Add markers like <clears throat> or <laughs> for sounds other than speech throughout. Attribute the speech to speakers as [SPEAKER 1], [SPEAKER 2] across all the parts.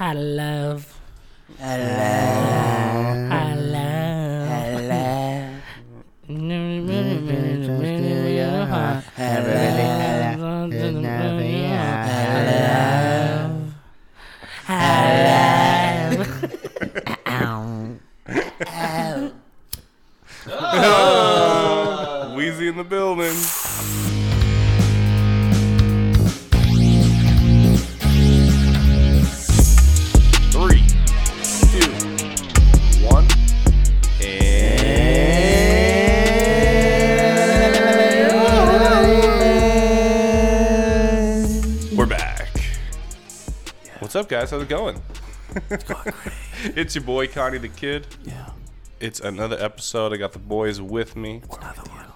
[SPEAKER 1] I love. I love.
[SPEAKER 2] Wheezy in the building. Three, two, one, and we're back. What's up, guys? How's it going? <laughs> It's going great. it's your boy Connie the Kid.
[SPEAKER 3] Yeah.
[SPEAKER 2] It's another episode. I got the boys with me.
[SPEAKER 3] Another one.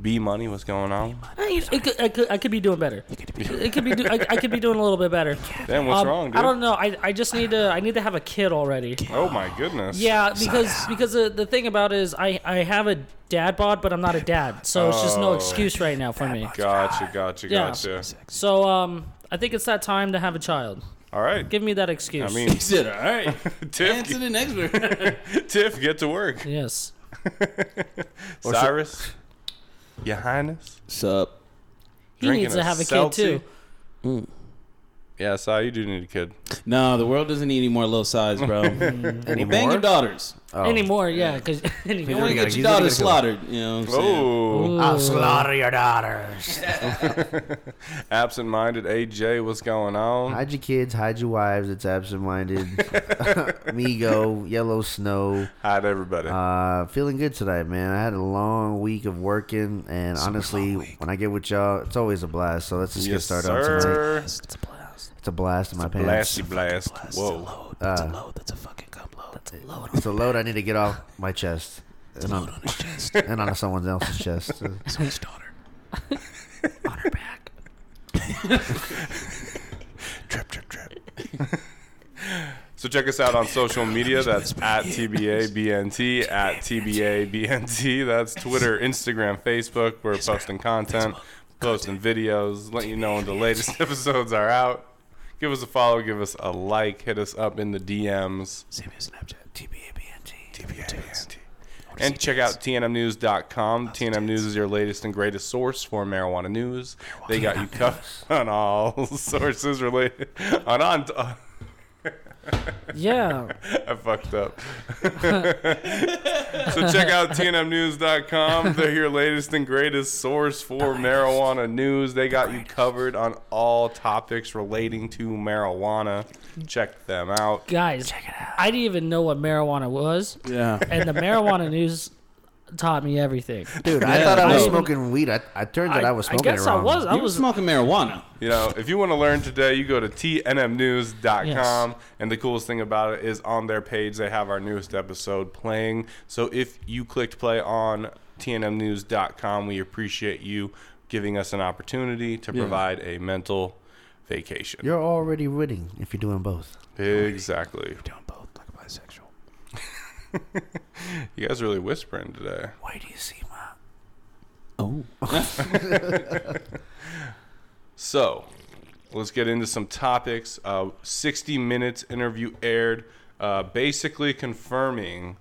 [SPEAKER 2] B Money, what's going on?
[SPEAKER 1] It could, I, could, I could be doing better. It could be. Do, I, I could be doing a little bit better.
[SPEAKER 2] Damn, what's
[SPEAKER 1] Um,
[SPEAKER 2] wrong, dude?
[SPEAKER 1] I don't know. I, I just need to. I need to have a kid already.
[SPEAKER 2] Oh my goodness.
[SPEAKER 1] Yeah, because because the, the thing about it is I I have a dad bod, but I'm not a dad, so it's just no
[SPEAKER 2] Oh.
[SPEAKER 1] excuse right now for me.
[SPEAKER 2] Gotcha, gotcha,
[SPEAKER 1] Yeah.
[SPEAKER 2] gotcha.
[SPEAKER 1] So um, I think it's that time to have a child.
[SPEAKER 2] All right.
[SPEAKER 1] Give me that
[SPEAKER 2] I
[SPEAKER 1] excuse.
[SPEAKER 2] mean,
[SPEAKER 3] He said, all
[SPEAKER 4] <laughs>
[SPEAKER 2] <laughs>
[SPEAKER 3] right.
[SPEAKER 2] Tiff,
[SPEAKER 3] And to the next word.
[SPEAKER 2] Tiff, get to work.
[SPEAKER 1] yes.
[SPEAKER 2] Cyrus, Your Highness.
[SPEAKER 3] Sup.
[SPEAKER 1] He
[SPEAKER 2] drinking
[SPEAKER 1] needs to have a
[SPEAKER 2] Seltzy.
[SPEAKER 1] kid too.
[SPEAKER 2] Yeah, Cy, you do need a kid.
[SPEAKER 3] No, the world doesn't need any more little size,
[SPEAKER 4] <laughs>
[SPEAKER 3] bro. Anymore? Bang your daughters.
[SPEAKER 1] Anymore, yeah, <laughs> because
[SPEAKER 3] You want to get your daughters slaughtered. You know what I'm saying?
[SPEAKER 2] Oh,
[SPEAKER 5] I'll slaughter your daughters.
[SPEAKER 2] absent minded AJ, what's going on?
[SPEAKER 5] <laughs> Hide your kids, hide your wives. It's absent-minded. <laughs> Migo, Yellow Snow.
[SPEAKER 2] Hide everybody.
[SPEAKER 5] Uh, feeling good tonight, man. I had a long week of working, and honestly, when I get with y'all, it's always a blast. So let's just get
[SPEAKER 2] yes,
[SPEAKER 5] started on tonight.
[SPEAKER 2] sir.
[SPEAKER 3] It's a blast.
[SPEAKER 5] It's a blast in my pants.
[SPEAKER 2] Blasty blast. Whoa.
[SPEAKER 3] load. That's a load. That's a fucking cum load. That's a load.
[SPEAKER 5] It's a load I need to get off my chest and on,
[SPEAKER 3] his
[SPEAKER 5] <laughs>
[SPEAKER 3] chest.
[SPEAKER 5] and on someone else's chest.
[SPEAKER 3] Someone's daughter. On her back.
[SPEAKER 2] Trip, trip, trip. so check us out on social media. That's at TBABNT, at TBABNT. That's Twitter, Instagram, Facebook. We're posting content, posting videos, letting you know when the latest <laughs> episodes are out. Give us a follow, give us a like, hit us up in the DMs.
[SPEAKER 3] Send me a Snapchat. TBABNT. TBABNT.
[SPEAKER 2] And check out tnmnews.com. TNM News is your latest and greatest source for marijuana news. They got you covered <laughs> on all sources related on on.
[SPEAKER 1] Yeah.
[SPEAKER 2] <laughs> I fucked up. so check out tnmnews.com. They're your latest and greatest source for marijuana news. They got you covered on all topics relating to marijuana. Check them out.
[SPEAKER 1] Guys, I didn't even know what marijuana was,
[SPEAKER 3] Yeah.
[SPEAKER 1] Oh. and the marijuana news taught me everything.
[SPEAKER 5] <laughs> Dude, I
[SPEAKER 3] Yeah,
[SPEAKER 5] thought I was
[SPEAKER 1] no.
[SPEAKER 5] smoking weed. I, I turned that I, was smoking
[SPEAKER 1] guess
[SPEAKER 5] it wrong.
[SPEAKER 1] I was. I
[SPEAKER 3] You were
[SPEAKER 1] was. <laughs>
[SPEAKER 3] smoking marijuana.
[SPEAKER 2] You know, if you want to learn today, you go to tnmnews.com.
[SPEAKER 1] Yes.
[SPEAKER 2] And the coolest thing about it is on their page, they have our newest episode playing. So if you clicked play on tnmnews.com, we appreciate you giving us an opportunity to provide a mental vacation.
[SPEAKER 5] You're already winning if you're doing both.
[SPEAKER 2] Exactly.
[SPEAKER 3] Doing both like a bisexual.
[SPEAKER 2] <laughs> You guys are really whispering today.
[SPEAKER 5] Why do you see my?
[SPEAKER 3] Oh.
[SPEAKER 2] <laughs> So let's get into some topics. Uh, 60 Minutes interview aired, uh, basically confirming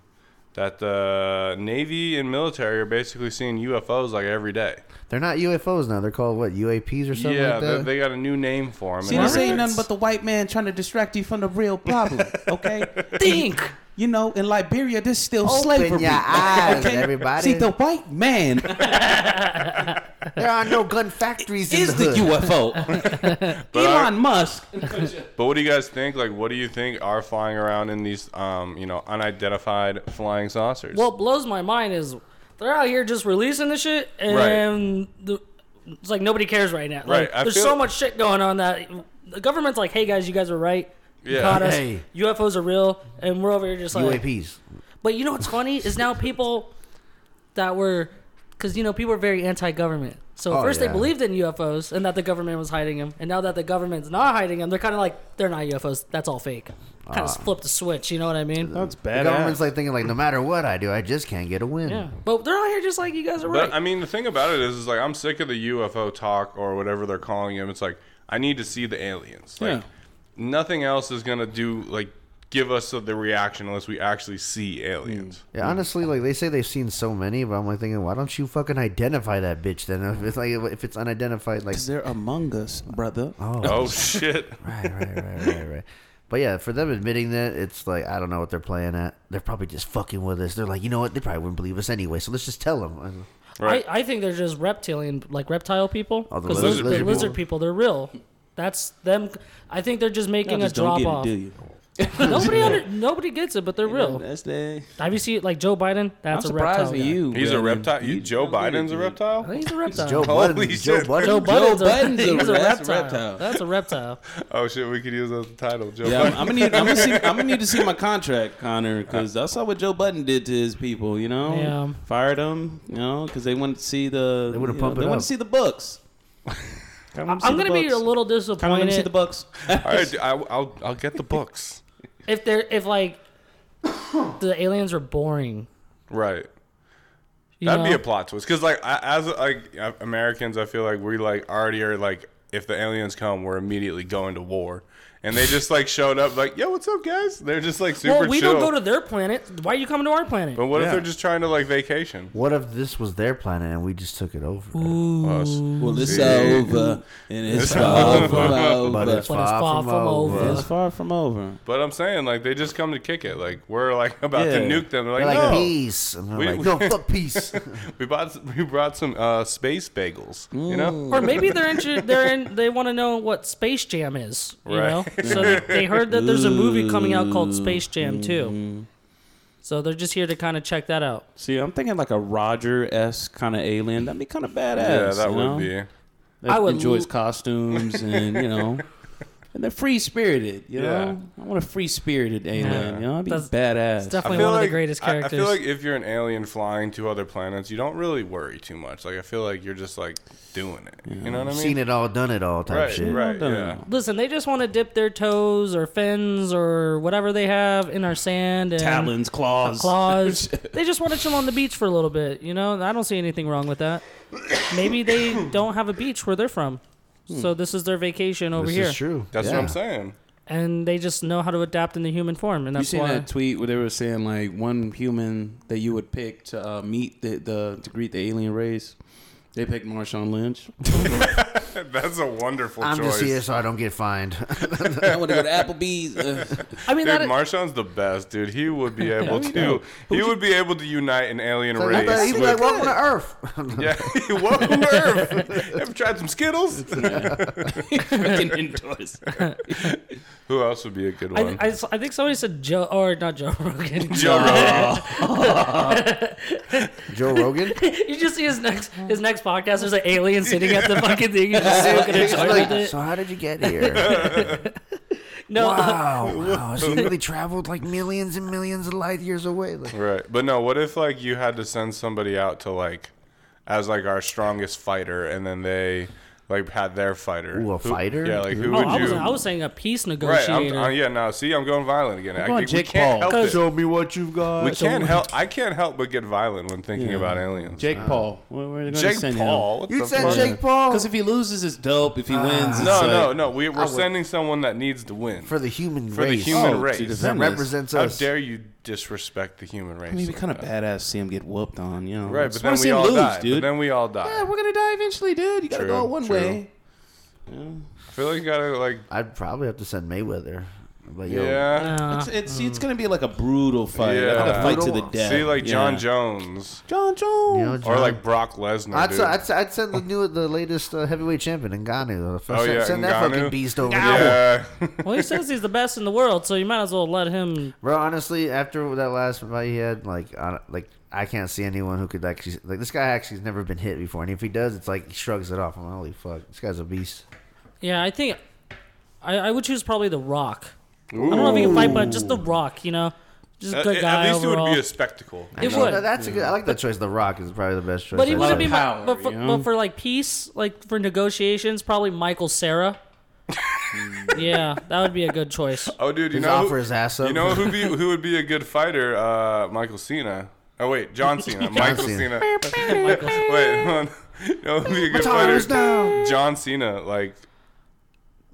[SPEAKER 2] that the Navy and military are basically seeing UFOs like every day.
[SPEAKER 5] They're not UFOs now. They're called what UAPs or something
[SPEAKER 2] yeah,
[SPEAKER 5] like
[SPEAKER 2] they,
[SPEAKER 5] that.
[SPEAKER 2] they got a new name for them.
[SPEAKER 3] See, this ain't nothing but the white man trying to distract you from the real problem, okay?
[SPEAKER 1] Think.
[SPEAKER 3] You know, in Liberia, this is still
[SPEAKER 5] Open
[SPEAKER 3] slavery.
[SPEAKER 5] your eyes,
[SPEAKER 3] okay?
[SPEAKER 5] everybody.
[SPEAKER 3] See, the white man
[SPEAKER 5] there are no gun factories in
[SPEAKER 3] is the
[SPEAKER 5] the
[SPEAKER 1] <laughs>
[SPEAKER 5] hood.
[SPEAKER 3] UFO.
[SPEAKER 2] But I-
[SPEAKER 3] <laughs> Elon Musk.
[SPEAKER 2] But what do you guys think? Like, what do you think are flying around in these, um, you know, unidentified flying saucers?
[SPEAKER 1] What blows my mind is they're out here just releasing the shit, and the, it's like nobody cares right now. Like,
[SPEAKER 2] Right, I
[SPEAKER 1] there's
[SPEAKER 2] feel-
[SPEAKER 1] so much shit going on that the government's like, "Hey guys, you guys are right. You
[SPEAKER 2] Yeah.
[SPEAKER 1] caught us.
[SPEAKER 5] Hey.
[SPEAKER 1] UFOs are real," and we're over here just like.
[SPEAKER 5] UAPs.
[SPEAKER 1] But you know what's funny is now people that were, because you know people are very anti-government. So at
[SPEAKER 5] Oh,
[SPEAKER 1] first
[SPEAKER 5] yeah.
[SPEAKER 1] they believed in UFOs and that the government was hiding them, and now that the government's not hiding them, they're kind of like they're not UFOs. That's all fake.
[SPEAKER 5] Ah.
[SPEAKER 1] Kind of flipped the switch. You know what I mean?
[SPEAKER 3] That's
[SPEAKER 5] The government's like thinking like, no matter what I do, I just can't get a win.
[SPEAKER 1] yeah. But they're out here just like you guys are right.
[SPEAKER 2] But I mean, the thing about it is, is like I'm sick of the UFO talk or whatever they're calling him. It's like I need to see the aliens. Like,
[SPEAKER 3] Yeah.
[SPEAKER 2] nothing else is gonna do like give us the reaction unless we actually see aliens.
[SPEAKER 5] Yeah, honestly, like they say they've seen so many, but I'm like thinking, why don't you fucking identify that bitch then? <laughs> If it's like if it's unidentified, like
[SPEAKER 4] They're among us, brother.
[SPEAKER 2] Oh shit!
[SPEAKER 5] right, right, right, right, right. But yeah, for them admitting that, it's like I don't know what they're playing at. They're probably just fucking with us. They're like, you know what? They probably wouldn't believe us anyway, so let's just tell them.
[SPEAKER 2] Right.
[SPEAKER 1] I, I think they're just reptilian, like reptile people.
[SPEAKER 5] Oh, the
[SPEAKER 1] Because
[SPEAKER 5] lizard
[SPEAKER 1] those, the
[SPEAKER 5] people.
[SPEAKER 1] lizard people, they're real. That's them. I think they're just making
[SPEAKER 4] Y'all just
[SPEAKER 1] a
[SPEAKER 4] don't
[SPEAKER 1] drop
[SPEAKER 4] get
[SPEAKER 1] off. <laughs>
[SPEAKER 4] it, do you?
[SPEAKER 1] nobody, under, nobody gets it, but they're
[SPEAKER 4] Yeah,
[SPEAKER 1] real.
[SPEAKER 4] That's the.
[SPEAKER 1] Have you seen like Joe Biden?
[SPEAKER 4] I'm
[SPEAKER 1] That's a reptile.
[SPEAKER 4] surprised at
[SPEAKER 1] guy.
[SPEAKER 4] you.
[SPEAKER 2] He's a
[SPEAKER 4] brother.
[SPEAKER 2] reptile. You, Joe Biden's a reptile.
[SPEAKER 1] I think <laughs> he's a reptile.
[SPEAKER 5] Joe
[SPEAKER 2] Holy
[SPEAKER 5] Budden, Joe
[SPEAKER 2] shit.
[SPEAKER 1] Uh, Joe
[SPEAKER 5] Budden.
[SPEAKER 1] Biden's,
[SPEAKER 4] Biden's
[SPEAKER 1] a, <laughs>
[SPEAKER 4] a-
[SPEAKER 1] he's a
[SPEAKER 4] that's a
[SPEAKER 1] reptile.
[SPEAKER 4] reptile.
[SPEAKER 1] That's a reptile.
[SPEAKER 4] <laughs>
[SPEAKER 2] Oh shit! We could use that as a title. Joe
[SPEAKER 4] Yeah, I'm,
[SPEAKER 2] Biden.
[SPEAKER 4] I'm gonna need. I'm gonna, see, I'm gonna need to see my contract, Connor, because I saw what Joe Button did to his people. You know,
[SPEAKER 1] Yeah.
[SPEAKER 4] fired them. You know, because they wanted to see the.
[SPEAKER 5] They wouldn't
[SPEAKER 4] you know,
[SPEAKER 5] pump it
[SPEAKER 4] They want
[SPEAKER 5] up.
[SPEAKER 4] to see the books. I'm
[SPEAKER 1] I'm gonna be a little
[SPEAKER 4] Connor, let me see the
[SPEAKER 1] disappointed
[SPEAKER 4] books.
[SPEAKER 2] All right, I, will I'll get the books.
[SPEAKER 1] if they're if like <coughs> the aliens are boring.
[SPEAKER 2] Right.
[SPEAKER 1] you
[SPEAKER 2] That'd be
[SPEAKER 1] know?
[SPEAKER 2] a plot twist. Because like I, as like uh, Americans, I feel like we like already are like if the aliens come, we're immediately going to war. And they just like showed up like, yo, what's up, guys? They're just like super
[SPEAKER 1] well, we
[SPEAKER 2] chill.
[SPEAKER 1] don't go to their planet. Why are you coming to our planet?
[SPEAKER 2] but what if
[SPEAKER 5] Yeah.
[SPEAKER 2] they're just trying to like vacation?
[SPEAKER 5] What if this was their planet and we just took it over?
[SPEAKER 2] Us.
[SPEAKER 4] Well, it's
[SPEAKER 2] Yeah.
[SPEAKER 4] over, and it's far from
[SPEAKER 5] But
[SPEAKER 4] over.
[SPEAKER 5] it's
[SPEAKER 1] But it's far from over.
[SPEAKER 4] It's far from over.
[SPEAKER 2] But I'm saying like they just come to kick it. Like we're like <laughs> about to
[SPEAKER 4] Yeah.
[SPEAKER 2] nuke them. They're like,
[SPEAKER 5] They're
[SPEAKER 2] no,
[SPEAKER 5] like peace, and they're
[SPEAKER 2] We- <laughs>
[SPEAKER 5] like, no, fuck <laughs> peace.
[SPEAKER 2] we bought <laughs> we brought some uh, space bagels. You know.
[SPEAKER 1] or maybe they're inter- they're in they want to know what Space Jam is, you
[SPEAKER 2] Right.
[SPEAKER 1] know. So they heard that there's a movie coming out called Space Jam 2. So they're just here to kind of check that out.
[SPEAKER 4] See, I'm thinking like a Roger s kind of alien. That'd be kind of badass.
[SPEAKER 2] Yeah, that
[SPEAKER 4] you
[SPEAKER 2] would
[SPEAKER 4] know?
[SPEAKER 2] be.
[SPEAKER 4] That
[SPEAKER 1] I would
[SPEAKER 4] enjoys
[SPEAKER 1] l-
[SPEAKER 4] costumes and you <laughs> know, and they're free spirited. You know, I want a free spirited alien.
[SPEAKER 2] Yeah.
[SPEAKER 4] You know, that'd be
[SPEAKER 1] That's-
[SPEAKER 4] badass.
[SPEAKER 1] It's definitely one of the greatest
[SPEAKER 2] I- I,
[SPEAKER 1] characters.
[SPEAKER 2] feel like if you're an alien flying to other planets, you don't really worry too much. Like I feel like you're just like doing it. You know what I mean?
[SPEAKER 5] Seen it all, done it all, type
[SPEAKER 2] right,
[SPEAKER 5] shit.
[SPEAKER 2] right,
[SPEAKER 4] Done it
[SPEAKER 2] yeah.
[SPEAKER 4] all.
[SPEAKER 1] Listen, they just want to dip their toes or fins or whatever they have in our sand and
[SPEAKER 4] Talons, claws,
[SPEAKER 1] claws. they just want to chill on the beach for a little bit, you know. I don't see anything wrong with that. Maybe they don't have a beach where they're from, so this is their vacation over
[SPEAKER 5] This
[SPEAKER 1] here,
[SPEAKER 5] is true.
[SPEAKER 2] That's
[SPEAKER 5] Yeah.
[SPEAKER 2] what I'm saying. <laughs>
[SPEAKER 1] and they just know how to adapt in the human form, and
[SPEAKER 4] You
[SPEAKER 1] that's
[SPEAKER 4] seen
[SPEAKER 1] why.
[SPEAKER 4] that tweet where they were saying like one human that you would pick to uh, meet the, the to greet the alien race. They picked Marshawn Lynch.
[SPEAKER 2] That's a wonderful
[SPEAKER 5] I'm
[SPEAKER 2] choice.
[SPEAKER 5] just here so I don't get
[SPEAKER 2] <laughs>
[SPEAKER 5] fined.
[SPEAKER 4] <laughs> I want to go to Applebee's. Uh,
[SPEAKER 1] I mean,
[SPEAKER 2] Dude,
[SPEAKER 1] that,
[SPEAKER 2] Marshawn's the best, dude. He would
[SPEAKER 5] <laughs>
[SPEAKER 2] be able to. He would be able to unite an alien
[SPEAKER 5] He's like,
[SPEAKER 2] race.
[SPEAKER 5] he's
[SPEAKER 2] With,
[SPEAKER 5] like, welcome to Earth. <laughs>
[SPEAKER 2] yeah, <laughs> welcome to Earth. <laughs> Ever tried some Skittles? <laughs>
[SPEAKER 4] fucking indoors.
[SPEAKER 2] Who else would be a good
[SPEAKER 1] I,
[SPEAKER 2] one?
[SPEAKER 1] I, I think somebody said Joe or not Joe Rogan.
[SPEAKER 2] <laughs> Joe Rogan.
[SPEAKER 5] Joe <laughs> Rogan.
[SPEAKER 1] <laughs> you just see his next his next podcast. There's an alien sitting
[SPEAKER 2] <laughs>
[SPEAKER 1] at the fucking thing. You just see him get
[SPEAKER 5] He's
[SPEAKER 1] annoyed
[SPEAKER 5] like,
[SPEAKER 1] with it.
[SPEAKER 5] so how did you
[SPEAKER 2] <laughs>
[SPEAKER 5] get here?
[SPEAKER 1] No,
[SPEAKER 5] wow, wow. So you really traveled like millions and millions of light years
[SPEAKER 2] <laughs>
[SPEAKER 5] away. Like,
[SPEAKER 2] Right. But no, what if like you had to send somebody out to like as like our strongest fighter and then they like had their fighter.
[SPEAKER 5] Ooh, a
[SPEAKER 2] Who-
[SPEAKER 5] fighter?
[SPEAKER 2] Yeah, like who
[SPEAKER 1] oh,
[SPEAKER 2] would
[SPEAKER 1] I was
[SPEAKER 2] you
[SPEAKER 1] I was saying a peace
[SPEAKER 2] Right, I'm,
[SPEAKER 1] negotiator.
[SPEAKER 2] uh, yeah, no. See, I'm going violent again. I,
[SPEAKER 4] going
[SPEAKER 2] we
[SPEAKER 4] Jake
[SPEAKER 2] can't
[SPEAKER 4] Paul.
[SPEAKER 2] help it.
[SPEAKER 5] Show me what you've
[SPEAKER 2] <laughs>
[SPEAKER 5] got.
[SPEAKER 2] We can't help. I can't help but get violent when thinking about aliens.
[SPEAKER 4] <laughs> Jake Paul. Where, where are they
[SPEAKER 2] Jake Paul. what
[SPEAKER 5] You
[SPEAKER 2] the
[SPEAKER 5] said
[SPEAKER 2] fuck?
[SPEAKER 5] Jake Paul
[SPEAKER 4] Because if he loses, it's dope. If he wins, it's
[SPEAKER 2] No,
[SPEAKER 4] like, oh,
[SPEAKER 2] no, no. We, we're sending someone that needs to win.
[SPEAKER 5] for the human
[SPEAKER 2] For the
[SPEAKER 5] race. Oh,
[SPEAKER 2] human
[SPEAKER 4] to
[SPEAKER 2] race.
[SPEAKER 5] that
[SPEAKER 4] defend this.
[SPEAKER 5] represents
[SPEAKER 2] How
[SPEAKER 5] us.
[SPEAKER 2] dare you disrespect the human race?
[SPEAKER 4] I mean, it'd
[SPEAKER 2] like
[SPEAKER 4] be kind of
[SPEAKER 2] that.
[SPEAKER 4] badass to see him get whooped on, you know.
[SPEAKER 2] Right,
[SPEAKER 4] Just
[SPEAKER 2] but
[SPEAKER 4] wanna
[SPEAKER 2] then
[SPEAKER 4] see
[SPEAKER 2] we
[SPEAKER 4] him
[SPEAKER 2] all
[SPEAKER 4] lose,
[SPEAKER 2] die. But
[SPEAKER 4] dude.
[SPEAKER 2] then we all die.
[SPEAKER 4] yeah, we're gonna die eventually, dude. You gotta
[SPEAKER 2] True,
[SPEAKER 4] go one
[SPEAKER 2] true.
[SPEAKER 4] way.
[SPEAKER 2] I feel like you gotta like.
[SPEAKER 5] I'd probably have to send Mayweather. But yo,
[SPEAKER 2] Yeah.
[SPEAKER 1] Uh,
[SPEAKER 4] It's, it's, it's gonna be like a brutal
[SPEAKER 2] Ah.
[SPEAKER 4] fight,
[SPEAKER 2] Yeah.
[SPEAKER 4] like a fight to the
[SPEAKER 5] Brutal.
[SPEAKER 4] death.
[SPEAKER 2] See, like John
[SPEAKER 4] Yeah.
[SPEAKER 2] Jones
[SPEAKER 4] John Jones.
[SPEAKER 5] you know,
[SPEAKER 2] or
[SPEAKER 5] John-
[SPEAKER 2] like Brock Lesnar.
[SPEAKER 5] I'd,
[SPEAKER 2] dude.
[SPEAKER 5] I'd, I'd send the new, the latest uh, heavyweight champion, Ngannou. If I
[SPEAKER 2] Oh,
[SPEAKER 5] send,
[SPEAKER 2] yeah,
[SPEAKER 5] send that
[SPEAKER 2] Ngannou.
[SPEAKER 5] fucking beast over there.
[SPEAKER 2] yeah. <laughs>
[SPEAKER 1] well, he says he's the best in the world, so you might as well let him.
[SPEAKER 5] Bro, honestly, after that last fight he had, like, on, like I can't see anyone who could actually like this guy. Actually, has never been hit before, and if he does, it's like he shrugs it off. I'm like, holy fuck, this guy's a beast.
[SPEAKER 1] Yeah, I think I, I would choose probably The Rock. I don't know if he can fight, but just The Rock, you know, just a
[SPEAKER 2] Uh, At-
[SPEAKER 1] good guy
[SPEAKER 2] At least
[SPEAKER 1] overall.
[SPEAKER 2] it would be a spectacle.
[SPEAKER 1] It
[SPEAKER 2] you know?
[SPEAKER 1] would.
[SPEAKER 5] No, that's a good. I like that choice. The Rock is probably the best choice.
[SPEAKER 1] But he
[SPEAKER 5] I've
[SPEAKER 1] wouldn't be
[SPEAKER 5] seen.
[SPEAKER 1] my,
[SPEAKER 4] power,
[SPEAKER 1] but, for,
[SPEAKER 4] you know?
[SPEAKER 1] but for like peace, like for negotiations, probably Michael
[SPEAKER 4] <laughs>
[SPEAKER 1] Sarah. yeah, that would be a good choice.
[SPEAKER 2] Oh, dude, you
[SPEAKER 5] Just
[SPEAKER 2] know
[SPEAKER 5] offer his ass up.
[SPEAKER 2] You know who
[SPEAKER 5] <laughs>
[SPEAKER 2] be who would be a good fighter? Uh, Michael Cena. Oh wait, John Cena. Michael Cena.
[SPEAKER 5] Cena.
[SPEAKER 2] wait, hold on. <laughs> You know who would be a good
[SPEAKER 5] time
[SPEAKER 2] fighter?
[SPEAKER 5] is now.
[SPEAKER 2] John Cena. Like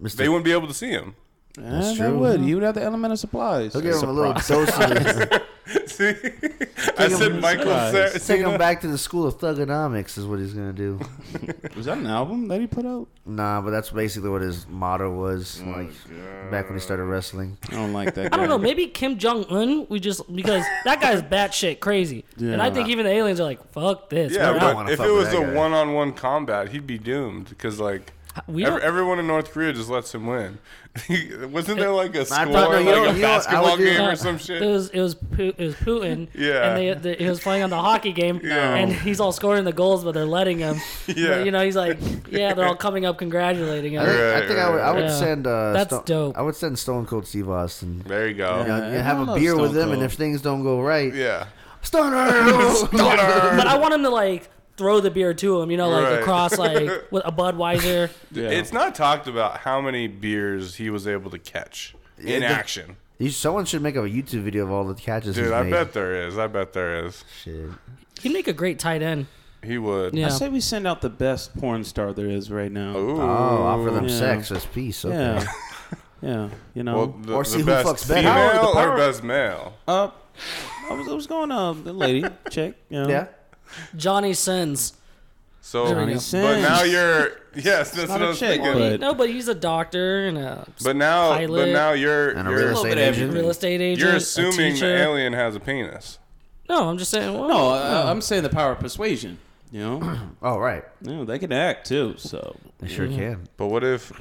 [SPEAKER 5] Mr.
[SPEAKER 2] they wouldn't be able to see him. <laughs>
[SPEAKER 4] That's
[SPEAKER 5] true.
[SPEAKER 4] would. He would have the element of supplies.
[SPEAKER 5] He'll give him a little <laughs>
[SPEAKER 2] Surprise.
[SPEAKER 5] dosage.
[SPEAKER 2] See, I
[SPEAKER 5] him
[SPEAKER 2] said
[SPEAKER 5] with
[SPEAKER 2] Michael
[SPEAKER 4] surprise.
[SPEAKER 2] Cera.
[SPEAKER 5] Take him back to the school of thugonomics is what he's gonna do.
[SPEAKER 4] Was that an album that he put out?
[SPEAKER 5] Nah, but that's basically what his motto was, like back when he started wrestling.
[SPEAKER 4] I don't like that.
[SPEAKER 1] I don't know. Maybe Kim Jong Un. We just because that guy's batshit crazy, and I think even the aliens are like, "Fuck this."
[SPEAKER 2] Yeah,
[SPEAKER 1] we're
[SPEAKER 5] don't
[SPEAKER 1] out.
[SPEAKER 2] but
[SPEAKER 5] wanna
[SPEAKER 2] if
[SPEAKER 5] fuck
[SPEAKER 2] it
[SPEAKER 5] with
[SPEAKER 2] was
[SPEAKER 5] that
[SPEAKER 2] a
[SPEAKER 5] guy.
[SPEAKER 2] one-on-one combat, he'd be doomed because like
[SPEAKER 1] we
[SPEAKER 2] ev-
[SPEAKER 1] don't.
[SPEAKER 2] everyone in North Korea just lets him win. <laughs> Wasn't there like a score,
[SPEAKER 5] thought- no, you know- you know
[SPEAKER 2] like a
[SPEAKER 5] what I
[SPEAKER 2] basketball
[SPEAKER 5] would do?
[SPEAKER 2] game or
[SPEAKER 1] No,
[SPEAKER 2] some
[SPEAKER 1] It
[SPEAKER 2] shit?
[SPEAKER 1] was it was Pu- it was Putin.
[SPEAKER 2] <laughs> Yeah.
[SPEAKER 1] and they, they, he was playing on the hockey game,
[SPEAKER 2] <laughs> Yeah.
[SPEAKER 1] and he's all scoring the goals, but they're letting him.
[SPEAKER 2] <laughs> Yeah.
[SPEAKER 1] but, you know he's like, yeah, they're all coming up congratulating him.
[SPEAKER 2] <laughs>
[SPEAKER 5] I think,
[SPEAKER 2] Right,
[SPEAKER 5] I, think I would, I would
[SPEAKER 1] right.
[SPEAKER 5] send. Uh,
[SPEAKER 1] That's
[SPEAKER 5] Sto-
[SPEAKER 1] dope.
[SPEAKER 5] I would send Stone Cold Steve Austin.
[SPEAKER 2] There you go.
[SPEAKER 5] You know,
[SPEAKER 4] Yeah,
[SPEAKER 5] you
[SPEAKER 4] I
[SPEAKER 5] have a
[SPEAKER 4] love
[SPEAKER 5] beer with
[SPEAKER 4] Stone
[SPEAKER 5] him, and
[SPEAKER 4] Cold.
[SPEAKER 5] if things don't go right,
[SPEAKER 2] Yeah.
[SPEAKER 5] Stoner.
[SPEAKER 1] but I want him to like throw the beer to him, you know, like
[SPEAKER 2] Right.
[SPEAKER 1] across
[SPEAKER 2] <laughs>
[SPEAKER 1] like with a Budweiser.
[SPEAKER 4] Yeah.
[SPEAKER 2] It's not talked about how many beers he was able to catch in
[SPEAKER 5] Yeah, the-
[SPEAKER 2] action.
[SPEAKER 5] <laughs> You- Someone should make up a YouTube video of all the catches.
[SPEAKER 2] Dude,
[SPEAKER 5] he's
[SPEAKER 2] I
[SPEAKER 5] made.
[SPEAKER 2] bet there is. I bet there is.
[SPEAKER 5] Shit.
[SPEAKER 1] He'd make a great tight end.
[SPEAKER 2] He would.
[SPEAKER 1] Yeah.
[SPEAKER 4] I say we send out the best porn star there is right now.
[SPEAKER 2] Ooh.
[SPEAKER 5] Oh, offer them
[SPEAKER 4] Yeah.
[SPEAKER 5] sex as peace. Okay.
[SPEAKER 4] Yeah.
[SPEAKER 5] <laughs>
[SPEAKER 4] yeah. You know.
[SPEAKER 2] Well, the,
[SPEAKER 5] Or
[SPEAKER 2] the
[SPEAKER 5] see who
[SPEAKER 2] best
[SPEAKER 5] fucks better.
[SPEAKER 4] Power-
[SPEAKER 2] female
[SPEAKER 4] the
[SPEAKER 2] or
[SPEAKER 4] power-
[SPEAKER 2] best male.
[SPEAKER 4] Uh, I was, I was going uh, the lady check. You know.
[SPEAKER 5] Yeah.
[SPEAKER 1] Johnny sins.
[SPEAKER 2] So,
[SPEAKER 1] There we go.
[SPEAKER 2] but
[SPEAKER 4] Sins.
[SPEAKER 2] now you're <laughs> yes, that's
[SPEAKER 4] not
[SPEAKER 2] what
[SPEAKER 4] a
[SPEAKER 2] I was
[SPEAKER 4] chick,
[SPEAKER 2] thinking.
[SPEAKER 4] but-
[SPEAKER 1] no, but he's a doctor and a
[SPEAKER 2] But now, but
[SPEAKER 1] Pilot.
[SPEAKER 2] now you're
[SPEAKER 5] And a
[SPEAKER 2] you're,
[SPEAKER 5] real
[SPEAKER 4] little
[SPEAKER 5] estate
[SPEAKER 4] bit of
[SPEAKER 5] agent.
[SPEAKER 1] real estate agent.
[SPEAKER 2] you're
[SPEAKER 1] a
[SPEAKER 2] assuming the
[SPEAKER 1] teacher.
[SPEAKER 2] alien has a penis.
[SPEAKER 1] No, I'm just saying. Well,
[SPEAKER 4] No, I, I'm saying the power of persuasion. You know,
[SPEAKER 5] Oh, right.
[SPEAKER 4] yeah, they can act too. So,
[SPEAKER 5] They sure can.
[SPEAKER 2] But what if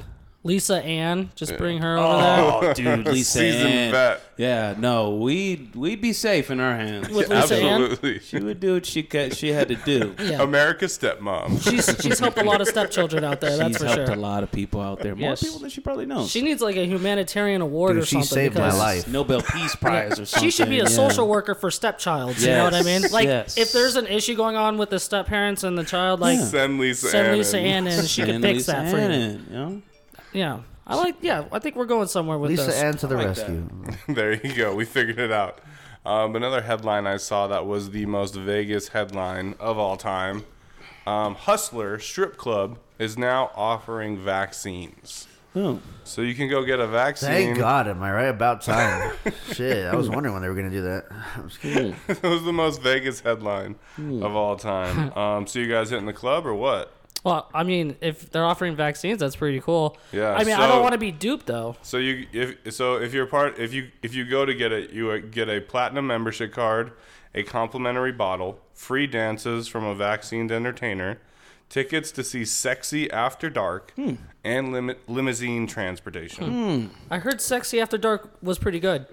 [SPEAKER 1] Lisa Ann, just bring her over there.
[SPEAKER 4] oh, dude,
[SPEAKER 2] <laughs>
[SPEAKER 4] Lisa,
[SPEAKER 2] Seasoned
[SPEAKER 4] Ann.
[SPEAKER 2] vet.
[SPEAKER 4] yeah, no, we we'd be safe in our hands.
[SPEAKER 1] With Lisa Ann?
[SPEAKER 2] absolutely
[SPEAKER 4] <laughs> She would do what she ca- she had to do.
[SPEAKER 1] Yeah.
[SPEAKER 2] America's stepmom?
[SPEAKER 1] she's she's helped a lot of stepchildren out there. <laughs> That's
[SPEAKER 4] She's
[SPEAKER 1] for
[SPEAKER 4] helped
[SPEAKER 1] sure.
[SPEAKER 4] a lot of people out there, more
[SPEAKER 1] Yes.
[SPEAKER 4] people than she probably knows.
[SPEAKER 1] She needs like a humanitarian award
[SPEAKER 5] Dude,
[SPEAKER 1] or
[SPEAKER 5] she
[SPEAKER 1] something.
[SPEAKER 5] saved my
[SPEAKER 1] because
[SPEAKER 5] life.
[SPEAKER 4] Nobel
[SPEAKER 1] <laughs>
[SPEAKER 4] Peace Prize or something.
[SPEAKER 1] She should be a
[SPEAKER 4] yeah.
[SPEAKER 1] social worker for stepchilds. You know what I mean?
[SPEAKER 4] Yes,
[SPEAKER 1] Like,
[SPEAKER 4] yes.
[SPEAKER 1] if there's an issue going on with the step parents and the child, like,
[SPEAKER 2] Send Lisa
[SPEAKER 1] send
[SPEAKER 2] Ann.
[SPEAKER 1] Lisa
[SPEAKER 2] in.
[SPEAKER 1] Ann in and she could
[SPEAKER 4] And
[SPEAKER 1] fix
[SPEAKER 4] Lisa
[SPEAKER 1] that for you.
[SPEAKER 4] Ann, you know?
[SPEAKER 1] Yeah. I like, yeah, I think we're going somewhere with
[SPEAKER 5] Lisa
[SPEAKER 1] this.
[SPEAKER 5] Ann to the
[SPEAKER 4] like
[SPEAKER 5] rescue.
[SPEAKER 2] <laughs> There you go. We figured it out. Um, another headline I saw that was the most Vegas headline of all time. Um, Hustler Strip Club is now offering vaccines.
[SPEAKER 4] Oh.
[SPEAKER 2] So you can go get a
[SPEAKER 5] Thank
[SPEAKER 2] vaccine. <laughs>
[SPEAKER 5] God, am I right about time? Shit, I was wondering when they were gonna do that. <laughs> I was kidding.
[SPEAKER 2] it was the most Vegas headline
[SPEAKER 1] Hmm.
[SPEAKER 2] of all time.
[SPEAKER 1] <laughs>
[SPEAKER 2] Um, so you guys hitting the club or what?
[SPEAKER 1] Well, I mean, if they're offering vaccines, that's pretty cool.
[SPEAKER 2] Yeah,
[SPEAKER 1] I mean, I
[SPEAKER 2] so-
[SPEAKER 1] don't want to be duped, though.
[SPEAKER 2] So you if so if you're part if you if you go to get it you uh, get a platinum membership card, a complimentary bottle, free dances from a vaccinated entertainer, tickets to see Sexy After Dark,
[SPEAKER 4] Hmm.
[SPEAKER 2] and lim- limousine transportation.
[SPEAKER 1] I heard Sexy After Dark was pretty
[SPEAKER 5] <laughs>
[SPEAKER 1] good.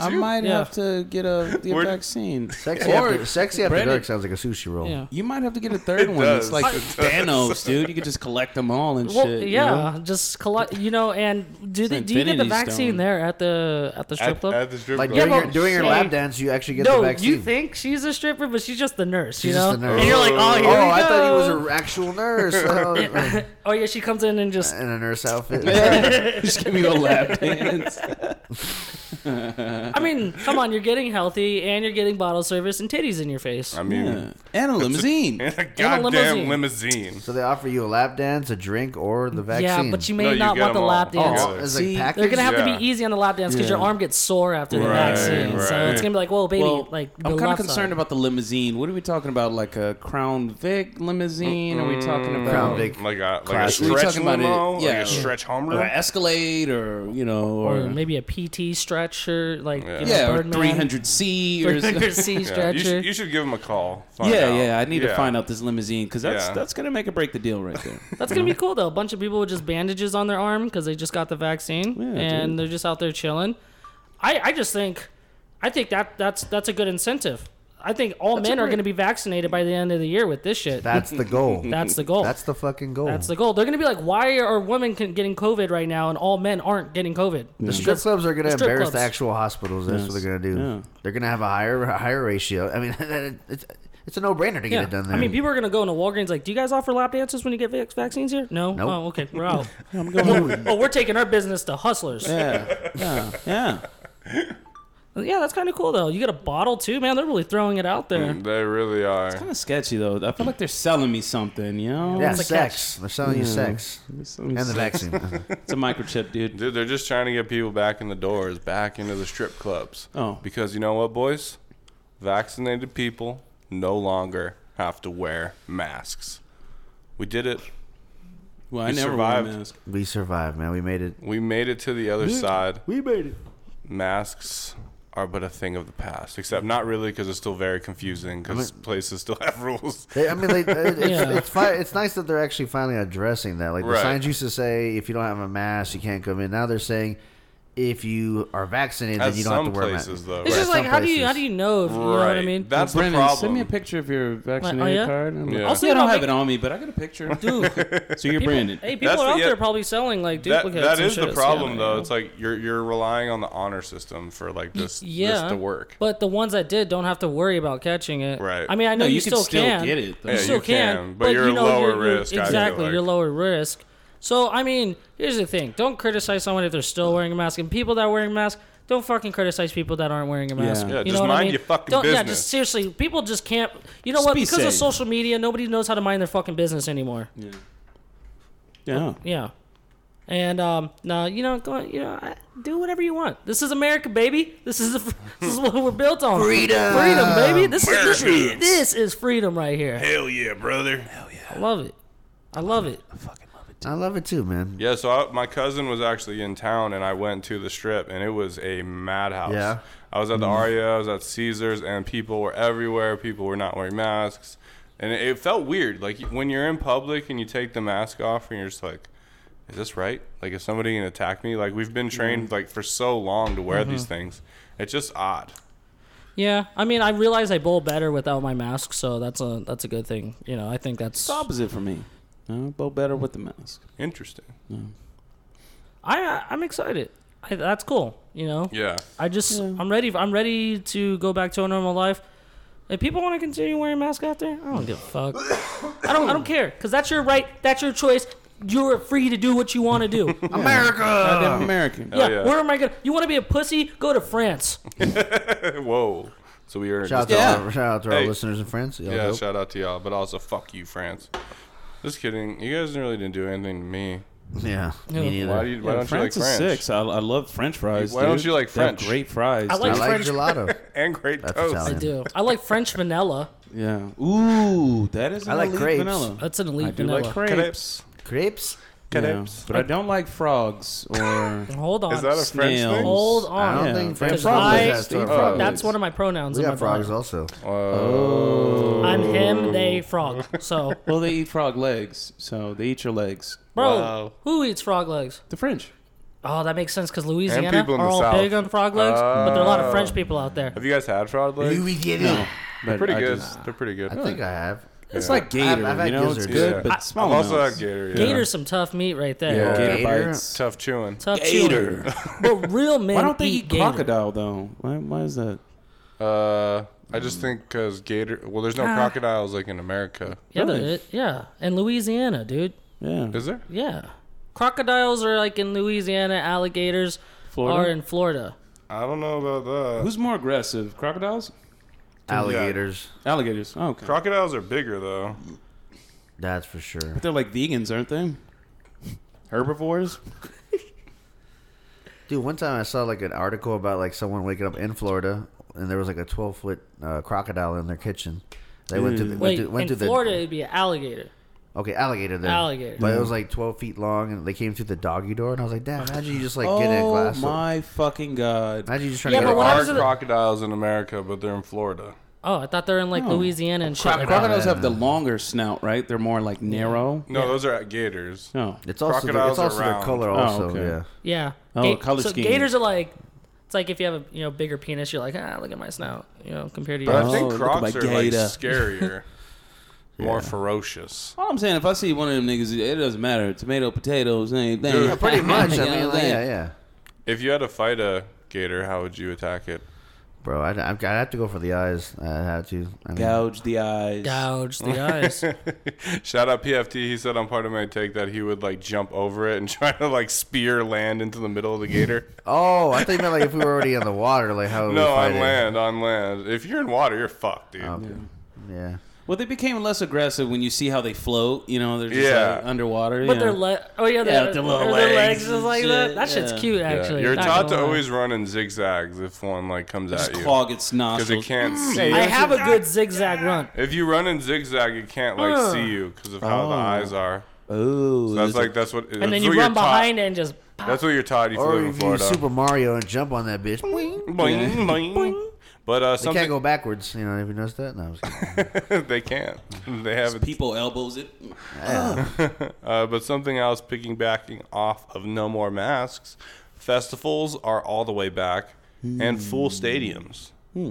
[SPEAKER 4] I might
[SPEAKER 1] Yeah.
[SPEAKER 4] have to get a get
[SPEAKER 2] We're-
[SPEAKER 4] vaccine.
[SPEAKER 5] Sexy
[SPEAKER 4] Or-
[SPEAKER 5] after, sexy after
[SPEAKER 4] Brandon-
[SPEAKER 5] dark sounds like a sushi roll.
[SPEAKER 1] Yeah.
[SPEAKER 4] <laughs> You might have to get a third one.
[SPEAKER 2] does.
[SPEAKER 4] It's
[SPEAKER 2] <laughs>
[SPEAKER 4] like
[SPEAKER 2] It
[SPEAKER 4] Thanos, dude. You could just collect them all and
[SPEAKER 1] Well,
[SPEAKER 4] shit. you know? <laughs>
[SPEAKER 1] yeah, just collect, you know, and do, they, do you get the
[SPEAKER 4] Infinity
[SPEAKER 1] vaccine
[SPEAKER 4] Stone.
[SPEAKER 1] there at the at the strip
[SPEAKER 2] At,
[SPEAKER 1] club?
[SPEAKER 2] at the strip
[SPEAKER 5] Like
[SPEAKER 2] club.
[SPEAKER 5] during,
[SPEAKER 1] Yeah,
[SPEAKER 5] your,
[SPEAKER 1] but
[SPEAKER 5] during your
[SPEAKER 1] she-
[SPEAKER 5] lap dance, you actually get
[SPEAKER 1] no,
[SPEAKER 5] the vaccine.
[SPEAKER 1] you think she's a stripper, but she's just the nurse, you
[SPEAKER 5] She's
[SPEAKER 1] know?
[SPEAKER 5] just the nurse.
[SPEAKER 1] And you're like, oh, here
[SPEAKER 5] oh,
[SPEAKER 1] we
[SPEAKER 5] I thought he was
[SPEAKER 1] go.
[SPEAKER 5] an actual
[SPEAKER 1] <laughs>
[SPEAKER 5] nurse oh,
[SPEAKER 1] Oh yeah, she comes in and just
[SPEAKER 5] in a nurse outfit.
[SPEAKER 4] just give me a
[SPEAKER 1] <laughs>
[SPEAKER 4] lap dance.
[SPEAKER 1] I mean, come on, you're getting healthy and you're getting bottle service and titties in your face.
[SPEAKER 2] I <laughs> mean,
[SPEAKER 4] Yeah. And a limousine.
[SPEAKER 2] in a goddamn
[SPEAKER 1] limousine.
[SPEAKER 2] limousine.
[SPEAKER 5] So they offer you a lap dance, a drink, or the vaccine.
[SPEAKER 1] Yeah, but you
[SPEAKER 2] No,
[SPEAKER 1] may
[SPEAKER 2] you
[SPEAKER 1] not
[SPEAKER 2] get
[SPEAKER 1] want the
[SPEAKER 2] them all.
[SPEAKER 1] lap dance.
[SPEAKER 2] Oh,
[SPEAKER 5] It's
[SPEAKER 4] See,
[SPEAKER 5] like package.
[SPEAKER 1] They're
[SPEAKER 5] <laughs>
[SPEAKER 1] gonna have
[SPEAKER 2] Yeah.
[SPEAKER 1] to be easy on the lap dance because your
[SPEAKER 4] Yeah.
[SPEAKER 1] arm gets sore after the
[SPEAKER 2] Right,
[SPEAKER 1] vaccine. So
[SPEAKER 2] right.
[SPEAKER 1] it's gonna be like, whoa, baby,
[SPEAKER 4] Well,
[SPEAKER 1] like the
[SPEAKER 4] I'm kind of
[SPEAKER 1] left
[SPEAKER 4] concerned
[SPEAKER 1] side.
[SPEAKER 4] about the limousine. What are we talking about? Like a Crown Vic limousine? Are we talking about
[SPEAKER 1] <laughs>
[SPEAKER 5] Crown Vic.
[SPEAKER 2] Like a like a
[SPEAKER 4] Class. We
[SPEAKER 2] stretch
[SPEAKER 4] talking about it-
[SPEAKER 2] limo, like
[SPEAKER 4] yeah.
[SPEAKER 2] a stretch home
[SPEAKER 4] or an Escalade, or you know, or,
[SPEAKER 1] or maybe a PT stretcher, like you know,
[SPEAKER 4] yeah, or
[SPEAKER 1] Birdman. <laughs>
[SPEAKER 4] 300 C or something.
[SPEAKER 1] 300 C
[SPEAKER 2] Yeah, you,
[SPEAKER 1] stretcher.
[SPEAKER 2] should, you should give him a call. Find
[SPEAKER 4] Yeah,
[SPEAKER 2] out.
[SPEAKER 4] yeah. I need
[SPEAKER 2] Yeah.
[SPEAKER 4] to find out this limousine because that's
[SPEAKER 2] Yeah.
[SPEAKER 4] that's gonna make or break the deal right there.
[SPEAKER 1] That's gonna be cool though. A bunch of people with just bandages on their arm because they just got the vaccine
[SPEAKER 4] Yeah,
[SPEAKER 1] and
[SPEAKER 4] dude.
[SPEAKER 1] they're just out there chilling. I, I just think, I think that that's that's a good incentive. I think all men are
[SPEAKER 4] great-
[SPEAKER 1] gonna be vaccinated by the end of the year with this shit.
[SPEAKER 5] That's the goal.
[SPEAKER 1] that's the goal.
[SPEAKER 5] That's the fucking goal.
[SPEAKER 1] That's the goal. They're gonna be like, why are women can, getting COVID right now and all men aren't getting COVID?
[SPEAKER 5] The strip clubs are going to
[SPEAKER 1] the strip
[SPEAKER 5] embarrass the
[SPEAKER 1] clubs.
[SPEAKER 5] actual hospitals. That's what
[SPEAKER 4] Yes.
[SPEAKER 5] they're going to do.
[SPEAKER 4] Yeah.
[SPEAKER 5] They're going to have a higher a higher ratio. I mean, <laughs> it's it's a no brainer to get
[SPEAKER 1] Yeah.
[SPEAKER 5] it done there.
[SPEAKER 1] I mean, people are gonna go into Walgreens like, do you guys offer lap dances when you get vac- vaccines here? No.
[SPEAKER 5] Nope.
[SPEAKER 1] Oh, okay, we're out. <laughs>
[SPEAKER 2] <laughs>
[SPEAKER 4] <laughs> I'm going.
[SPEAKER 1] oh, we're taking our business to hustlers.
[SPEAKER 4] yeah, yeah, yeah.
[SPEAKER 1] Yeah, that's kind of cool though. You get a bottle too, man. They're really throwing it out there.
[SPEAKER 2] They really are.
[SPEAKER 4] Kind of sketchy though. I feel like they're selling me something, you know?
[SPEAKER 5] Yeah,
[SPEAKER 1] What's the
[SPEAKER 5] sex. They're selling you
[SPEAKER 4] Yeah.
[SPEAKER 5] sex
[SPEAKER 4] They're selling me
[SPEAKER 5] and the
[SPEAKER 4] something.
[SPEAKER 5] vaccine.
[SPEAKER 1] <laughs>
[SPEAKER 4] It's a microchip, dude.
[SPEAKER 2] Dude, they're just trying to get people back in the doors, back into the strip clubs.
[SPEAKER 4] Oh.
[SPEAKER 2] Because you know what, boys? Vaccinated people no longer have to wear masks. We did it.
[SPEAKER 4] Well, I
[SPEAKER 2] You
[SPEAKER 4] never wore
[SPEAKER 2] survived.
[SPEAKER 4] a mask.
[SPEAKER 5] we survived, man. We made it.
[SPEAKER 2] We made it to the other side.
[SPEAKER 5] We made it.
[SPEAKER 2] Masks are but a thing of the past, except not really because it's still very confusing because places still have <laughs> rules.
[SPEAKER 5] They, I mean,
[SPEAKER 4] <laughs>
[SPEAKER 5] they, it's,
[SPEAKER 1] Yeah.
[SPEAKER 5] it's, fi- it's nice that they're actually finally addressing that. Like the
[SPEAKER 2] Right.
[SPEAKER 5] signs used to say, if you don't have a mask, you can't come in. Now they're saying, if you are vaccinated,
[SPEAKER 2] At
[SPEAKER 5] then you don't have
[SPEAKER 2] some
[SPEAKER 5] to wear a
[SPEAKER 2] places,
[SPEAKER 5] mask.
[SPEAKER 2] though.
[SPEAKER 1] It's
[SPEAKER 2] Right.
[SPEAKER 1] just like how do you how do you know? If, You know what I
[SPEAKER 2] Right.
[SPEAKER 1] mean?
[SPEAKER 2] That's
[SPEAKER 4] Brennan,
[SPEAKER 2] the problem.
[SPEAKER 4] send me a picture of your vaccinated
[SPEAKER 1] oh, yeah?
[SPEAKER 4] card. I'm like,
[SPEAKER 2] Yeah.
[SPEAKER 4] yeah.
[SPEAKER 2] I'll
[SPEAKER 1] send
[SPEAKER 4] I
[SPEAKER 1] you
[SPEAKER 4] don't
[SPEAKER 1] a
[SPEAKER 4] have
[SPEAKER 1] pic-
[SPEAKER 4] it on me, but I got a picture.
[SPEAKER 1] Dude,
[SPEAKER 4] <laughs> so you're
[SPEAKER 1] people-
[SPEAKER 4] Brandon.
[SPEAKER 1] hey, people
[SPEAKER 2] That's
[SPEAKER 1] are out
[SPEAKER 2] the- yeah.
[SPEAKER 1] there probably selling like
[SPEAKER 2] That,
[SPEAKER 1] duplicates.
[SPEAKER 2] that
[SPEAKER 1] and
[SPEAKER 2] is the
[SPEAKER 1] shit.
[SPEAKER 2] problem,
[SPEAKER 4] yeah.
[SPEAKER 2] though. It's like you're you're relying on the honor system for like this,
[SPEAKER 1] Yeah.
[SPEAKER 2] this to work.
[SPEAKER 1] But the ones that did don't have to worry about catching it.
[SPEAKER 2] Right.
[SPEAKER 1] I mean, I know
[SPEAKER 4] No,
[SPEAKER 1] you,
[SPEAKER 4] you can
[SPEAKER 1] still
[SPEAKER 4] still
[SPEAKER 1] can
[SPEAKER 4] get it, though.
[SPEAKER 1] You
[SPEAKER 2] Yeah,
[SPEAKER 1] still
[SPEAKER 2] you
[SPEAKER 1] can,
[SPEAKER 2] can, but you're
[SPEAKER 1] you know,
[SPEAKER 2] lower
[SPEAKER 1] you're- you're-
[SPEAKER 2] risk, I feel
[SPEAKER 1] Exactly,
[SPEAKER 2] like.
[SPEAKER 1] you're lower risk. So I mean, here's the thing: don't criticize someone if they're still wearing a mask, and people that are wearing masks. Don't fucking criticize people that aren't wearing a mask.
[SPEAKER 4] Yeah,
[SPEAKER 1] you
[SPEAKER 2] just
[SPEAKER 1] know what I
[SPEAKER 2] mind
[SPEAKER 1] mean?
[SPEAKER 2] your fucking
[SPEAKER 1] Don't- Yeah,
[SPEAKER 2] business.
[SPEAKER 1] just seriously, people just can't. You know
[SPEAKER 4] Just
[SPEAKER 1] what?
[SPEAKER 4] be
[SPEAKER 1] Because of
[SPEAKER 4] safe.
[SPEAKER 1] social media, nobody knows how to mind their fucking business anymore.
[SPEAKER 4] Yeah. Yeah.
[SPEAKER 1] Yeah. And um, no, you know, go, you know, I- do whatever you want. This is America, baby. This is the, <laughs> this is what we're built on.
[SPEAKER 5] Freedom.
[SPEAKER 1] freedom, baby. This is this,
[SPEAKER 2] Americans.
[SPEAKER 1] this is freedom right here.
[SPEAKER 2] Hell yeah, brother.
[SPEAKER 1] I love it. I love it.
[SPEAKER 5] I love it too, man.
[SPEAKER 2] Yeah, so I, my cousin was actually in town, and I went to the strip, and it was a madhouse.
[SPEAKER 5] Yeah. Mm-hmm.
[SPEAKER 2] I was at the Aria, I was at Caesars, and people were everywhere. People were not wearing masks, and it, it felt weird. Like when you're in public and you take the mask off, and you're just like, "Is this right? Like, is somebody gonna attack me? Like, we've been trained
[SPEAKER 5] Mm-hmm.
[SPEAKER 2] like for so long to wear these things. It's just odd.
[SPEAKER 1] Yeah, I mean, I realize I bowl better without my mask, so that's a that's a good thing. You know, I think that's.
[SPEAKER 4] It's the opposite for me. No, but better with the mask.
[SPEAKER 2] Interesting.
[SPEAKER 1] I I'm excited. I, that's cool. You know,
[SPEAKER 2] Yeah.
[SPEAKER 1] I just I'm ready. I'm ready to go back to a normal life. If people want to continue wearing masks out there, I don't give a fuck. I don't. I don't care because that's your right. That's your choice. You're free to do what you want to
[SPEAKER 2] <laughs>
[SPEAKER 1] do.
[SPEAKER 5] America.
[SPEAKER 4] Goddamn American.
[SPEAKER 1] yeah,
[SPEAKER 2] Oh, yeah.
[SPEAKER 1] Where am I gonna? You want to be a pussy? Go to France.
[SPEAKER 2] <laughs> Whoa. So we are.
[SPEAKER 5] Shout out,
[SPEAKER 2] just-
[SPEAKER 4] Yeah.
[SPEAKER 5] to our, shout out to our
[SPEAKER 2] Hey.
[SPEAKER 5] listeners and friends. Y'all
[SPEAKER 2] yeah.
[SPEAKER 5] dope.
[SPEAKER 2] Shout out to y'all, but also fuck you, France. Just kidding. You guys really didn't do anything to me.
[SPEAKER 5] yeah.
[SPEAKER 1] Yeah.
[SPEAKER 5] Me neither.
[SPEAKER 2] Why do you? Why
[SPEAKER 4] Yeah,
[SPEAKER 2] don't
[SPEAKER 4] France
[SPEAKER 2] you like
[SPEAKER 4] is
[SPEAKER 2] French?
[SPEAKER 4] six. I, I love French fries.
[SPEAKER 2] Why don't
[SPEAKER 4] dude.
[SPEAKER 2] you like
[SPEAKER 4] They have
[SPEAKER 2] French?
[SPEAKER 4] great fries.
[SPEAKER 1] I
[SPEAKER 5] I
[SPEAKER 1] like-
[SPEAKER 4] dude.
[SPEAKER 5] like
[SPEAKER 1] French-
[SPEAKER 5] gelato.
[SPEAKER 2] and great
[SPEAKER 5] That's
[SPEAKER 2] toast.
[SPEAKER 1] I
[SPEAKER 5] Italian.
[SPEAKER 1] do. I like French vanilla.
[SPEAKER 4] Yeah. Ooh, that is.
[SPEAKER 5] I
[SPEAKER 4] an
[SPEAKER 5] like
[SPEAKER 4] elite
[SPEAKER 5] crepes.
[SPEAKER 4] Vanilla.
[SPEAKER 1] That's an elite
[SPEAKER 4] I do
[SPEAKER 1] vanilla.
[SPEAKER 4] like crepes.
[SPEAKER 5] Crepes?
[SPEAKER 4] Yeah, but I don't like frogs
[SPEAKER 1] <laughs>
[SPEAKER 4] or Oh,
[SPEAKER 1] Hold on.
[SPEAKER 2] Is that a French
[SPEAKER 4] snails.
[SPEAKER 2] thing?
[SPEAKER 1] Hold on.
[SPEAKER 5] I don't
[SPEAKER 4] Oh, Yeah.
[SPEAKER 5] think
[SPEAKER 4] French
[SPEAKER 5] French
[SPEAKER 1] fries.
[SPEAKER 5] fries.
[SPEAKER 1] I-
[SPEAKER 5] has to-
[SPEAKER 4] That's
[SPEAKER 5] frogs.
[SPEAKER 1] That's one of my pronouns.
[SPEAKER 5] We
[SPEAKER 1] in my
[SPEAKER 5] got frogs
[SPEAKER 1] bio.
[SPEAKER 5] also.
[SPEAKER 1] I'm him, they frog.
[SPEAKER 2] <laughs>
[SPEAKER 1] So,
[SPEAKER 4] Well, they eat frog legs, so they eat your legs.
[SPEAKER 1] bro,
[SPEAKER 2] Wow.
[SPEAKER 1] who eats frog legs?
[SPEAKER 4] The French.
[SPEAKER 1] Oh, that makes sense because Louisiana
[SPEAKER 2] people in
[SPEAKER 1] are
[SPEAKER 2] the
[SPEAKER 1] all
[SPEAKER 2] South. Oh.
[SPEAKER 1] big on frog legs, but there are a lot of French people out there.
[SPEAKER 2] Have you guys had fraud legs?
[SPEAKER 4] No, but
[SPEAKER 2] Pretty
[SPEAKER 4] I
[SPEAKER 2] good.
[SPEAKER 4] just-
[SPEAKER 2] They're pretty good.
[SPEAKER 5] I think I have.
[SPEAKER 4] it's like gator.
[SPEAKER 5] I've- I've had
[SPEAKER 4] you know, it's
[SPEAKER 5] gizzards.
[SPEAKER 4] good,
[SPEAKER 2] Yeah.
[SPEAKER 4] but
[SPEAKER 2] I've
[SPEAKER 4] small
[SPEAKER 2] also
[SPEAKER 4] amounts.
[SPEAKER 2] had gator. Yeah.
[SPEAKER 1] Gator's some tough meat right there.
[SPEAKER 4] Yeah,
[SPEAKER 2] Yeah.
[SPEAKER 4] gator,
[SPEAKER 5] Gator?
[SPEAKER 4] bites.
[SPEAKER 2] tough chewing.
[SPEAKER 1] Tough gator. But real men
[SPEAKER 4] Why don't they
[SPEAKER 1] eat
[SPEAKER 4] eat
[SPEAKER 1] gator.
[SPEAKER 4] crocodile though? Why, why is that?
[SPEAKER 2] Uh, I just think because gator. Well, there's no crocodiles like in America,
[SPEAKER 1] Yeah,
[SPEAKER 4] Really?
[SPEAKER 1] there is- yeah, in Louisiana, dude.
[SPEAKER 4] Yeah,
[SPEAKER 2] is there?
[SPEAKER 1] Yeah, crocodiles are like in Louisiana. Alligators
[SPEAKER 4] Florida?
[SPEAKER 1] are in Florida.
[SPEAKER 2] I don't know about that.
[SPEAKER 4] Who's more aggressive, crocodiles?
[SPEAKER 5] Alligators.
[SPEAKER 4] Alligators. Oh, okay.
[SPEAKER 2] Crocodiles are bigger though.
[SPEAKER 5] That's for sure.
[SPEAKER 4] They're like vegans, aren't they? Herbivores.
[SPEAKER 5] Dude, one time I saw like an article about like someone waking up in Florida, and there was like a twelve foot uh, crocodile in their kitchen. They went to the, went
[SPEAKER 1] Wait,
[SPEAKER 5] to, went
[SPEAKER 1] in
[SPEAKER 5] to
[SPEAKER 1] Florida it'd be an alligator.
[SPEAKER 5] the okay alligator there.
[SPEAKER 1] Alligator.
[SPEAKER 5] but it was like twelve feet long, and they came through the doggy door, and I was like, damn, imagine you just like get in a
[SPEAKER 4] Oh
[SPEAKER 5] glass. of-
[SPEAKER 4] my fucking god!
[SPEAKER 5] imagine you just trying
[SPEAKER 1] Yeah,
[SPEAKER 5] to
[SPEAKER 2] There
[SPEAKER 1] but
[SPEAKER 5] get
[SPEAKER 1] what
[SPEAKER 5] a-
[SPEAKER 2] are
[SPEAKER 1] happens to the-
[SPEAKER 2] crocodiles in America, but they're in Florida.
[SPEAKER 1] Oh, I thought they're in like
[SPEAKER 4] Oh.
[SPEAKER 1] Louisiana and shit. like that.
[SPEAKER 4] Crocodiles have the longer snout, right? They're more like narrow.
[SPEAKER 2] No, those are at gators.
[SPEAKER 4] No.
[SPEAKER 5] it's also their,
[SPEAKER 2] crocodiles
[SPEAKER 5] it's also their
[SPEAKER 2] around.
[SPEAKER 5] color
[SPEAKER 4] Oh,
[SPEAKER 5] also
[SPEAKER 4] okay.
[SPEAKER 1] <laughs>
[SPEAKER 5] yeah.
[SPEAKER 1] Yeah.
[SPEAKER 4] Oh, color
[SPEAKER 1] so
[SPEAKER 4] scheme.
[SPEAKER 1] Gators are like, it's like if you have a you know bigger penis, you're like, ah, look at my snout, you know, compared to
[SPEAKER 2] But I
[SPEAKER 1] yours.
[SPEAKER 2] think
[SPEAKER 4] Oh, look at
[SPEAKER 2] crocs
[SPEAKER 4] my
[SPEAKER 2] are like
[SPEAKER 4] gator. <laughs>
[SPEAKER 2] scarier, more ferocious.
[SPEAKER 4] All I'm saying, if I see one of them niggas, it doesn't matter. Tomato, potatoes, anything.
[SPEAKER 2] Dude.
[SPEAKER 4] <laughs>
[SPEAKER 5] Pretty much, I
[SPEAKER 4] You know
[SPEAKER 5] mean,
[SPEAKER 4] what
[SPEAKER 5] like,
[SPEAKER 4] I'm
[SPEAKER 5] yeah,
[SPEAKER 4] saying?
[SPEAKER 5] yeah.
[SPEAKER 2] If you had to fight a gator, how would you attack it? <laughs>
[SPEAKER 5] Bro, I'd, I'd I'd have to go for the eyes. I have to. I mean,
[SPEAKER 4] Gouge the eyes.
[SPEAKER 1] Gouge the eyes.
[SPEAKER 2] Shout out PFT. He said on part of my take that he would like jump over it and <laughs> try to like spear land into the middle of
[SPEAKER 4] <laughs>
[SPEAKER 2] the gator.
[SPEAKER 5] Oh, I think meant like if we were already in the water, like
[SPEAKER 2] <laughs>
[SPEAKER 5] how. would we
[SPEAKER 2] no,
[SPEAKER 5] fight
[SPEAKER 2] on
[SPEAKER 5] it?
[SPEAKER 2] land, on land. If you're in water, you're fucked,
[SPEAKER 4] Oh,
[SPEAKER 2] dude.
[SPEAKER 5] Okay. Yeah.
[SPEAKER 3] Well, they became less aggressive when you see how they float. You know, they're just
[SPEAKER 2] Yeah.
[SPEAKER 4] uh,
[SPEAKER 3] like underwater.
[SPEAKER 1] But
[SPEAKER 3] you
[SPEAKER 1] their
[SPEAKER 3] know.
[SPEAKER 1] le- oh yeah, their,
[SPEAKER 3] with their little
[SPEAKER 1] their legs,
[SPEAKER 3] legs
[SPEAKER 1] is
[SPEAKER 3] and
[SPEAKER 1] like that.
[SPEAKER 3] shit,
[SPEAKER 1] That shit's
[SPEAKER 3] yeah.
[SPEAKER 1] cute,
[SPEAKER 2] Yeah.
[SPEAKER 1] actually.
[SPEAKER 2] You're
[SPEAKER 1] Not
[SPEAKER 2] taught
[SPEAKER 1] gonna
[SPEAKER 2] to
[SPEAKER 1] lie.
[SPEAKER 2] always run in zigzags if one like comes
[SPEAKER 3] just
[SPEAKER 2] at you
[SPEAKER 3] clog its
[SPEAKER 2] because it
[SPEAKER 3] nostrils.
[SPEAKER 2] can't
[SPEAKER 4] Mm.
[SPEAKER 2] see.
[SPEAKER 1] I
[SPEAKER 2] you.
[SPEAKER 1] have a good zigzag run.
[SPEAKER 2] If you run in zigzag, it can't like
[SPEAKER 1] Uh.
[SPEAKER 2] see you because of how the
[SPEAKER 4] Oh.
[SPEAKER 2] eyes are.
[SPEAKER 4] Ooh.
[SPEAKER 2] So that's like that's what.
[SPEAKER 1] And then you run behind it and just pop.
[SPEAKER 2] That's what you're taught if you
[SPEAKER 5] Or
[SPEAKER 2] live in
[SPEAKER 5] if you
[SPEAKER 2] Florida. <laughs>
[SPEAKER 5] Super Mario and jump on that bitch. Boing.
[SPEAKER 2] Boing, boing. But uh,
[SPEAKER 5] They can't
[SPEAKER 2] something
[SPEAKER 5] go backwards. You know, have you noticed that? No. I was
[SPEAKER 2] <laughs>
[SPEAKER 5] kidding.
[SPEAKER 2] they can't. They have it.
[SPEAKER 3] People elbows it.
[SPEAKER 2] Uh, but something else, picking backing off of No More Masks, festivals are all the way back and full stadiums. I
[SPEAKER 5] Hmm.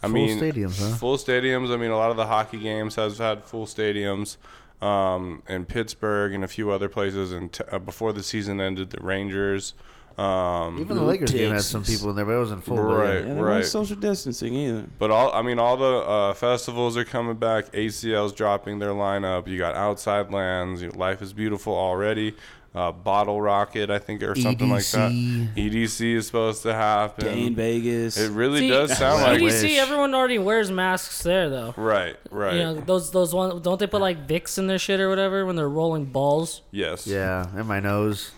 [SPEAKER 5] Full
[SPEAKER 2] mean,
[SPEAKER 5] stadiums, huh?
[SPEAKER 2] Full stadiums. I mean, a lot of the hockey games has had full stadiums. Um, in Pittsburgh and a few other places, and t- uh, before the season ended, the Rangers. Um,
[SPEAKER 5] Even the Lakers game had some
[SPEAKER 4] Texas.
[SPEAKER 5] people in there, but it wasn't full. but
[SPEAKER 2] right,
[SPEAKER 5] yeah.
[SPEAKER 4] Yeah, there
[SPEAKER 2] right.
[SPEAKER 4] was social distancing either.
[SPEAKER 2] But all I mean, all the uh, festivals are coming back. ACL's dropping their lineup. You got Outside Lands. you- Life is Beautiful already. Uh, Bottle Rocket, I think, or something like that.
[SPEAKER 5] EDC.
[SPEAKER 2] EDC is supposed to happen.
[SPEAKER 3] Day in Vegas.
[SPEAKER 2] It really
[SPEAKER 1] See, E
[SPEAKER 2] does sound
[SPEAKER 5] I
[SPEAKER 2] like
[SPEAKER 1] CDC,
[SPEAKER 5] wish.
[SPEAKER 1] everyone already wears masks there though.
[SPEAKER 2] right, right.
[SPEAKER 1] You know those those one don't they put like Vicks in their shit or whatever when they're rolling balls?
[SPEAKER 2] yes.
[SPEAKER 5] Yeah, and my nose.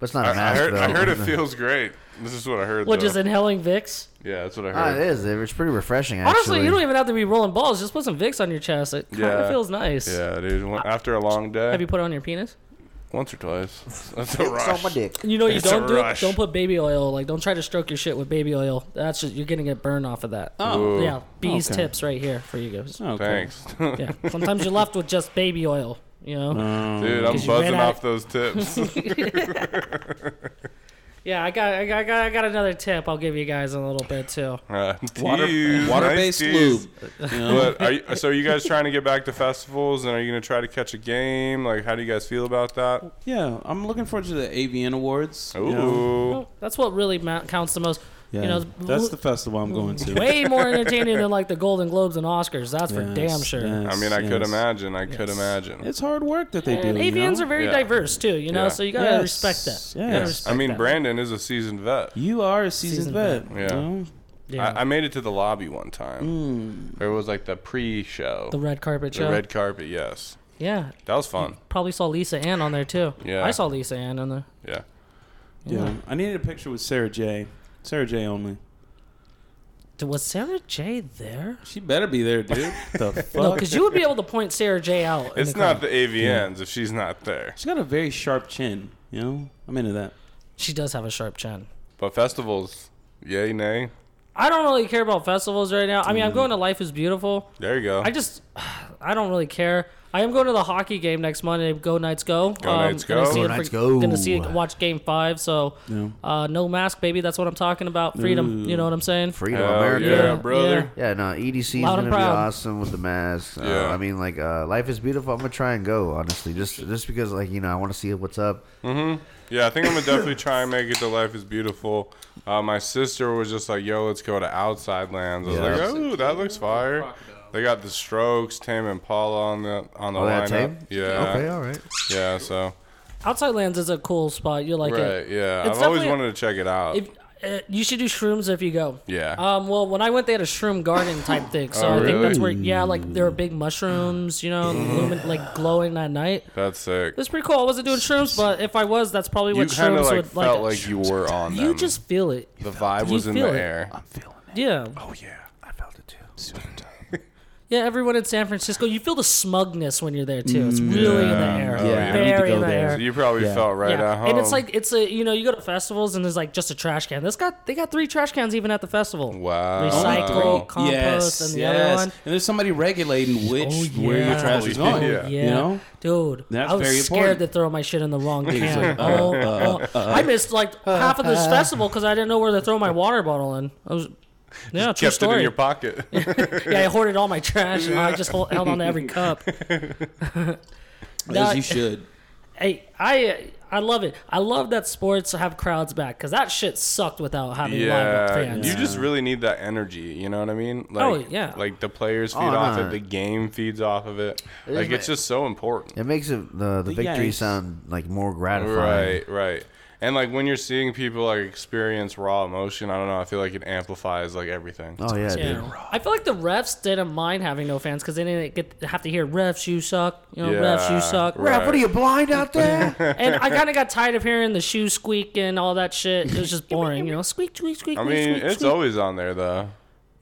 [SPEAKER 5] That's not
[SPEAKER 2] I,
[SPEAKER 5] a
[SPEAKER 2] I
[SPEAKER 5] mask,
[SPEAKER 2] heard.
[SPEAKER 5] though.
[SPEAKER 2] I heard it feels great. This is what I heard.
[SPEAKER 1] Which
[SPEAKER 2] though.
[SPEAKER 1] is inhaling Vicks.
[SPEAKER 2] Yeah, that's what I
[SPEAKER 5] <laughs> Ah, it
[SPEAKER 2] heard.
[SPEAKER 5] is. It's pretty refreshing, actually.
[SPEAKER 1] Honestly, you don't even have to be rolling balls. Just put some Vicks on your chest. It kind of
[SPEAKER 2] Yeah.
[SPEAKER 1] feels nice.
[SPEAKER 2] yeah, dude. One- After a long day,
[SPEAKER 1] Have you put it on your penis?
[SPEAKER 2] once or twice. <laughs> That's a rush.
[SPEAKER 5] dick.
[SPEAKER 1] You know you
[SPEAKER 2] It's a
[SPEAKER 1] don't do it.
[SPEAKER 2] rush.
[SPEAKER 1] Don't put baby oil. Like don't try to stroke your shit with baby oil. That's just you're gonna get burned off of that.
[SPEAKER 3] oh,
[SPEAKER 2] Ooh,
[SPEAKER 1] Yeah, bees
[SPEAKER 3] Okay.
[SPEAKER 1] tips right here for you
[SPEAKER 2] Oh.
[SPEAKER 1] guys.
[SPEAKER 3] okay.
[SPEAKER 2] Thanks, <laughs>
[SPEAKER 1] Yeah, sometimes you're left with just baby oil. You know.
[SPEAKER 2] dude. I'm
[SPEAKER 1] Because you ran
[SPEAKER 2] buzzing
[SPEAKER 1] out-
[SPEAKER 2] off
[SPEAKER 1] <laughs>
[SPEAKER 2] those tips.
[SPEAKER 1] Yeah, I got, I got, I got, I got another tip. I'll give you guys in a little bit too.
[SPEAKER 2] Uh,
[SPEAKER 3] Water,
[SPEAKER 2] tease,
[SPEAKER 3] water-based
[SPEAKER 2] nice tease.
[SPEAKER 3] lube. You know?
[SPEAKER 2] But
[SPEAKER 1] <laughs>
[SPEAKER 2] are you, so are you guys trying to get back to festivals and are you going to try to catch a game? Like, how do you guys feel about that?
[SPEAKER 3] yeah, I'm looking forward to the AVN Awards.
[SPEAKER 2] Ooh.
[SPEAKER 3] You know?
[SPEAKER 1] Well, that's what really ma- counts the most.
[SPEAKER 3] Yeah,
[SPEAKER 1] You know,
[SPEAKER 3] that's the festival I'm going to. <laughs>
[SPEAKER 1] way more entertaining than like the Golden Globes and Oscars. That's for
[SPEAKER 3] Yes,
[SPEAKER 1] damn sure.
[SPEAKER 2] I
[SPEAKER 3] yes,
[SPEAKER 2] mean, I could
[SPEAKER 3] yes.
[SPEAKER 2] imagine. I could imagine.
[SPEAKER 3] It's hard work that they do.
[SPEAKER 1] And
[SPEAKER 3] you
[SPEAKER 1] avians
[SPEAKER 3] know?
[SPEAKER 1] are very
[SPEAKER 2] Yeah.
[SPEAKER 1] diverse too. You know,
[SPEAKER 2] Yeah.
[SPEAKER 1] so you gotta
[SPEAKER 3] Yes,
[SPEAKER 1] respect that. You gotta
[SPEAKER 3] yes.
[SPEAKER 2] I
[SPEAKER 3] I
[SPEAKER 1] respect
[SPEAKER 2] mean,
[SPEAKER 1] that.
[SPEAKER 2] Brandon is a seasoned vet.
[SPEAKER 3] You are a seasoned,
[SPEAKER 1] Seasoned
[SPEAKER 3] vet.
[SPEAKER 2] vet. Yeah.
[SPEAKER 3] you know?
[SPEAKER 1] Yeah. Mm.
[SPEAKER 2] I, I made it to the lobby one time. There was like the pre show,
[SPEAKER 1] the red carpet
[SPEAKER 2] the
[SPEAKER 1] show.
[SPEAKER 2] red carpet, yes.
[SPEAKER 1] yeah,
[SPEAKER 2] That was fun.
[SPEAKER 1] probably saw Lisa Ann on there too.
[SPEAKER 2] Yeah.
[SPEAKER 1] I saw Lisa Ann on there.
[SPEAKER 2] Yeah.
[SPEAKER 3] Yeah. I needed a picture with Sarah J. Sarah J. Only.
[SPEAKER 1] Dude, Was Sarah J
[SPEAKER 2] <laughs>
[SPEAKER 1] there?
[SPEAKER 3] She better be there, dude. the fuck.
[SPEAKER 1] No, because you would be able to point Sarah J out. in
[SPEAKER 2] It's
[SPEAKER 1] the
[SPEAKER 2] not
[SPEAKER 1] crowd.
[SPEAKER 2] the AVNs if she's not there.
[SPEAKER 3] She's got a very sharp chin. You know, I'm into that.
[SPEAKER 1] She does have a sharp chin.
[SPEAKER 2] But festivals, yay, nay.
[SPEAKER 1] I don't really care about festivals right now. I
[SPEAKER 2] Mm.
[SPEAKER 1] mean, I'm going to Life is Beautiful.
[SPEAKER 2] There you go.
[SPEAKER 1] I just, <sighs> I don't really care. I am going to the hockey game next Monday. Go Knights, go! Um,
[SPEAKER 2] Go Knights,
[SPEAKER 1] gonna
[SPEAKER 2] go.
[SPEAKER 1] see
[SPEAKER 2] Go
[SPEAKER 1] it
[SPEAKER 5] Knights, go.
[SPEAKER 1] Gonna see it, watch Game Five. So, uh, no mask, baby. That's what I'm talking about. Freedom. You know what I'm saying?
[SPEAKER 5] Freedom,
[SPEAKER 2] Hell
[SPEAKER 5] America.
[SPEAKER 2] yeah,
[SPEAKER 1] Yeah,
[SPEAKER 2] brother.
[SPEAKER 5] Yeah, no, EDC is
[SPEAKER 1] Loud
[SPEAKER 5] gonna
[SPEAKER 1] and
[SPEAKER 5] be
[SPEAKER 1] proud.
[SPEAKER 5] awesome with the mask. Uh,
[SPEAKER 2] Yeah.
[SPEAKER 5] I mean, like, uh, life is beautiful. I'm gonna try and go, honestly, just just because, like, you know, I want to see what's up.
[SPEAKER 2] Yeah, I think I'm gonna <laughs> definitely try and make it to Life is Beautiful. Uh, my sister was just like, "Yo, let's go to Outside Lands." I was
[SPEAKER 5] Yeah.
[SPEAKER 2] like, "Oh, that looks fire." They got the Strokes, Tame Impala on the on the
[SPEAKER 5] Oh,
[SPEAKER 2] lineup.
[SPEAKER 5] that's him?
[SPEAKER 2] Yeah,
[SPEAKER 5] Okay, all right.
[SPEAKER 2] yeah. So
[SPEAKER 1] Outside Lands is a cool spot. You like
[SPEAKER 2] right,
[SPEAKER 1] it?
[SPEAKER 2] yeah.
[SPEAKER 1] It's
[SPEAKER 2] I've always
[SPEAKER 1] definitely-
[SPEAKER 2] wanted to check it out.
[SPEAKER 1] If uh, you should do shrooms if you go.
[SPEAKER 2] Yeah.
[SPEAKER 1] Um. Well, when I went, they had a shroom garden
[SPEAKER 2] <laughs>
[SPEAKER 1] type thing. So
[SPEAKER 2] Oh, Mm-hmm.
[SPEAKER 1] I think that's where.
[SPEAKER 2] really?
[SPEAKER 1] Yeah, like there were big mushrooms. You know, lumen, like glowing at night.
[SPEAKER 2] That's sick.
[SPEAKER 1] It's pretty cool. I wasn't doing shrooms, but if I was, that's probably
[SPEAKER 2] You
[SPEAKER 1] what
[SPEAKER 2] kind of
[SPEAKER 1] shrooms
[SPEAKER 2] like
[SPEAKER 1] would like.
[SPEAKER 2] felt like you were on them.
[SPEAKER 1] you just feel it.
[SPEAKER 2] the vibe
[SPEAKER 1] you
[SPEAKER 2] was in the
[SPEAKER 1] feel it. <laughs>
[SPEAKER 2] air.
[SPEAKER 1] Yeah.
[SPEAKER 2] Oh yeah,
[SPEAKER 5] I felt it too.
[SPEAKER 1] Yeah, everyone in San Francisco, you feel the smugness when you're there too. It's really
[SPEAKER 2] Mm, Yeah.
[SPEAKER 1] in the air.
[SPEAKER 2] Oh, yeah.
[SPEAKER 1] Very
[SPEAKER 3] I need to go
[SPEAKER 1] in the
[SPEAKER 3] there.
[SPEAKER 1] air.
[SPEAKER 2] so you probably
[SPEAKER 3] Yeah.
[SPEAKER 2] felt right
[SPEAKER 1] yeah.
[SPEAKER 2] at home.
[SPEAKER 1] And it's like it's a you know, you go to festivals and there's like just a trash can. This got they got three trash cans even at the festival.
[SPEAKER 2] wow, Oh.
[SPEAKER 1] Recycle, compost,
[SPEAKER 3] yes,
[SPEAKER 1] and the
[SPEAKER 3] yes.
[SPEAKER 1] other one.
[SPEAKER 3] And there's somebody regulating which
[SPEAKER 1] Oh,
[SPEAKER 3] where your
[SPEAKER 1] yeah.
[SPEAKER 3] trash is
[SPEAKER 2] Oh, yeah.
[SPEAKER 3] going.
[SPEAKER 2] Yeah.
[SPEAKER 1] Yeah.
[SPEAKER 3] You know,
[SPEAKER 1] Dude,
[SPEAKER 3] That's
[SPEAKER 1] I was
[SPEAKER 3] very
[SPEAKER 1] scared
[SPEAKER 3] important.
[SPEAKER 1] to throw my shit in the
[SPEAKER 2] <laughs>
[SPEAKER 1] wrong can. oh,
[SPEAKER 2] uh,
[SPEAKER 1] oh. I missed like half of this festival because I didn't know where to throw my water bottle in. I was, yeah, true
[SPEAKER 2] kept
[SPEAKER 1] story.
[SPEAKER 2] it in
[SPEAKER 1] <laughs>
[SPEAKER 2] your pocket.
[SPEAKER 1] yeah, I hoarded all
[SPEAKER 2] <laughs>
[SPEAKER 1] my trash and I just hold, held on to every cup.
[SPEAKER 3] as
[SPEAKER 1] Now-
[SPEAKER 3] you should.
[SPEAKER 1] Hey, I I love it. I love that sports have crowds back because that shit sucked without having live
[SPEAKER 2] Yeah,
[SPEAKER 1] fans.
[SPEAKER 2] you just really need that energy. You know what I mean? Like,
[SPEAKER 1] Oh, yeah.
[SPEAKER 2] Like the players feed
[SPEAKER 5] Oh,
[SPEAKER 2] off
[SPEAKER 5] no.
[SPEAKER 2] it, the game feeds off of it.
[SPEAKER 5] is
[SPEAKER 2] like it's
[SPEAKER 5] my-
[SPEAKER 2] just so important.
[SPEAKER 5] It makes it the the
[SPEAKER 4] The
[SPEAKER 5] victory
[SPEAKER 4] Yanks.
[SPEAKER 5] sound like more gratifying.
[SPEAKER 2] Right, right. And like when you're seeing people like experience raw emotion, I don't know. I feel like it amplifies like everything.
[SPEAKER 5] Oh yeah, dude.
[SPEAKER 1] Yeah. I feel like the refs didn't mind having no fans because they didn't get have to hear refs you suck, you know, refs you
[SPEAKER 2] Yeah,
[SPEAKER 1] suck.
[SPEAKER 2] right.
[SPEAKER 5] Rap, what are you blind out
[SPEAKER 1] <laughs>
[SPEAKER 5] there?
[SPEAKER 1] And I kind of got tired of hearing the shoe squeak and all that shit. It was just boring, you know, squeak, squeak, squeak.
[SPEAKER 2] I
[SPEAKER 1] squeak,
[SPEAKER 2] mean,
[SPEAKER 1] squeak,
[SPEAKER 2] it's
[SPEAKER 1] squeak.
[SPEAKER 2] always on there though.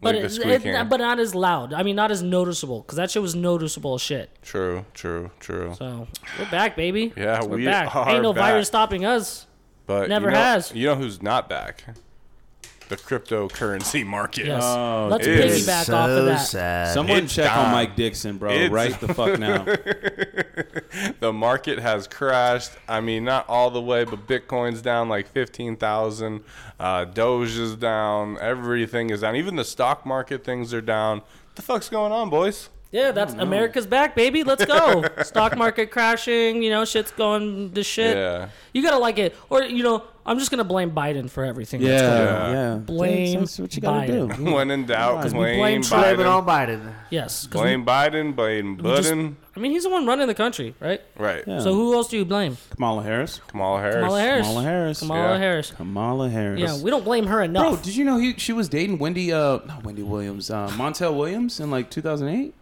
[SPEAKER 1] but
[SPEAKER 2] like the
[SPEAKER 1] it,
[SPEAKER 2] squeaking.
[SPEAKER 1] it, but not as loud. I mean, not as noticeable because that shit was noticeable as shit.
[SPEAKER 2] true, true, true.
[SPEAKER 1] So we're back, baby.
[SPEAKER 2] Yeah,
[SPEAKER 1] we're
[SPEAKER 2] we
[SPEAKER 1] back.
[SPEAKER 2] are
[SPEAKER 1] Ain't no
[SPEAKER 2] back.
[SPEAKER 1] virus stopping us.
[SPEAKER 2] But
[SPEAKER 1] Never
[SPEAKER 2] you know,
[SPEAKER 1] has.
[SPEAKER 2] You know who's not back? The cryptocurrency market.
[SPEAKER 1] Yes. Let's
[SPEAKER 2] Oh, it is
[SPEAKER 1] piggyback off of that.
[SPEAKER 5] sad.
[SPEAKER 4] Someone
[SPEAKER 2] It's
[SPEAKER 4] check
[SPEAKER 2] gone.
[SPEAKER 4] on Mike Dixon, bro.
[SPEAKER 2] It's-
[SPEAKER 4] right the fuck now.
[SPEAKER 2] The market has crashed. I mean, not all the way, but Bitcoin's down like fifteen thousand. Uh, Doge is down. Everything is down. Even the stock market things are down. What the fuck's going on, boys?
[SPEAKER 1] Yeah, that's America's back, baby. Let's
[SPEAKER 4] <laughs>
[SPEAKER 1] go. Stock market crashing. You know, shit's going to shit.
[SPEAKER 2] Yeah.
[SPEAKER 1] You gotta like it, or you know, I'm just gonna blame Biden for everything.
[SPEAKER 4] Yeah,
[SPEAKER 1] that's going on.
[SPEAKER 4] yeah.
[SPEAKER 1] Blame
[SPEAKER 4] That's what you gotta
[SPEAKER 1] Biden.
[SPEAKER 4] do.
[SPEAKER 2] When in doubt,
[SPEAKER 4] Because we
[SPEAKER 2] blame
[SPEAKER 1] blame Trump.
[SPEAKER 5] Blame it
[SPEAKER 2] Biden.
[SPEAKER 5] on Biden.
[SPEAKER 1] Yes. 'cause
[SPEAKER 2] Blame Biden. Blame
[SPEAKER 1] we just-
[SPEAKER 2] Budden.
[SPEAKER 1] I mean, he's the one running the country, right?
[SPEAKER 2] Right.
[SPEAKER 4] Yeah.
[SPEAKER 1] So who else do you blame?
[SPEAKER 4] Kamala Harris.
[SPEAKER 2] <laughs> Kamala Harris.
[SPEAKER 1] Kamala Harris.
[SPEAKER 4] Kamala Harris.
[SPEAKER 1] Kamala
[SPEAKER 2] Yeah.
[SPEAKER 1] Harris.
[SPEAKER 4] Kamala Harris.
[SPEAKER 1] Yeah, we don't blame her enough.
[SPEAKER 4] Bro, did you know he, she was dating Wendy? Uh, not Wendy Williams. Uh, Montel Williams in like 2008.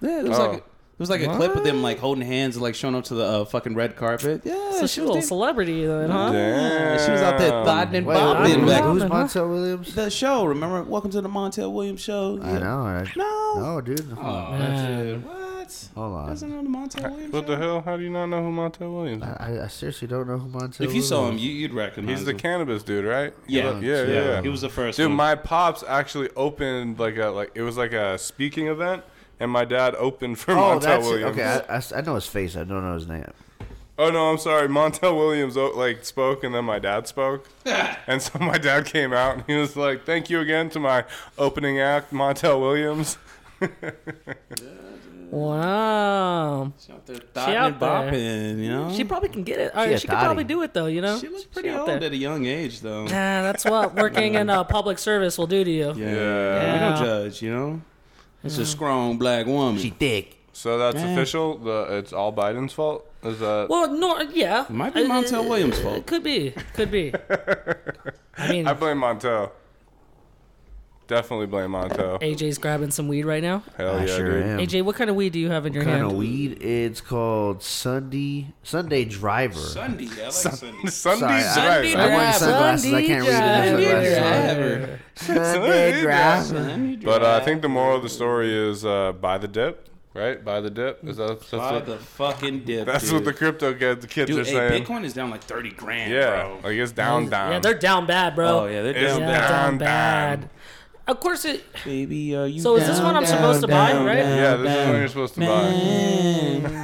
[SPEAKER 4] Yeah, there was
[SPEAKER 2] Oh.
[SPEAKER 4] like a, there was like a clip of them like holding hands, like showing up to the uh, fucking red carpet. Yeah,
[SPEAKER 1] so she's
[SPEAKER 4] she
[SPEAKER 1] a
[SPEAKER 4] was
[SPEAKER 1] little
[SPEAKER 4] dating-
[SPEAKER 1] celebrity, then, huh?
[SPEAKER 4] Oh, Yeah, she was out there
[SPEAKER 2] Damn.
[SPEAKER 4] thodding and
[SPEAKER 5] Wait,
[SPEAKER 1] Biden
[SPEAKER 4] bobbing
[SPEAKER 5] who's,
[SPEAKER 4] back.
[SPEAKER 1] Biden.
[SPEAKER 5] who's Montel Williams?
[SPEAKER 4] The show, remember? Welcome to the Montel Williams show.
[SPEAKER 5] I
[SPEAKER 4] Yeah.
[SPEAKER 5] know. I,
[SPEAKER 4] No.
[SPEAKER 5] No, dude. Hold on.
[SPEAKER 1] Man.
[SPEAKER 4] What?
[SPEAKER 5] Hold on.
[SPEAKER 4] Doesn't know the Montel Williams
[SPEAKER 2] What
[SPEAKER 4] show?
[SPEAKER 2] the hell? How do you not know who Montel Williams
[SPEAKER 4] Uh,
[SPEAKER 2] is?
[SPEAKER 5] I, I seriously don't know who Montel.
[SPEAKER 4] If you saw him,
[SPEAKER 5] Williams
[SPEAKER 4] you, you'd recognize
[SPEAKER 2] He's the
[SPEAKER 4] him.
[SPEAKER 2] cannabis dude, right?
[SPEAKER 4] Yeah.
[SPEAKER 2] yeah, yeah.
[SPEAKER 4] He was the first
[SPEAKER 2] Dude,
[SPEAKER 4] one.
[SPEAKER 2] my pops actually opened like a like it was like a speaking event, and my dad opened for
[SPEAKER 5] Oh,
[SPEAKER 2] Montel
[SPEAKER 5] that's it.
[SPEAKER 2] Williams.
[SPEAKER 5] okay. I, I, I know his face. I don't know his name.
[SPEAKER 2] Oh no, I'm sorry. Montel Williams oh, like spoke, and then my dad spoke, and so my dad came out and he was like, "Thank you again to my opening act, Montel Williams."
[SPEAKER 1] Wow.
[SPEAKER 4] She's out there
[SPEAKER 1] She
[SPEAKER 4] dotting
[SPEAKER 1] out
[SPEAKER 4] and bopping, you know?
[SPEAKER 1] She probably can get it. All right,
[SPEAKER 5] a
[SPEAKER 1] she could
[SPEAKER 5] thotty.
[SPEAKER 1] probably do it though. You know,
[SPEAKER 4] She looks pretty
[SPEAKER 1] She out
[SPEAKER 4] old
[SPEAKER 1] there.
[SPEAKER 4] at a young age, though. Yeah.
[SPEAKER 1] Nah, that's what working in uh, public service will do to you.
[SPEAKER 4] We
[SPEAKER 1] Yeah.
[SPEAKER 4] don't judge, you know? It's a strong black woman.
[SPEAKER 5] She thick.
[SPEAKER 2] So that's
[SPEAKER 4] Yeah.
[SPEAKER 2] official. The it's all Biden's fault. Is that?
[SPEAKER 1] Well, no, yeah.
[SPEAKER 4] might be Montel Williams' fault.
[SPEAKER 1] Could be. Could be. I mean,
[SPEAKER 2] <laughs> I blame Montel. Definitely blame Montel.
[SPEAKER 1] AJ's grabbing some weed right now.
[SPEAKER 2] Hell
[SPEAKER 5] I
[SPEAKER 2] Oh, yeah,
[SPEAKER 5] sure
[SPEAKER 2] dude.
[SPEAKER 5] am.
[SPEAKER 1] AJ, what kind of weed do you have in your
[SPEAKER 5] kind
[SPEAKER 1] hand?
[SPEAKER 5] of weed? It's called Sunday Sunday Driver.
[SPEAKER 4] Sunday. I like <laughs> Sunday.
[SPEAKER 2] Sunday's
[SPEAKER 5] Sorry,
[SPEAKER 2] right.
[SPEAKER 5] I- I want sunglasses. I can't read
[SPEAKER 1] Sunday
[SPEAKER 5] the
[SPEAKER 1] driver.
[SPEAKER 5] sunglasses.
[SPEAKER 4] Ever.
[SPEAKER 5] <laughs> Sunday Driver.
[SPEAKER 2] But uh, I think the moral of the story is uh, buy the dip, right? Buy the dip. Is that that's,
[SPEAKER 4] Buy
[SPEAKER 2] what,
[SPEAKER 4] the fucking dip.
[SPEAKER 2] that's
[SPEAKER 4] dude.
[SPEAKER 2] what the crypto kids, kids are
[SPEAKER 4] Dude, hey,
[SPEAKER 2] saying?
[SPEAKER 4] Bitcoin is down like 30 grand,
[SPEAKER 2] yeah,
[SPEAKER 4] bro.
[SPEAKER 2] like it's down, down.
[SPEAKER 1] Yeah, they're down bad, bro.
[SPEAKER 4] Oh, yeah, they're
[SPEAKER 2] It's
[SPEAKER 4] down
[SPEAKER 1] Yeah,
[SPEAKER 4] bad.
[SPEAKER 1] down
[SPEAKER 2] Down,
[SPEAKER 1] bad.
[SPEAKER 2] down.
[SPEAKER 1] Of course it.
[SPEAKER 4] Baby, are you
[SPEAKER 1] So is this
[SPEAKER 4] down,
[SPEAKER 1] one I'm
[SPEAKER 4] down,
[SPEAKER 1] supposed to buy,
[SPEAKER 4] down,
[SPEAKER 1] right?
[SPEAKER 4] down,
[SPEAKER 2] yeah, this is
[SPEAKER 4] down?
[SPEAKER 2] what you're supposed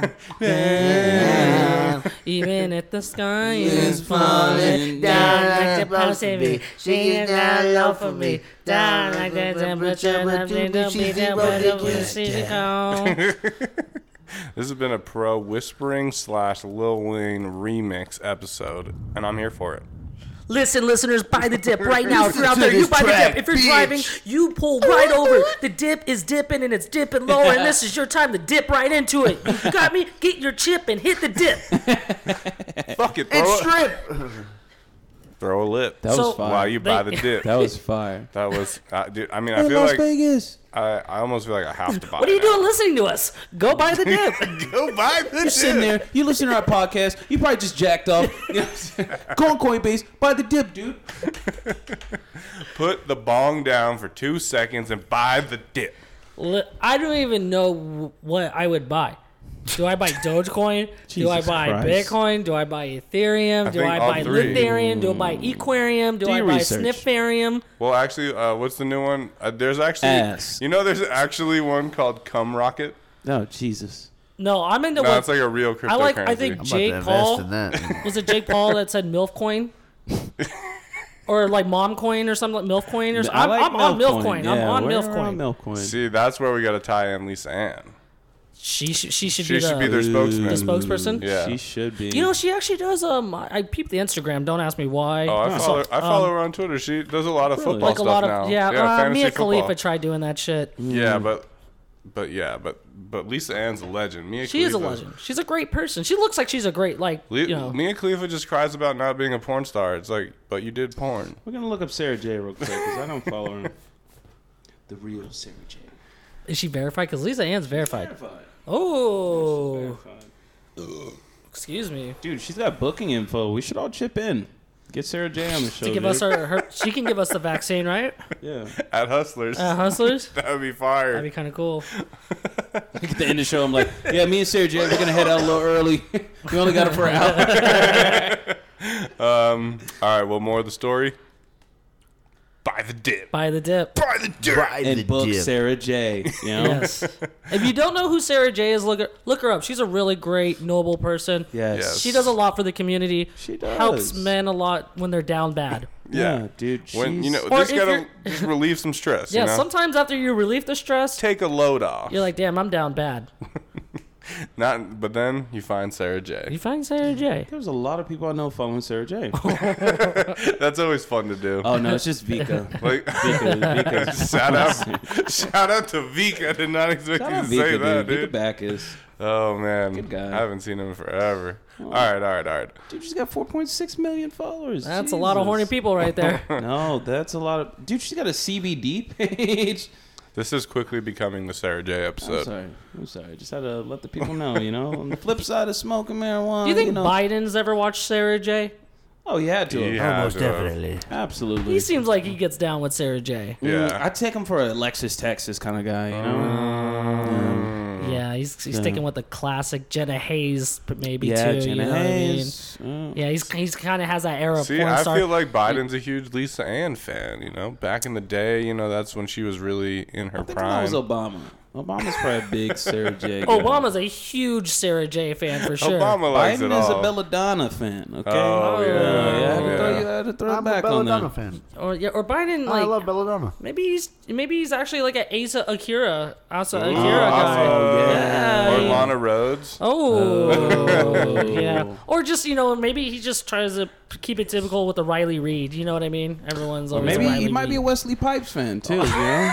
[SPEAKER 2] to buy.
[SPEAKER 1] Even if the sky is falling down like the supposed to be, she is not low for me. Down like the temperature, but you don't be there, but it will see go.
[SPEAKER 2] This has been a pro whispering slash Lil Wayne remix episode, and I'm here for it.
[SPEAKER 1] Listen, listeners, buy the dip <laughs> right now. If you're out there, you buy the dip. If you're driving, you pull right over. The dip is dipping and it's dipping lower, and this is your time to dip right into it. You got me? Get your chip and hit the dip.
[SPEAKER 2] Fuck it,
[SPEAKER 5] And
[SPEAKER 2] throw a,
[SPEAKER 5] strip.
[SPEAKER 2] <laughs> throw a lip.
[SPEAKER 4] That was
[SPEAKER 1] So-
[SPEAKER 4] fire.
[SPEAKER 2] Wow, you buy the
[SPEAKER 1] They-
[SPEAKER 2] dip.
[SPEAKER 4] <laughs> that was fire.
[SPEAKER 2] That was, uh, dude. I mean, I
[SPEAKER 4] In
[SPEAKER 2] feel
[SPEAKER 4] Las
[SPEAKER 2] like
[SPEAKER 4] Vegas.
[SPEAKER 2] I, I almost feel like I have to buy.
[SPEAKER 1] What are you
[SPEAKER 2] it now.
[SPEAKER 1] doing listening to us? Go buy the dip.
[SPEAKER 2] <laughs> Go buy the
[SPEAKER 4] You're sitting there, you listen to our podcast, you probably just jacked up. <laughs> You know what I'm saying? Go on Coinbase, buy the dip, dude.
[SPEAKER 2] Put the bong down for two seconds and buy the dip.
[SPEAKER 1] <laughs> Li- I don't even know wh- what I would buy. Do I buy Dogecoin? Do I
[SPEAKER 4] Jesus
[SPEAKER 1] buy
[SPEAKER 4] Christ.
[SPEAKER 1] Bitcoin? Do I buy Ethereum? do
[SPEAKER 2] think
[SPEAKER 1] I
[SPEAKER 2] all
[SPEAKER 1] buy
[SPEAKER 2] three.
[SPEAKER 1] Litharium? Do I buy Equarium? Do,
[SPEAKER 4] Do
[SPEAKER 1] I
[SPEAKER 4] your
[SPEAKER 1] buy
[SPEAKER 4] research.
[SPEAKER 1] Snifarium?
[SPEAKER 2] Well, actually, uh, what's the new one? Uh, there's actually,
[SPEAKER 4] Ass.
[SPEAKER 2] you know, there's actually one called Cum Rocket.
[SPEAKER 4] No, Jesus.
[SPEAKER 1] No, I'm into
[SPEAKER 2] No,
[SPEAKER 1] what
[SPEAKER 2] it's like a real cryptocurrency.
[SPEAKER 1] I like. I think
[SPEAKER 5] I'm
[SPEAKER 1] Jake
[SPEAKER 5] about to invest
[SPEAKER 1] Paul <laughs>
[SPEAKER 5] in that.
[SPEAKER 1] was it Jake Paul that said MILF coin? or like mom coin or something like MILF coin or something.
[SPEAKER 4] I
[SPEAKER 1] I'm,
[SPEAKER 4] like
[SPEAKER 1] I'm on MILF
[SPEAKER 4] Milk
[SPEAKER 1] coin.
[SPEAKER 4] Coin.
[SPEAKER 1] I'm
[SPEAKER 4] Yeah,
[SPEAKER 1] on
[SPEAKER 4] we're
[SPEAKER 1] MILF coin.
[SPEAKER 4] Milk Coin.
[SPEAKER 2] See, that's where we got to tie in Lisa Ann.
[SPEAKER 1] She sh- she should
[SPEAKER 2] She
[SPEAKER 1] be, the,
[SPEAKER 2] should be their spokesman.
[SPEAKER 1] the spokesperson.
[SPEAKER 2] Yeah.
[SPEAKER 4] She should be.
[SPEAKER 1] You know, she actually does. Um, I I peeped the Instagram. Don't ask me why.
[SPEAKER 2] Oh, I
[SPEAKER 1] So,
[SPEAKER 2] follow. I follow
[SPEAKER 1] um,
[SPEAKER 2] her on Twitter. She does a lot of football
[SPEAKER 1] like a
[SPEAKER 2] stuff
[SPEAKER 1] lot of
[SPEAKER 2] now.
[SPEAKER 1] yeah. uh,
[SPEAKER 2] fantasy
[SPEAKER 1] Mia Khalifa
[SPEAKER 2] football.
[SPEAKER 1] tried doing that shit.
[SPEAKER 2] Yeah, but but yeah, but but Lisa Ann's a legend. Mia
[SPEAKER 1] She is a
[SPEAKER 2] Khalifa-
[SPEAKER 1] legend. She's a great person. She looks like she's a great like
[SPEAKER 2] Le-
[SPEAKER 1] you know.
[SPEAKER 2] Mia Khalifa just cries about not being a porn star. It's like, but you did porn.
[SPEAKER 4] We're gonna look up Sarah J real quick because I don't follow her. The real Sarah J.
[SPEAKER 1] Is she verified? Because Lisa Ann's verified. Oh, excuse me.
[SPEAKER 4] Dude, she's got booking info. We should all chip in. Get Sarah J on the show.
[SPEAKER 1] To give
[SPEAKER 4] dude.
[SPEAKER 1] us our, her, she can give us the vaccine, right?
[SPEAKER 4] yeah.
[SPEAKER 2] At Hustlers,
[SPEAKER 1] Uh, hustlers.
[SPEAKER 2] <laughs> that would be
[SPEAKER 1] <laughs>
[SPEAKER 2] fire.
[SPEAKER 1] That'd be kind of cool.
[SPEAKER 4] At the end of the show, I'm like, yeah, me and Sarah J, we're gonna head out a little early. <laughs> we only got it for an hour.
[SPEAKER 2] um, all right. Well, more of the story. Buy the dip.
[SPEAKER 1] Buy the dip.
[SPEAKER 2] Buy the dip.
[SPEAKER 4] And book Sarah J. You know?
[SPEAKER 1] Yes. <laughs> if you don't know who Sarah J is, look her, look her up. She's a really great, noble person.
[SPEAKER 4] Yes.
[SPEAKER 2] Yes.
[SPEAKER 1] She does a lot for the community.
[SPEAKER 4] She does.
[SPEAKER 1] Helps men a lot when they're down bad.
[SPEAKER 2] Yeah.
[SPEAKER 4] Yeah, dude. She's,
[SPEAKER 2] When you know,
[SPEAKER 1] Or
[SPEAKER 2] just
[SPEAKER 1] if
[SPEAKER 2] gotta
[SPEAKER 1] you're-
[SPEAKER 2] <laughs> just relieve some stress.
[SPEAKER 1] Yeah.
[SPEAKER 2] you know?
[SPEAKER 1] Sometimes after you relieve the stress,
[SPEAKER 2] take a load off.
[SPEAKER 1] you're like, damn, I'm down bad.
[SPEAKER 2] Not, but then you find Sarah J. <laughs>
[SPEAKER 1] You find Sarah J.
[SPEAKER 4] there's a lot of people I know following Sarah
[SPEAKER 1] <laughs>
[SPEAKER 4] J.
[SPEAKER 2] That's always fun to do.
[SPEAKER 4] oh no, it's just
[SPEAKER 1] <laughs>
[SPEAKER 4] Vika. <laughs>
[SPEAKER 2] Like,
[SPEAKER 4] Vika, Vika.
[SPEAKER 2] shout out, <laughs> shout out to Vika. I did not expect
[SPEAKER 4] Shout
[SPEAKER 2] you
[SPEAKER 4] out
[SPEAKER 2] to
[SPEAKER 4] Vika,
[SPEAKER 2] say
[SPEAKER 4] dude.
[SPEAKER 2] that, dude.
[SPEAKER 4] Vika Backus.
[SPEAKER 2] Oh man,
[SPEAKER 4] Good guy.
[SPEAKER 2] I haven't seen him in forever. All right, all right, all right.
[SPEAKER 4] Dude, she's got 4.6 million followers.
[SPEAKER 1] That's a lot of
[SPEAKER 4] Jesus.
[SPEAKER 1] horny people right
[SPEAKER 4] <laughs>
[SPEAKER 1] there.
[SPEAKER 4] No, that's a lot of. Dude, she's got a CBD page.
[SPEAKER 2] This is quickly becoming the Sarah J
[SPEAKER 4] I'm
[SPEAKER 2] episode.
[SPEAKER 4] sorry. I'm sorry. Just had to let the people know, you know? On the flip side of smoking marijuana.
[SPEAKER 1] Do you think
[SPEAKER 4] know-
[SPEAKER 1] Biden's ever watched Sarah J?
[SPEAKER 4] Oh, he had to.
[SPEAKER 2] Yeah,
[SPEAKER 5] Almost
[SPEAKER 2] dude.
[SPEAKER 5] definitely.
[SPEAKER 4] Absolutely.
[SPEAKER 1] He seems like he gets down with Sarah J.
[SPEAKER 4] Mm,
[SPEAKER 2] Yeah.
[SPEAKER 4] I take him for a Lexus Texas kind of guy, you know? Mm.
[SPEAKER 1] Yeah, he's, he's sticking with the classic Jenna Hayes, but maybe
[SPEAKER 4] yeah, uh,
[SPEAKER 1] too.
[SPEAKER 4] Jenna
[SPEAKER 1] you know
[SPEAKER 4] Hayes.
[SPEAKER 1] What I mean? Yeah, he's he's kind of has that era. of
[SPEAKER 2] See,
[SPEAKER 1] porn
[SPEAKER 2] I
[SPEAKER 1] star.
[SPEAKER 2] feel like Biden's a huge Lisa Ann fan. You know, back in the day, you know, that's when she was really in her
[SPEAKER 4] I think that was
[SPEAKER 2] prime.
[SPEAKER 4] Obama. Obama's probably a big Sarah <laughs> J. guy.
[SPEAKER 1] Oh, Obama's a huge Sarah J fan for sure.
[SPEAKER 2] Obama likes it
[SPEAKER 4] Biden is
[SPEAKER 2] all.
[SPEAKER 4] a Belladonna fan, okay?
[SPEAKER 2] Oh, yeah,
[SPEAKER 4] yeah, I had to throw,
[SPEAKER 2] yeah.
[SPEAKER 4] you, I had to throw it
[SPEAKER 5] I'm a
[SPEAKER 4] back on
[SPEAKER 5] Belladonna
[SPEAKER 4] that.
[SPEAKER 5] fan.
[SPEAKER 1] Or yeah, or Biden
[SPEAKER 5] I
[SPEAKER 1] like
[SPEAKER 5] love Belladonna.
[SPEAKER 1] maybe he's maybe he's actually like an Asa Akira Asa Akira guy.
[SPEAKER 2] Oh,
[SPEAKER 1] yeah.
[SPEAKER 2] Or Lana Rhodes.
[SPEAKER 1] Oh, yeah. Or just you know maybe he just tries to keep it typical with the Riley Reed. You know what I mean? Everyone's always
[SPEAKER 4] Maybe
[SPEAKER 1] a Riley
[SPEAKER 4] he might be a
[SPEAKER 1] Reid.
[SPEAKER 4] Wesley Pipes fan too. You <laughs> know,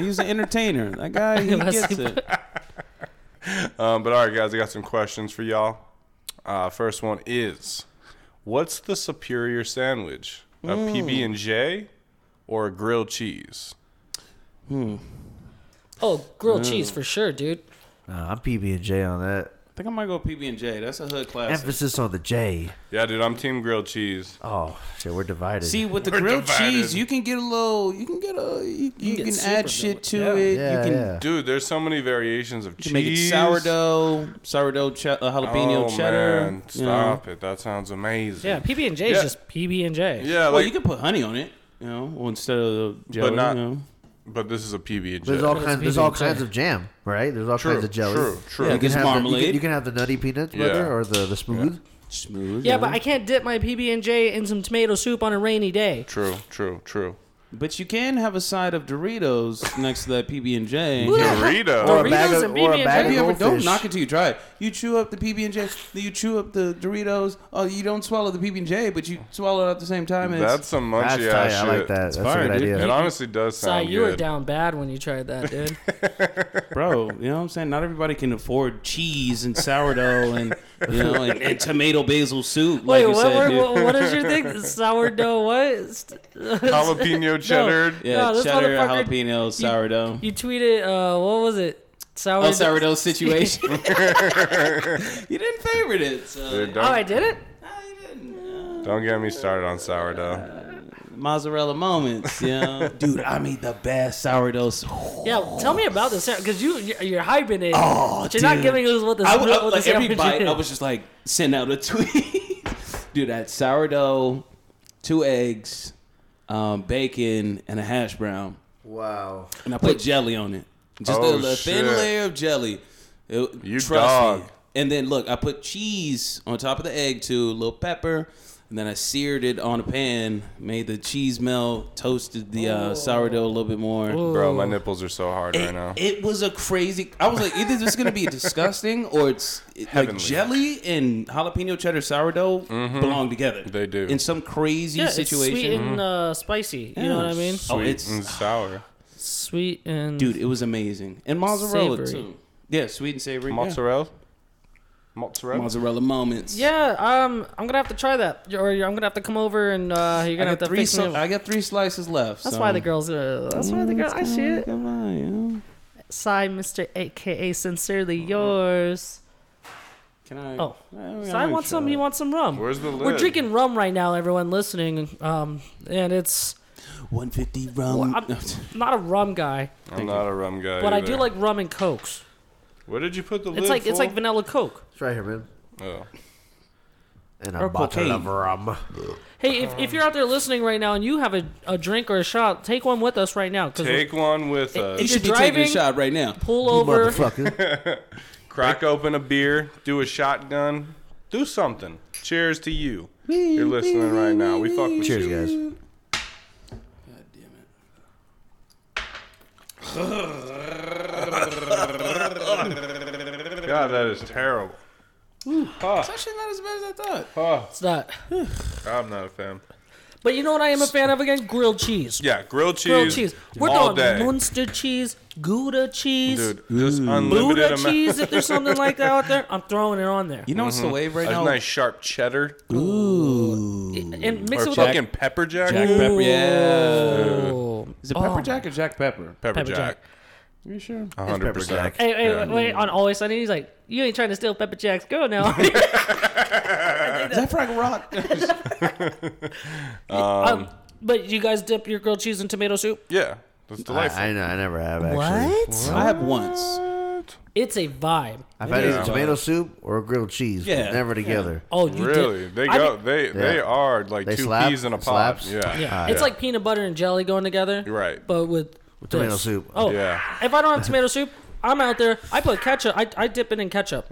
[SPEAKER 4] he's an entertainer. That guy, <laughs> he gets
[SPEAKER 1] Wesley
[SPEAKER 4] it.
[SPEAKER 2] Um, but all right, guys, I got some questions for y'all. Uh, first one is, what's the superior sandwich? A PB and J, or a grilled cheese?
[SPEAKER 1] oh grilled cheese for sure, dude.
[SPEAKER 5] Uh, I'm PB and J on that.
[SPEAKER 4] I think I might go PB and J. That's a hood classic.
[SPEAKER 5] Emphasis on the J.
[SPEAKER 2] Yeah, dude, I'm team grilled cheese.
[SPEAKER 5] Oh shit, we're divided.
[SPEAKER 4] See, with the
[SPEAKER 2] We're
[SPEAKER 4] grilled
[SPEAKER 2] divided.
[SPEAKER 4] cheese, you can get a little. You can get a. You, you
[SPEAKER 1] get
[SPEAKER 4] can
[SPEAKER 1] super
[SPEAKER 4] add shit to
[SPEAKER 1] villain.
[SPEAKER 4] it.
[SPEAKER 5] yeah,
[SPEAKER 4] you can
[SPEAKER 5] yeah.
[SPEAKER 2] Dude, there's so many variations of cheese.
[SPEAKER 4] make it sourdough, sourdough ch- uh, jalapeno
[SPEAKER 2] oh,
[SPEAKER 4] cheddar.
[SPEAKER 2] Man,
[SPEAKER 4] you know.
[SPEAKER 2] stop it. That sounds amazing.
[SPEAKER 1] Yeah, PB and J
[SPEAKER 2] Yeah.
[SPEAKER 1] is just PB and J.
[SPEAKER 2] Yeah,
[SPEAKER 4] well,
[SPEAKER 2] like,
[SPEAKER 4] you can put honey on it. You know, well, instead of the jelly.
[SPEAKER 2] not-
[SPEAKER 4] you know.
[SPEAKER 2] but this is a PB and J.
[SPEAKER 5] There's all
[SPEAKER 1] It's
[SPEAKER 5] kinds.
[SPEAKER 1] PB
[SPEAKER 5] There's all
[SPEAKER 1] and J.
[SPEAKER 5] kinds of jam, right? There's all
[SPEAKER 2] True,
[SPEAKER 5] kinds of jelly.
[SPEAKER 2] True, true.
[SPEAKER 4] Yeah,
[SPEAKER 5] You can,
[SPEAKER 4] It's
[SPEAKER 5] have the, you,
[SPEAKER 4] marmalade.
[SPEAKER 5] can, you can have the nutty peanut
[SPEAKER 2] Yeah.
[SPEAKER 5] butter or the, the smooth.
[SPEAKER 4] smooth.
[SPEAKER 1] Yeah, but I can't dip my PB and J in some tomato soup on a rainy day.
[SPEAKER 2] True, true, true.
[SPEAKER 4] But you can have a side of Doritos next to that PB
[SPEAKER 1] <laughs>
[SPEAKER 4] and J.
[SPEAKER 1] Who the heck-
[SPEAKER 2] Dorito.
[SPEAKER 1] Or
[SPEAKER 5] a bag
[SPEAKER 1] Doritos
[SPEAKER 5] of-
[SPEAKER 1] and
[SPEAKER 5] or a bag
[SPEAKER 1] PB and
[SPEAKER 4] Have you
[SPEAKER 1] J.
[SPEAKER 5] of-
[SPEAKER 4] ever, don't
[SPEAKER 5] Goldfish.
[SPEAKER 4] knock it till you try it. You chew up the PB and J, then you chew up the Doritos. Oh, you don't swallow the PB and J, but you swallow it at the same time. And
[SPEAKER 2] That's some munchy
[SPEAKER 5] That's
[SPEAKER 2] ass
[SPEAKER 5] tight. I
[SPEAKER 2] shit.
[SPEAKER 5] like that. That's
[SPEAKER 4] fire,
[SPEAKER 5] a good
[SPEAKER 4] dude.
[SPEAKER 5] idea.
[SPEAKER 2] It honestly does
[SPEAKER 1] Sai,
[SPEAKER 2] sound
[SPEAKER 1] you were
[SPEAKER 2] good. <laughs>
[SPEAKER 1] down bad when you tried that,
[SPEAKER 4] <laughs>
[SPEAKER 1] dude.
[SPEAKER 4] it's, bro, you know what I'm saying? Not everybody can afford cheese and sourdough and you know and, and tomato basil soup.
[SPEAKER 1] Wait,
[SPEAKER 4] like you
[SPEAKER 1] what,
[SPEAKER 4] said,
[SPEAKER 1] what,
[SPEAKER 4] dude.
[SPEAKER 1] what, what is your
[SPEAKER 4] <laughs>
[SPEAKER 1] thing? Sourdough what? <laughs>
[SPEAKER 2] Jalapeno cheddar.
[SPEAKER 4] Yeah,
[SPEAKER 1] No, this
[SPEAKER 4] cheddar,
[SPEAKER 1] motherfucker-
[SPEAKER 4] jalapeno, sourdough.
[SPEAKER 1] You tweeted, uh, what was it? Sourdough.
[SPEAKER 4] Oh, sourdough situation. <laughs> you didn't favorite it. So.
[SPEAKER 2] Dude,
[SPEAKER 1] Oh,
[SPEAKER 2] don't,
[SPEAKER 1] I did it?
[SPEAKER 4] Ah, you didn't.
[SPEAKER 2] don't get me started on sourdough.
[SPEAKER 4] Uh, mozzarella moments,
[SPEAKER 1] <laughs>
[SPEAKER 4] you know. Dude, I made the best sourdough. Oh,
[SPEAKER 1] Yeah, tell me about this, because you, you're hyping it. but you're not
[SPEAKER 4] dude.
[SPEAKER 1] giving us what the
[SPEAKER 4] I would,
[SPEAKER 1] what the
[SPEAKER 4] like every
[SPEAKER 1] sandwich
[SPEAKER 4] bite,
[SPEAKER 1] is.
[SPEAKER 4] I was just like sending out a <laughs> tweet. Dude, that sourdough, two eggs, um, bacon, and a hash brown,
[SPEAKER 5] Wow.
[SPEAKER 4] and I put jelly on it. Just
[SPEAKER 2] Oh,
[SPEAKER 4] a, little thin
[SPEAKER 2] shit.
[SPEAKER 4] layer of jelly. It-
[SPEAKER 2] You
[SPEAKER 4] trust me.
[SPEAKER 2] dog.
[SPEAKER 4] And then look, I put cheese on top of the egg too, a little pepper, And then I seared it on a pan, made the cheese melt, toasted the uh, sourdough a little bit more.
[SPEAKER 2] Bro, my nipples are so hard right
[SPEAKER 4] It-
[SPEAKER 2] now.
[SPEAKER 4] It was a crazy. I was like, either this is
[SPEAKER 2] <laughs>
[SPEAKER 4] gonna be disgusting or it's it, like
[SPEAKER 2] Heavenly. Mm-hmm.
[SPEAKER 4] jelly and jalapeno cheddar sourdough belong together.
[SPEAKER 2] They do.
[SPEAKER 4] in some crazy
[SPEAKER 1] yeah, it's
[SPEAKER 4] situation. Mm-hmm.
[SPEAKER 1] sweet and uh, spicy. You know what I mean?
[SPEAKER 4] Oh,
[SPEAKER 2] Sweet
[SPEAKER 4] it's
[SPEAKER 2] and sour.
[SPEAKER 1] Sweet and
[SPEAKER 4] dude, it was amazing and
[SPEAKER 1] Savory.
[SPEAKER 4] mozzarella too. Yeah, sweet and savory. yeah.
[SPEAKER 2] Mozzarella? Mozzarella?
[SPEAKER 4] Mozzarella moments.
[SPEAKER 1] Yeah, um, I'm gonna have to try that, or I'm gonna have to come over and uh, you're
[SPEAKER 4] I
[SPEAKER 1] gonna have
[SPEAKER 4] got
[SPEAKER 1] to
[SPEAKER 4] three.
[SPEAKER 1] fix me
[SPEAKER 4] So-
[SPEAKER 1] up.
[SPEAKER 4] I got three slices left.
[SPEAKER 1] That's
[SPEAKER 4] so-
[SPEAKER 1] why the girls. Uh, that's why the girls. I see it.
[SPEAKER 4] Come on, yeah.
[SPEAKER 1] Sigh, Mr. AKA, sincerely yours.
[SPEAKER 4] Can I?
[SPEAKER 1] Oh.
[SPEAKER 4] I,
[SPEAKER 1] So I want some. You want some rum?
[SPEAKER 2] Where's the lid?
[SPEAKER 1] We're drinking rum right now, everyone listening. Um, and it's
[SPEAKER 4] one fifty rum?
[SPEAKER 1] Well, I'm-
[SPEAKER 4] <laughs>
[SPEAKER 1] I'm not a rum guy,
[SPEAKER 2] I'm not a rum guy.
[SPEAKER 1] but I
[SPEAKER 2] either.
[SPEAKER 1] do like rum and cokes.
[SPEAKER 2] Where did you put the lid?
[SPEAKER 1] It's like it's like
[SPEAKER 2] fool?
[SPEAKER 1] vanilla coke.
[SPEAKER 5] It's right here, man.
[SPEAKER 2] Oh.
[SPEAKER 5] And a
[SPEAKER 1] Or
[SPEAKER 5] bottle
[SPEAKER 4] cocaine.
[SPEAKER 5] of rum.
[SPEAKER 1] Hey, if, if you're out there listening right now and you have a, a drink or a shot, take one with us right now. 'cause we're-
[SPEAKER 2] Take one with uh,
[SPEAKER 1] It-
[SPEAKER 4] you
[SPEAKER 2] us.
[SPEAKER 1] it's-
[SPEAKER 4] should be taking a
[SPEAKER 1] driving-
[SPEAKER 4] shot right now.
[SPEAKER 1] pull
[SPEAKER 5] You
[SPEAKER 1] over.
[SPEAKER 5] Motherfucker.
[SPEAKER 2] Crack open a beer. Do a shotgun. Do something. Cheers to you. You're listening right now. We fuck with
[SPEAKER 5] Cheers,
[SPEAKER 2] you.
[SPEAKER 5] guys.
[SPEAKER 4] God damn it.
[SPEAKER 2] God, that is terrible.
[SPEAKER 4] It's actually not as bad as I thought.
[SPEAKER 1] It's not.
[SPEAKER 2] I'm not a fan.
[SPEAKER 1] But you know what I am a fan of again? Grilled cheese.
[SPEAKER 2] Yeah, grilled cheese.
[SPEAKER 1] Grilled cheese. We're
[SPEAKER 2] all
[SPEAKER 1] talking
[SPEAKER 2] day.
[SPEAKER 1] Munster cheese, Gouda cheese,
[SPEAKER 2] Dude, just unlimited
[SPEAKER 1] Buddha
[SPEAKER 2] amount.
[SPEAKER 1] cheese. If there's something like that out there, I'm throwing it on
[SPEAKER 2] <laughs>
[SPEAKER 1] there.
[SPEAKER 4] You know what's the wave right
[SPEAKER 2] A
[SPEAKER 4] now?
[SPEAKER 2] Mm-hmm. nice sharp cheddar
[SPEAKER 1] And mix
[SPEAKER 2] or
[SPEAKER 1] it with
[SPEAKER 2] fucking pepper jack.
[SPEAKER 4] Jack Pepper. Yeah.
[SPEAKER 1] Oh.
[SPEAKER 4] Is it Pepper
[SPEAKER 1] Oh.
[SPEAKER 4] Jack or Jack Pepper?
[SPEAKER 2] Pepper,
[SPEAKER 1] Pepper
[SPEAKER 2] jack.
[SPEAKER 4] Are you sure?
[SPEAKER 2] A
[SPEAKER 5] It's
[SPEAKER 2] hundred
[SPEAKER 5] pepper
[SPEAKER 2] percent.
[SPEAKER 5] jack.
[SPEAKER 1] Hey, hey,
[SPEAKER 2] Yeah.
[SPEAKER 1] wait, wait, on Always Sunny, he's like, you ain't trying to steal Pepper Jack's girl
[SPEAKER 2] <laughs>
[SPEAKER 1] now.
[SPEAKER 4] Is that Frank Rock?
[SPEAKER 2] <laughs>
[SPEAKER 1] um, but you guys dip your grilled cheese in tomato soup?
[SPEAKER 2] Yeah, that's
[SPEAKER 5] I,
[SPEAKER 2] delightful.
[SPEAKER 5] I know. I never have actually.
[SPEAKER 4] I have once.
[SPEAKER 1] It's a vibe.
[SPEAKER 5] I've had
[SPEAKER 4] Yeah.
[SPEAKER 5] either tomato soup or grilled cheese. but
[SPEAKER 4] Yeah.
[SPEAKER 5] Never together.
[SPEAKER 1] Oh, you
[SPEAKER 2] Really?
[SPEAKER 1] Dip.
[SPEAKER 2] They
[SPEAKER 1] I
[SPEAKER 2] go.
[SPEAKER 1] mean-
[SPEAKER 2] they they
[SPEAKER 5] Yeah.
[SPEAKER 2] are like
[SPEAKER 5] They
[SPEAKER 2] two
[SPEAKER 5] slap?
[SPEAKER 2] peas in a pod.
[SPEAKER 5] Slaps?
[SPEAKER 2] Ah, Yeah.
[SPEAKER 1] Yeah, it's like peanut butter and jelly going together.
[SPEAKER 2] You're right.
[SPEAKER 1] But with,
[SPEAKER 5] tomato
[SPEAKER 1] this.
[SPEAKER 5] soup.
[SPEAKER 1] Oh,
[SPEAKER 2] Yeah.
[SPEAKER 1] If I don't have tomato soup, I'm out there. I put ketchup. I, I dip it in ketchup.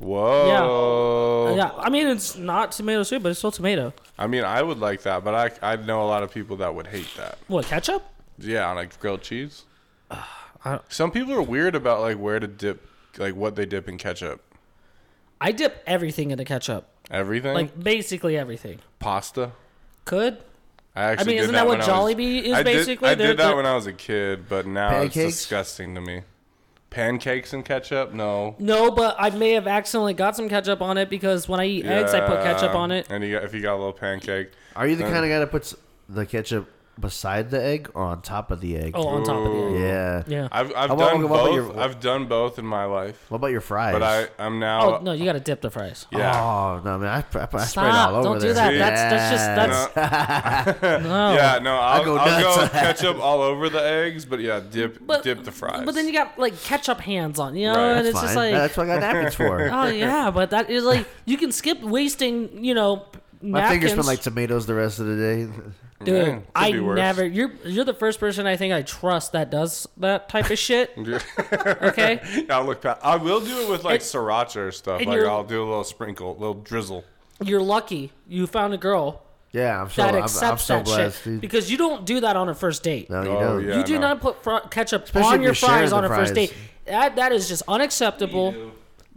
[SPEAKER 2] Whoa.
[SPEAKER 1] Yeah, I mean it's not tomato soup, but it's still tomato.
[SPEAKER 2] I mean, I would like that, but I I know a lot of people that would hate that.
[SPEAKER 1] What ketchup?
[SPEAKER 2] Yeah, on like grilled cheese. Some people are weird about like where to dip, like what they dip in ketchup.
[SPEAKER 1] I dip everything into ketchup,
[SPEAKER 2] Everything,
[SPEAKER 1] like basically everything.
[SPEAKER 2] pasta.
[SPEAKER 1] Could
[SPEAKER 2] I actually.
[SPEAKER 1] mean,
[SPEAKER 2] did
[SPEAKER 1] isn't that what
[SPEAKER 2] when I was-
[SPEAKER 1] Jollibee is
[SPEAKER 2] I did-
[SPEAKER 1] basically?
[SPEAKER 2] I
[SPEAKER 1] They're-
[SPEAKER 2] did that
[SPEAKER 1] they're-
[SPEAKER 2] when I was a kid, but now
[SPEAKER 5] Pancakes?
[SPEAKER 2] it's disgusting to me. Pancakes and ketchup? No.
[SPEAKER 1] no, but I may have accidentally got some ketchup on it because when I eat eggs, I put ketchup
[SPEAKER 2] Yeah,
[SPEAKER 1] on it.
[SPEAKER 2] And you got, if you got a little pancake,
[SPEAKER 5] Are you the
[SPEAKER 2] then-
[SPEAKER 5] kind of guy that puts the ketchup beside the egg or on top of the egg?
[SPEAKER 1] Oh, on top of the egg.
[SPEAKER 5] Yeah.
[SPEAKER 1] Yeah.
[SPEAKER 2] I've I've
[SPEAKER 5] How about-
[SPEAKER 2] done
[SPEAKER 5] what about
[SPEAKER 2] both.
[SPEAKER 5] your-
[SPEAKER 2] I've done both in my life,
[SPEAKER 5] What about your fries?
[SPEAKER 2] but I I'm now.
[SPEAKER 1] Oh no, you gotta dip the fries.
[SPEAKER 2] Yeah.
[SPEAKER 5] Oh no, man! I, I, I spread
[SPEAKER 1] Stop!
[SPEAKER 5] all over
[SPEAKER 1] Don't
[SPEAKER 5] there.
[SPEAKER 1] do that. That's that's just
[SPEAKER 5] Yeah.
[SPEAKER 1] that's
[SPEAKER 4] <laughs>
[SPEAKER 1] no.
[SPEAKER 2] Uh, Yeah, no, I'll,
[SPEAKER 5] go
[SPEAKER 2] I'll go
[SPEAKER 5] nuts.
[SPEAKER 2] ketchup all over the eggs, but yeah, dip
[SPEAKER 1] But-
[SPEAKER 2] dip the fries.
[SPEAKER 1] But then you got like ketchup hands on, you know,
[SPEAKER 2] Right.
[SPEAKER 1] and
[SPEAKER 5] That's
[SPEAKER 1] it's just <laughs>
[SPEAKER 5] fine.
[SPEAKER 1] like
[SPEAKER 5] that's what I got
[SPEAKER 1] <laughs>
[SPEAKER 5] napkins for.
[SPEAKER 1] Oh yeah, but that is like you can skip wasting, you know,
[SPEAKER 5] My
[SPEAKER 1] napkins.
[SPEAKER 5] fingers smell like tomatoes the rest of the day.
[SPEAKER 1] Dude,
[SPEAKER 2] Yeah, could
[SPEAKER 1] I
[SPEAKER 2] be worse.
[SPEAKER 1] never. You're you're the first person I think I trust that does that type of
[SPEAKER 2] <laughs>
[SPEAKER 1] shit. okay,
[SPEAKER 2] Yeah, I'll look past. I will do it with like
[SPEAKER 1] It-
[SPEAKER 2] sriracha or stuff.
[SPEAKER 1] and
[SPEAKER 2] Like
[SPEAKER 1] you're-
[SPEAKER 2] I'll do a little sprinkle, a little drizzle.
[SPEAKER 1] you're lucky you found a girl
[SPEAKER 5] Yeah, I'm so
[SPEAKER 1] that
[SPEAKER 5] I'm, I'm
[SPEAKER 1] accepts
[SPEAKER 5] so
[SPEAKER 1] that
[SPEAKER 5] blessed,
[SPEAKER 1] shit
[SPEAKER 5] dude.
[SPEAKER 1] because you don't do that on a first date.
[SPEAKER 5] no, you
[SPEAKER 2] Oh,
[SPEAKER 5] don't.
[SPEAKER 2] yeah.
[SPEAKER 1] you do
[SPEAKER 2] no.
[SPEAKER 1] not put fr- ketchup
[SPEAKER 5] Especially
[SPEAKER 1] on
[SPEAKER 5] if
[SPEAKER 1] your
[SPEAKER 5] you're sharing
[SPEAKER 1] fries
[SPEAKER 5] the
[SPEAKER 1] on a first
[SPEAKER 5] fries.
[SPEAKER 1] date. That that is just unacceptable.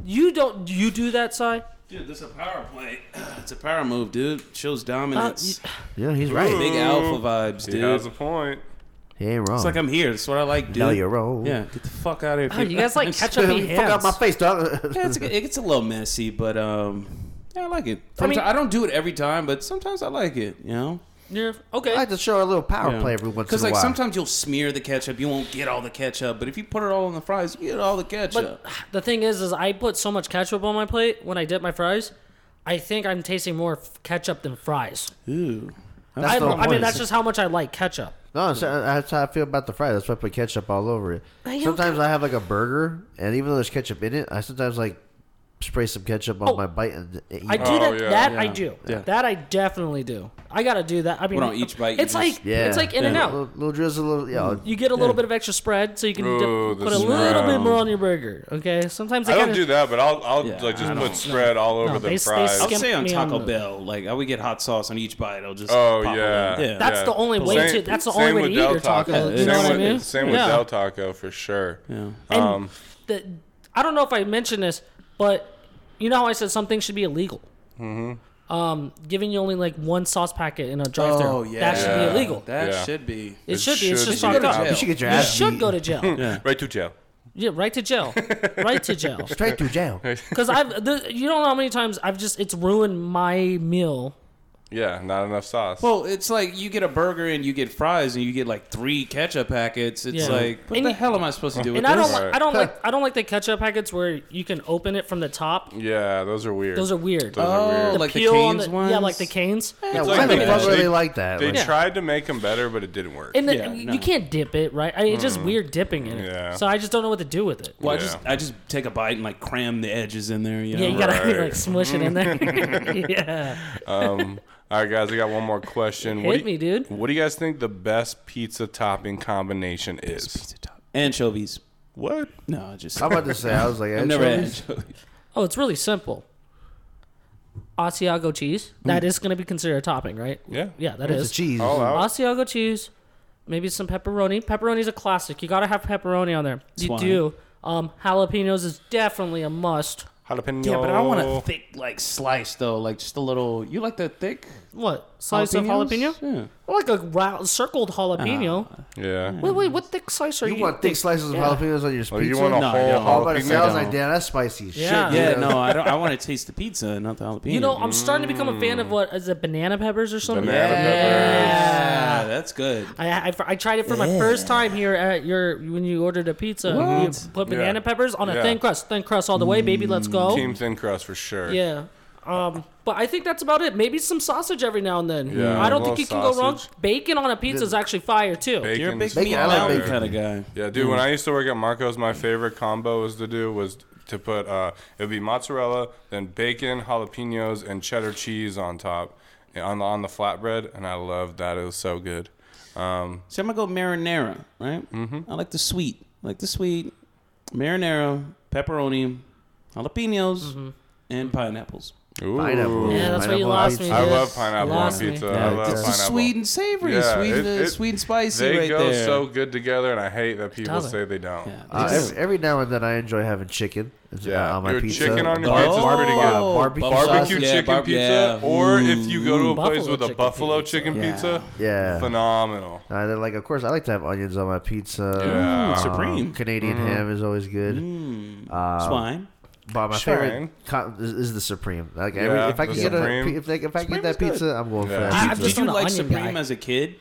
[SPEAKER 1] You don't. You do that, Si?
[SPEAKER 4] Dude, this is a power play. <sighs> It's a power move, dude. Shows dominance.
[SPEAKER 1] Uh,
[SPEAKER 5] Yeah, he's right.
[SPEAKER 4] Big alpha vibes,
[SPEAKER 2] He
[SPEAKER 4] dude.
[SPEAKER 2] has
[SPEAKER 4] It's
[SPEAKER 2] a point.
[SPEAKER 5] He ain't wrong.
[SPEAKER 4] like I'm here. That's what I like, dude.
[SPEAKER 5] no, you're wrong.
[SPEAKER 4] Yeah, get the fuck out of
[SPEAKER 1] Oh,
[SPEAKER 4] here.
[SPEAKER 1] you
[SPEAKER 4] <laughs>
[SPEAKER 1] guys like ketchup
[SPEAKER 5] <laughs> Fuck
[SPEAKER 1] hands?
[SPEAKER 5] out my face, dog. <laughs>
[SPEAKER 4] Yeah, it's, it gets a little messy, but um, yeah, I like it.
[SPEAKER 1] I mean-
[SPEAKER 4] Sometimes- I, don't do it every time, but sometimes I like it. You know,
[SPEAKER 1] You're-
[SPEAKER 5] I
[SPEAKER 1] okay.
[SPEAKER 5] like to show a little power
[SPEAKER 4] Yeah.
[SPEAKER 5] play every once in
[SPEAKER 4] because
[SPEAKER 5] a
[SPEAKER 4] like
[SPEAKER 5] while.
[SPEAKER 4] sometimes you'll smear the ketchup, you won't get all the ketchup, but if you put it all on the fries, you get all the ketchup.
[SPEAKER 1] But the thing is, is I put so much ketchup on my plate when I dip my fries. I think I'm tasting more f- ketchup than fries.
[SPEAKER 4] Ooh,
[SPEAKER 5] that's
[SPEAKER 1] I,
[SPEAKER 5] the whole
[SPEAKER 1] I mean,
[SPEAKER 5] point.
[SPEAKER 1] that's just how much I like ketchup.
[SPEAKER 5] no. I'm saying- That's how I feel about the fries. That's why I put ketchup all over it.
[SPEAKER 1] But you don't
[SPEAKER 5] Sometimes I have like a burger, and even though there's ketchup in it, I sometimes like spray some ketchup on
[SPEAKER 1] Oh.
[SPEAKER 5] my bite and eat
[SPEAKER 1] I do
[SPEAKER 2] Oh,
[SPEAKER 1] that.
[SPEAKER 2] yeah.
[SPEAKER 1] that I
[SPEAKER 3] Yeah.
[SPEAKER 1] do.
[SPEAKER 3] Yeah.
[SPEAKER 1] That I definitely do. I gotta do that. I mean,
[SPEAKER 4] Well, no, each bite you
[SPEAKER 1] It's
[SPEAKER 4] just-
[SPEAKER 1] like
[SPEAKER 5] Yeah.
[SPEAKER 1] it's like in and
[SPEAKER 5] Yeah.
[SPEAKER 1] out.
[SPEAKER 5] Little, little drizzle, little yeah.
[SPEAKER 2] Mm.
[SPEAKER 5] I'll-
[SPEAKER 1] You get a little bit of extra spread, so you can dip-
[SPEAKER 2] Ooh, the
[SPEAKER 1] put a little bit
[SPEAKER 2] spread.
[SPEAKER 1] more on your burger. Okay. Sometimes they
[SPEAKER 2] I don't
[SPEAKER 1] kinda-
[SPEAKER 2] do that, but I'll I'll
[SPEAKER 4] Yeah,
[SPEAKER 2] like just
[SPEAKER 4] I
[SPEAKER 2] put
[SPEAKER 4] don't-
[SPEAKER 2] spread all over
[SPEAKER 1] no,
[SPEAKER 2] the
[SPEAKER 1] they- they
[SPEAKER 2] fries.
[SPEAKER 4] I'll
[SPEAKER 1] Skimp
[SPEAKER 4] say on
[SPEAKER 1] me on
[SPEAKER 4] Taco
[SPEAKER 1] the-
[SPEAKER 4] Bell, like I would get hot sauce on each bite. I'll just
[SPEAKER 2] Oh
[SPEAKER 4] pop
[SPEAKER 2] yeah,
[SPEAKER 4] one. yeah.
[SPEAKER 1] That's
[SPEAKER 2] yeah.
[SPEAKER 1] the only way
[SPEAKER 2] Same-
[SPEAKER 1] to- that's the
[SPEAKER 2] same
[SPEAKER 1] only way to
[SPEAKER 2] with
[SPEAKER 1] eat
[SPEAKER 2] Del
[SPEAKER 1] your taco, you
[SPEAKER 2] Same
[SPEAKER 1] know what I
[SPEAKER 2] with-
[SPEAKER 1] mean?
[SPEAKER 2] Same with
[SPEAKER 1] Yeah.
[SPEAKER 2] Del Taco for sure.
[SPEAKER 4] Yeah.
[SPEAKER 1] And
[SPEAKER 2] Um,
[SPEAKER 1] the, I don't know if I mentioned this, but you know how I said something should be illegal. Mm-hmm. Um, giving you only like one sauce packet in a drive-through. That should
[SPEAKER 2] Yeah.
[SPEAKER 1] be illegal.
[SPEAKER 3] That
[SPEAKER 2] Yeah.
[SPEAKER 3] should be.
[SPEAKER 1] It, should be. It's
[SPEAKER 2] should
[SPEAKER 1] just
[SPEAKER 2] be.
[SPEAKER 1] fucked
[SPEAKER 4] You
[SPEAKER 1] up.
[SPEAKER 5] You should get your
[SPEAKER 1] You
[SPEAKER 5] ass
[SPEAKER 1] should
[SPEAKER 5] beat.
[SPEAKER 1] go to
[SPEAKER 2] <laughs>
[SPEAKER 1] jail.
[SPEAKER 2] Right to jail.
[SPEAKER 1] yeah, right to jail. Right to
[SPEAKER 2] <laughs>
[SPEAKER 1] jail.
[SPEAKER 5] straight to jail.
[SPEAKER 1] Because I've, the, you don't know how many times I've just, it's ruined my meal.
[SPEAKER 2] Yeah, not enough sauce.
[SPEAKER 4] Well, Oh, it's like you get a burger and you get fries and you get like three ketchup packets. It's
[SPEAKER 1] Yeah.
[SPEAKER 4] like what
[SPEAKER 1] And
[SPEAKER 4] the
[SPEAKER 1] you-
[SPEAKER 4] hell am I supposed to do with
[SPEAKER 1] And I don't,
[SPEAKER 4] this?
[SPEAKER 1] like,
[SPEAKER 2] Right.
[SPEAKER 1] I don't like, I don't like the ketchup packets where you can open it from the top.
[SPEAKER 2] yeah, those are weird.
[SPEAKER 1] Those are weird.
[SPEAKER 2] Those are weird.
[SPEAKER 4] Oh, like the
[SPEAKER 1] peel on
[SPEAKER 4] Cane's
[SPEAKER 1] Yeah,
[SPEAKER 4] ones? Eh.
[SPEAKER 1] like the canes.
[SPEAKER 5] Yeah,
[SPEAKER 2] like
[SPEAKER 5] why the
[SPEAKER 2] that.
[SPEAKER 5] fuck were
[SPEAKER 2] They-
[SPEAKER 5] they like that?
[SPEAKER 2] They
[SPEAKER 5] Like,
[SPEAKER 1] Yeah.
[SPEAKER 2] tried to make them better, but it didn't work.
[SPEAKER 1] And then
[SPEAKER 4] Yeah,
[SPEAKER 1] you
[SPEAKER 4] no.
[SPEAKER 1] can't dip it, right? I mean, it's just weird dipping in it.
[SPEAKER 2] Yeah.
[SPEAKER 1] So I just don't know what to do with it.
[SPEAKER 4] Well,
[SPEAKER 2] Yeah.
[SPEAKER 4] I just I just take a bite and like cram the edges in there. You know?
[SPEAKER 1] Yeah, you gotta <laughs>
[SPEAKER 2] Right.
[SPEAKER 1] like smush it in there. <laughs> yeah,
[SPEAKER 2] um, all right, guys, I got one more question. what
[SPEAKER 1] hit
[SPEAKER 2] do
[SPEAKER 1] me,
[SPEAKER 2] you,
[SPEAKER 1] dude.
[SPEAKER 2] What do you guys think the best pizza topping combination is?
[SPEAKER 4] anchovies.
[SPEAKER 2] What?
[SPEAKER 4] No, I just
[SPEAKER 5] I'm about to say, I was like,
[SPEAKER 4] I've never had
[SPEAKER 5] anchovies?
[SPEAKER 4] anchovies.
[SPEAKER 1] Oh, it's really simple. Asiago cheese. That is gonna be considered a topping, right?
[SPEAKER 2] Yeah.
[SPEAKER 1] Yeah, that
[SPEAKER 5] It's
[SPEAKER 1] is.
[SPEAKER 5] a cheese.
[SPEAKER 2] All
[SPEAKER 5] isn't it?
[SPEAKER 2] out.
[SPEAKER 1] Asiago cheese. Maybe some pepperoni. Pepperoni's a classic. You gotta have pepperoni on there. You
[SPEAKER 4] Swine.
[SPEAKER 1] do. Um, jalapenos is definitely a must.
[SPEAKER 2] Jalapeno.
[SPEAKER 4] Yeah, but I want
[SPEAKER 2] Oh.
[SPEAKER 4] a thick like slice though, like just a little. You like the thick
[SPEAKER 1] What slice of
[SPEAKER 4] jalapenos?
[SPEAKER 1] jalapeno?
[SPEAKER 4] Yeah.
[SPEAKER 1] I Like a round, circled jalapeno.
[SPEAKER 2] Yeah.
[SPEAKER 1] wait, wait, what thick slice are you?
[SPEAKER 5] You want thick slices of jalapenos on your pizza?
[SPEAKER 2] Oh, you want a
[SPEAKER 4] No,
[SPEAKER 2] whole
[SPEAKER 4] no.
[SPEAKER 5] All about to say, I was
[SPEAKER 2] jalapeno?
[SPEAKER 5] like, damn, that's spicy as
[SPEAKER 1] Yeah.
[SPEAKER 5] shit.
[SPEAKER 4] Yeah, no, I don't. I want to taste the pizza and not the jalapeno.
[SPEAKER 1] You know, I'm starting to become a fan of what is it, banana peppers or something?
[SPEAKER 2] Banana peppers.
[SPEAKER 4] yeah, that's good.
[SPEAKER 1] I, I, I tried it for my first time here at your when you ordered a pizza. You put banana
[SPEAKER 2] Yeah.
[SPEAKER 1] peppers on a
[SPEAKER 2] Yeah.
[SPEAKER 1] thin crust, thin crust all the way, baby. Let's go.
[SPEAKER 2] Team thin crust for sure.
[SPEAKER 1] Yeah. Um, but I think that's about it. Maybe some sausage every now and then.
[SPEAKER 2] Yeah,
[SPEAKER 1] I
[SPEAKER 2] a
[SPEAKER 1] don't
[SPEAKER 2] little
[SPEAKER 1] think you can go wrong.
[SPEAKER 2] sausage.
[SPEAKER 1] Bacon on a pizza is actually fire too.
[SPEAKER 2] Bacon's
[SPEAKER 4] You're a big
[SPEAKER 5] Bacon,
[SPEAKER 4] meat
[SPEAKER 5] I like
[SPEAKER 4] like
[SPEAKER 2] fire.
[SPEAKER 4] kind of guy.
[SPEAKER 2] Yeah, dude. When I used to work at Marco's, my favorite combo was to do was to put uh, it would be mozzarella, then bacon, jalapenos, and cheddar cheese on top and on the on the flatbread, and I loved that. It was so good. Um,
[SPEAKER 4] So I'm gonna go marinara, right? Mm-hmm. I like the sweet, I like the sweet marinara, pepperoni, jalapenos, and pineapples.
[SPEAKER 2] ooh.
[SPEAKER 5] Pineapple.
[SPEAKER 1] Yeah, that's why you
[SPEAKER 5] Pineapple
[SPEAKER 1] lost
[SPEAKER 5] pizza.
[SPEAKER 1] me.
[SPEAKER 2] I
[SPEAKER 1] dude.
[SPEAKER 2] love pineapple
[SPEAKER 1] You
[SPEAKER 2] on
[SPEAKER 1] lost me.
[SPEAKER 2] pizza. I
[SPEAKER 4] Yeah,
[SPEAKER 2] love
[SPEAKER 4] it's
[SPEAKER 2] pineapple.
[SPEAKER 4] the sweet and savory,
[SPEAKER 2] Yeah,
[SPEAKER 4] sweet,
[SPEAKER 2] it-
[SPEAKER 4] and
[SPEAKER 2] it-
[SPEAKER 4] sweet and spicy,
[SPEAKER 2] They
[SPEAKER 4] right
[SPEAKER 2] go
[SPEAKER 4] there.
[SPEAKER 2] so good together, and I hate that people
[SPEAKER 1] doesn't.
[SPEAKER 2] say they don't.
[SPEAKER 4] Yeah,
[SPEAKER 5] Uh,
[SPEAKER 4] this is-
[SPEAKER 5] every, every now and then I enjoy having chicken
[SPEAKER 2] Yeah,
[SPEAKER 5] uh, on my
[SPEAKER 2] your
[SPEAKER 5] pizza.
[SPEAKER 2] chicken on your pizza is pretty good.
[SPEAKER 5] Oh, barbecue
[SPEAKER 2] Barbecue
[SPEAKER 5] Sausage.
[SPEAKER 2] chicken
[SPEAKER 4] barb-
[SPEAKER 2] pizza,
[SPEAKER 4] yeah.
[SPEAKER 2] or if you go to a place
[SPEAKER 1] Buffalo
[SPEAKER 2] with a
[SPEAKER 1] chicken
[SPEAKER 2] buffalo
[SPEAKER 1] pizza.
[SPEAKER 2] chicken
[SPEAKER 4] Yeah.
[SPEAKER 2] pizza,
[SPEAKER 5] Yeah.
[SPEAKER 2] phenomenal.
[SPEAKER 5] Uh, then, like, of course, I like to have onions on my pizza. Um,
[SPEAKER 2] Yeah. Mm,
[SPEAKER 4] supreme.
[SPEAKER 5] Canadian ham is always good.
[SPEAKER 4] swine.
[SPEAKER 5] But my
[SPEAKER 2] Sure.
[SPEAKER 5] favorite co- is, is the supreme. Like,
[SPEAKER 2] Yeah,
[SPEAKER 5] every, if I
[SPEAKER 2] the
[SPEAKER 5] can get a,
[SPEAKER 2] Supreme.
[SPEAKER 5] if, like, if I
[SPEAKER 4] Supreme
[SPEAKER 5] get that
[SPEAKER 4] is good.
[SPEAKER 5] pizza, I'm going
[SPEAKER 2] Yeah.
[SPEAKER 5] for that.
[SPEAKER 1] I'm
[SPEAKER 4] Did
[SPEAKER 1] just
[SPEAKER 4] you
[SPEAKER 1] not an
[SPEAKER 4] like
[SPEAKER 1] onion
[SPEAKER 4] supreme
[SPEAKER 1] guy.
[SPEAKER 4] as a kid?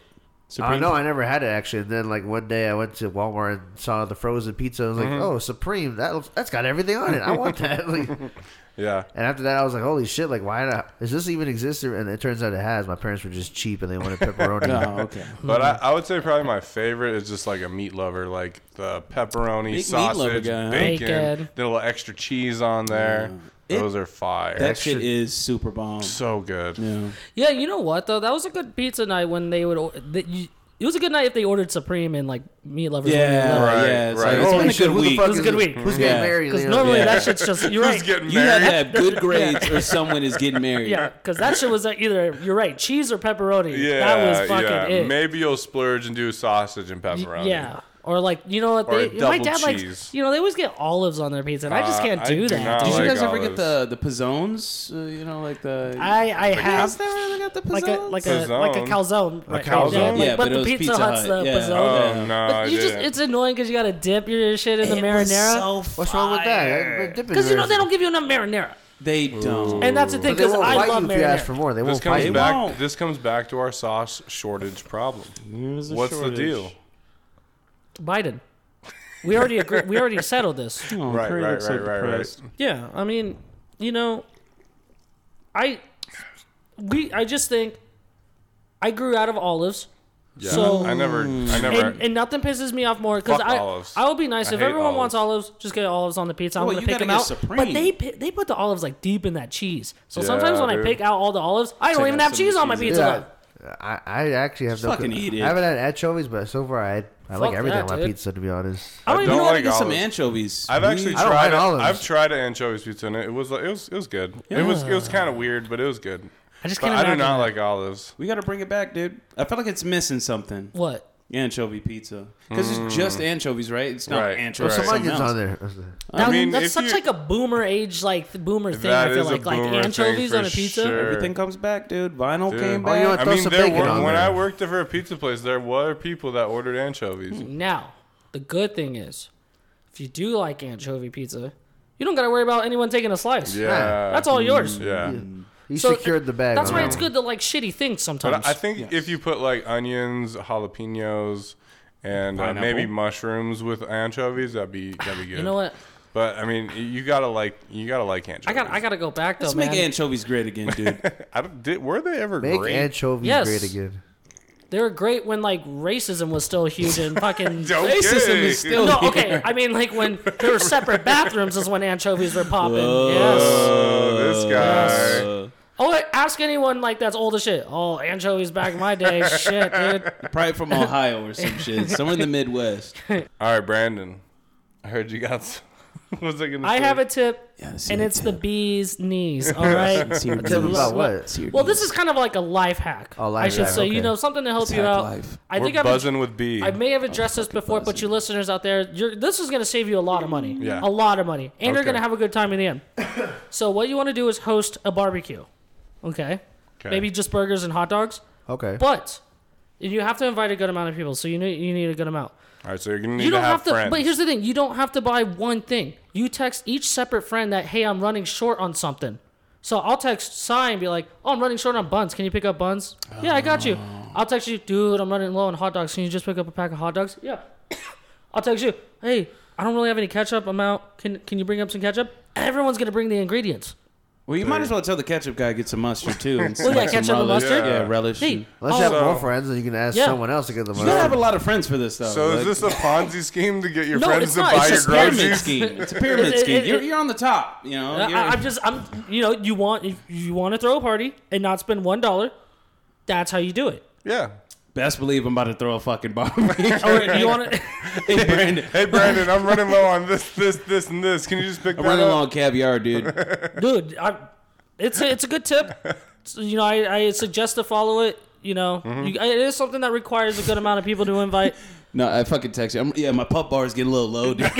[SPEAKER 4] Supreme.
[SPEAKER 5] I know I never had it actually. And then like one day I went to Walmart and saw the frozen pizza. I was like, "Oh, Supreme! That looks- that's got everything on it. I want that." <laughs> Like, and
[SPEAKER 2] Yeah.
[SPEAKER 4] Mm-hmm.
[SPEAKER 5] after that, I was like, "Holy shit! Like, why not? Does this even exist?" And it turns out it has. My parents were just cheap and they wanted pepperoni.
[SPEAKER 4] Oh, okay.
[SPEAKER 2] But I, I would say probably my favorite is just like a meat lover, like the pepperoni,
[SPEAKER 4] meat lover
[SPEAKER 2] sausage,
[SPEAKER 4] guy, huh?
[SPEAKER 2] bacon,
[SPEAKER 1] Bacon.
[SPEAKER 2] then a little extra cheese on there.
[SPEAKER 4] It-
[SPEAKER 2] Those are fire.
[SPEAKER 4] That
[SPEAKER 2] That's
[SPEAKER 4] shit is super bomb.
[SPEAKER 2] so good.
[SPEAKER 4] Yeah.
[SPEAKER 1] Yeah, you know what though? That was a good pizza night when they would. or- That you, it was a good night if they ordered Supreme and like meat lovers. Only
[SPEAKER 4] Yeah,
[SPEAKER 1] Lovers.
[SPEAKER 2] Right,
[SPEAKER 4] yeah. It's,
[SPEAKER 2] right.
[SPEAKER 4] like, it's
[SPEAKER 5] Holy
[SPEAKER 4] been a
[SPEAKER 5] shit!
[SPEAKER 4] good
[SPEAKER 5] Who the
[SPEAKER 4] week.
[SPEAKER 5] fuck
[SPEAKER 1] It was
[SPEAKER 5] is
[SPEAKER 1] a good
[SPEAKER 5] this-
[SPEAKER 1] week.
[SPEAKER 5] Who's
[SPEAKER 4] Yeah.
[SPEAKER 5] getting married?
[SPEAKER 1] Because
[SPEAKER 5] later?
[SPEAKER 1] normally
[SPEAKER 4] Yeah.
[SPEAKER 1] that shit's just
[SPEAKER 2] <laughs>
[SPEAKER 1] you're
[SPEAKER 2] Who's
[SPEAKER 1] right.
[SPEAKER 2] getting
[SPEAKER 4] You
[SPEAKER 2] married?
[SPEAKER 4] had to
[SPEAKER 2] <laughs>
[SPEAKER 4] have good grades or someone is getting married.
[SPEAKER 1] yeah, because that shit was uh, either you're right, cheese or pepperoni.
[SPEAKER 2] yeah,
[SPEAKER 1] that was fucking
[SPEAKER 2] yeah.
[SPEAKER 1] it.
[SPEAKER 2] Maybe you'll splurge and do sausage and pepperoni.
[SPEAKER 1] Yeah, or like you know what?
[SPEAKER 2] Or
[SPEAKER 1] They,
[SPEAKER 2] a
[SPEAKER 1] my
[SPEAKER 2] double
[SPEAKER 1] dad
[SPEAKER 2] cheese.
[SPEAKER 1] likes you know they always get olives on their pizza, and I just
[SPEAKER 2] Uh,
[SPEAKER 1] can't
[SPEAKER 2] I
[SPEAKER 1] do
[SPEAKER 2] do
[SPEAKER 1] that.
[SPEAKER 2] not
[SPEAKER 4] Did
[SPEAKER 1] dude.
[SPEAKER 4] you
[SPEAKER 2] like
[SPEAKER 4] guys ever get
[SPEAKER 2] olives.
[SPEAKER 4] the the pizzones? Uh, you know, like the
[SPEAKER 1] I I
[SPEAKER 4] Yeah,
[SPEAKER 1] have
[SPEAKER 4] never got the
[SPEAKER 1] like a like a
[SPEAKER 2] Pizzone.
[SPEAKER 1] like a calzone. right,
[SPEAKER 2] calzone?
[SPEAKER 1] Yeah, like,
[SPEAKER 4] Yeah,
[SPEAKER 1] but,
[SPEAKER 4] but it
[SPEAKER 1] the
[SPEAKER 4] was
[SPEAKER 1] Pizza,
[SPEAKER 4] Pizza
[SPEAKER 1] Hut's
[SPEAKER 4] Hut,
[SPEAKER 1] the
[SPEAKER 4] yeah.
[SPEAKER 1] pizzone.
[SPEAKER 2] Oh no, I
[SPEAKER 1] But you just
[SPEAKER 2] didn't.
[SPEAKER 1] it's annoying because you gotta dip your shit in the marinara.
[SPEAKER 5] What's wrong with that?
[SPEAKER 1] Because you know they don't give you enough marinara,
[SPEAKER 4] They don't.
[SPEAKER 1] and that's the thing.
[SPEAKER 5] They
[SPEAKER 1] Because
[SPEAKER 5] won't
[SPEAKER 1] I
[SPEAKER 5] fight
[SPEAKER 1] love
[SPEAKER 5] you if you ask
[SPEAKER 1] marinara.
[SPEAKER 5] for more. They
[SPEAKER 2] this
[SPEAKER 5] won't fight
[SPEAKER 2] comes
[SPEAKER 5] you.
[SPEAKER 2] back.
[SPEAKER 4] won't.
[SPEAKER 2] This comes back to our sauce shortage problem.
[SPEAKER 4] Here's a
[SPEAKER 2] What's
[SPEAKER 4] shortage.
[SPEAKER 2] the deal?
[SPEAKER 1] Biden. We already agree, we already settled <laughs> this.
[SPEAKER 4] Oh,
[SPEAKER 2] Right,
[SPEAKER 4] Curry
[SPEAKER 2] right,
[SPEAKER 4] looks
[SPEAKER 2] right,
[SPEAKER 4] so
[SPEAKER 2] right, right.
[SPEAKER 4] depressed.
[SPEAKER 1] Yeah, I mean, you know, I we I just think I grew out of olives.
[SPEAKER 2] Yeah,
[SPEAKER 1] So- mm,
[SPEAKER 2] I never, I never.
[SPEAKER 1] And, and nothing pisses me off more because
[SPEAKER 2] Fuck
[SPEAKER 1] I
[SPEAKER 2] olives.
[SPEAKER 1] I would be nice
[SPEAKER 2] I
[SPEAKER 1] if
[SPEAKER 2] hate
[SPEAKER 1] everyone wants olives, just get olives on the pizza. I'm
[SPEAKER 4] Well,
[SPEAKER 1] gonna
[SPEAKER 4] you
[SPEAKER 1] pick
[SPEAKER 4] gotta
[SPEAKER 1] them
[SPEAKER 4] get
[SPEAKER 1] out, but
[SPEAKER 4] Supreme.
[SPEAKER 1] they pi- they put the olives like deep in that cheese. So
[SPEAKER 2] Yeah,
[SPEAKER 1] sometimes when I
[SPEAKER 2] dude.
[SPEAKER 1] pick out all the olives, I don't
[SPEAKER 4] Take
[SPEAKER 1] even
[SPEAKER 4] out
[SPEAKER 1] have
[SPEAKER 4] some of
[SPEAKER 1] cheese
[SPEAKER 4] the
[SPEAKER 1] on my
[SPEAKER 4] cheese.
[SPEAKER 1] pizza.
[SPEAKER 5] Yeah, I, I actually have no.
[SPEAKER 4] Fucking eat it.
[SPEAKER 5] I haven't had anchovies, but so far I I like
[SPEAKER 1] Fuck
[SPEAKER 5] everything
[SPEAKER 1] that,
[SPEAKER 5] on my
[SPEAKER 1] dude.
[SPEAKER 5] pizza. To be honest,
[SPEAKER 1] I don't
[SPEAKER 2] I
[SPEAKER 1] even
[SPEAKER 2] don't
[SPEAKER 4] You
[SPEAKER 1] know.
[SPEAKER 4] gotta
[SPEAKER 2] like
[SPEAKER 4] get some
[SPEAKER 2] olives.
[SPEAKER 4] anchovies.
[SPEAKER 2] I've actually
[SPEAKER 5] I don't
[SPEAKER 2] tried.
[SPEAKER 5] like olives.
[SPEAKER 2] I've tried an anchovies pizza, and it was it was it was good. It was it was kind of weird, but it was good.
[SPEAKER 1] I just
[SPEAKER 2] But
[SPEAKER 1] can't
[SPEAKER 2] I do
[SPEAKER 1] imagine
[SPEAKER 2] not
[SPEAKER 1] that.
[SPEAKER 2] like olives.
[SPEAKER 4] We gotta bring it back, dude. I feel like it's missing something.
[SPEAKER 1] What?
[SPEAKER 4] Anchovy pizza, because it's just anchovies, right? It's not
[SPEAKER 2] Mm. Right.
[SPEAKER 4] anchovies.
[SPEAKER 2] Right.
[SPEAKER 5] some
[SPEAKER 4] something
[SPEAKER 5] onions
[SPEAKER 4] else.
[SPEAKER 5] on there.
[SPEAKER 1] That,
[SPEAKER 2] mean,
[SPEAKER 1] that's
[SPEAKER 2] if
[SPEAKER 1] such
[SPEAKER 2] you-
[SPEAKER 1] like a boomer age like th- boomer thing.
[SPEAKER 2] That
[SPEAKER 1] I feel
[SPEAKER 2] is a
[SPEAKER 1] like like
[SPEAKER 2] boomer thing
[SPEAKER 1] anchovies
[SPEAKER 2] for
[SPEAKER 1] on a pizza.
[SPEAKER 2] sure.
[SPEAKER 4] Everything comes back, dude. Vinyl
[SPEAKER 2] Dude.
[SPEAKER 4] came
[SPEAKER 2] Oh,
[SPEAKER 4] back.
[SPEAKER 5] you know what?
[SPEAKER 2] I
[SPEAKER 5] Throw
[SPEAKER 2] mean,
[SPEAKER 5] some
[SPEAKER 2] there
[SPEAKER 5] bacon
[SPEAKER 2] were,
[SPEAKER 5] on
[SPEAKER 2] when
[SPEAKER 5] there.
[SPEAKER 2] I worked there for a pizza place, there were people that ordered anchovies.
[SPEAKER 1] Now, the good thing is, if you do like anchovy pizza, you don't gotta worry about anyone taking a slice.
[SPEAKER 2] Yeah,
[SPEAKER 1] That's all yours.
[SPEAKER 2] Yeah.
[SPEAKER 5] He
[SPEAKER 1] So
[SPEAKER 5] secured the bag.
[SPEAKER 1] That's
[SPEAKER 5] on
[SPEAKER 1] why
[SPEAKER 5] that
[SPEAKER 1] it's
[SPEAKER 5] one.
[SPEAKER 1] good to like shitty things sometimes.
[SPEAKER 2] But I think if you put like onions, jalapenos, and uh,
[SPEAKER 4] Pineapple.
[SPEAKER 2] maybe mushrooms with anchovies, that'd be that'd be
[SPEAKER 1] <sighs>
[SPEAKER 2] good.
[SPEAKER 1] you know what?
[SPEAKER 2] But I mean, you gotta like you gotta like anchovies.
[SPEAKER 1] I got I gotta go back though,
[SPEAKER 4] Let's
[SPEAKER 1] man.
[SPEAKER 4] make anchovies great again, dude.
[SPEAKER 1] <laughs>
[SPEAKER 2] I don't, did, were they ever
[SPEAKER 5] Make
[SPEAKER 2] great?
[SPEAKER 5] anchovies
[SPEAKER 1] Yes.
[SPEAKER 5] great again.
[SPEAKER 1] they were great when like racism was still huge
[SPEAKER 2] <laughs>
[SPEAKER 1] and fucking.
[SPEAKER 2] <laughs> Okay.
[SPEAKER 4] Racism is still
[SPEAKER 1] No,
[SPEAKER 4] here.
[SPEAKER 1] okay. I mean, like when there were separate bathrooms is when anchovies were popping. Yes.
[SPEAKER 2] Oh, this guy.
[SPEAKER 4] Uh,
[SPEAKER 1] Oh, wait, ask anyone like that's old as shit. Oh, anchovies back in my
[SPEAKER 2] <laughs>
[SPEAKER 1] day. shit, dude.
[SPEAKER 4] probably from Ohio or some shit, somewhere in the Midwest.
[SPEAKER 2] All right, Brandon. I heard you got. Some, <laughs> what's I gonna
[SPEAKER 1] I
[SPEAKER 2] say?
[SPEAKER 1] have a tip,
[SPEAKER 4] Yeah,
[SPEAKER 1] <laughs>
[SPEAKER 4] see
[SPEAKER 1] and
[SPEAKER 4] you
[SPEAKER 1] it's the bee's knees. All right.
[SPEAKER 4] Tip
[SPEAKER 5] Tip about what?
[SPEAKER 1] Well, this is kind of like a life hack.
[SPEAKER 5] Oh, life
[SPEAKER 1] I should
[SPEAKER 5] hack,
[SPEAKER 1] say, you
[SPEAKER 5] okay.
[SPEAKER 1] know, something to help
[SPEAKER 4] It's
[SPEAKER 1] you
[SPEAKER 4] hack
[SPEAKER 1] out.
[SPEAKER 4] life.
[SPEAKER 1] I
[SPEAKER 2] We're
[SPEAKER 1] think I've
[SPEAKER 2] buzzing with B.
[SPEAKER 1] I may have addressed this before, but you listeners out there, you're, this is going to save you a lot of money.
[SPEAKER 2] Yeah.
[SPEAKER 1] A lot of money. And you're
[SPEAKER 2] Okay.
[SPEAKER 1] going to have a good time in the end. so, what you want to do is host a barbecue. Okay?
[SPEAKER 2] Okay.
[SPEAKER 1] Maybe just burgers and hot dogs.
[SPEAKER 5] Okay.
[SPEAKER 1] But you have to invite a good amount of people. So, you need, you need a good amount.
[SPEAKER 2] All right, so you're gonna need
[SPEAKER 1] You don't
[SPEAKER 2] to have,
[SPEAKER 1] have to.
[SPEAKER 2] friends.
[SPEAKER 1] But here's the thing: you don't have to buy one thing. You text each separate friend that, "Hey, I'm running short on something." So I'll text Sai and be like, "Oh, I'm running short on buns. Can you pick up buns?" Yeah, I got you.
[SPEAKER 2] Oh.
[SPEAKER 1] I'll text you, dude. I'm running low on hot dogs. Can you just pick up a pack of hot dogs? Yeah. <coughs> I'll text you, hey, I don't really have any ketchup. I'm out. Can Can you bring up some ketchup? Everyone's gonna bring the ingredients.
[SPEAKER 4] Well, you might as well tell the ketchup guy get some mustard too. And
[SPEAKER 1] yeah,
[SPEAKER 4] some
[SPEAKER 1] ketchup and
[SPEAKER 4] relish.
[SPEAKER 1] mustard?
[SPEAKER 4] Yeah,
[SPEAKER 2] Yeah.
[SPEAKER 4] relish.
[SPEAKER 1] Hey,
[SPEAKER 4] and-
[SPEAKER 5] Unless
[SPEAKER 1] oh,
[SPEAKER 5] you have
[SPEAKER 2] So-
[SPEAKER 5] more friends, and you can ask
[SPEAKER 1] Yeah.
[SPEAKER 5] someone else to get the
[SPEAKER 4] You gotta have a
[SPEAKER 5] money.
[SPEAKER 4] lot of friends for this stuff.
[SPEAKER 2] so
[SPEAKER 4] Like,
[SPEAKER 2] is this a Ponzi scheme to get your
[SPEAKER 1] No,
[SPEAKER 2] friends
[SPEAKER 1] it's
[SPEAKER 2] to
[SPEAKER 1] not.
[SPEAKER 2] buy
[SPEAKER 4] it's a
[SPEAKER 2] your
[SPEAKER 4] pyramid
[SPEAKER 2] groceries?
[SPEAKER 4] scheme.
[SPEAKER 2] <laughs>
[SPEAKER 4] It's a pyramid
[SPEAKER 1] It- it-
[SPEAKER 4] scheme.
[SPEAKER 1] it-
[SPEAKER 4] You're, you're on the top. You know.
[SPEAKER 1] I,
[SPEAKER 4] You're-
[SPEAKER 1] I- I'm just, I'm, you know, you want you- you want to throw a party and not spend one dollar. That's how you do it.
[SPEAKER 2] Yeah.
[SPEAKER 4] best believe I'm about to throw a fucking bomb.
[SPEAKER 1] <laughs>
[SPEAKER 4] hey,
[SPEAKER 1] Or you want
[SPEAKER 2] <laughs>
[SPEAKER 1] to.
[SPEAKER 4] Brandon,
[SPEAKER 2] Hey Brandon, I'm running low on this, this, this, and this. Can you just pick
[SPEAKER 4] I'm
[SPEAKER 2] that
[SPEAKER 4] running
[SPEAKER 2] up?
[SPEAKER 4] long
[SPEAKER 2] <laughs>
[SPEAKER 4] caviar, dude.
[SPEAKER 1] dude I, it's a, it's a good tip So, you know I, I suggest to follow it you know you, it is something that requires a good amount of people to invite
[SPEAKER 4] No, I fucking text you. I'm, yeah, my pup bar is getting a little low,
[SPEAKER 2] <laughs>
[SPEAKER 4] dude.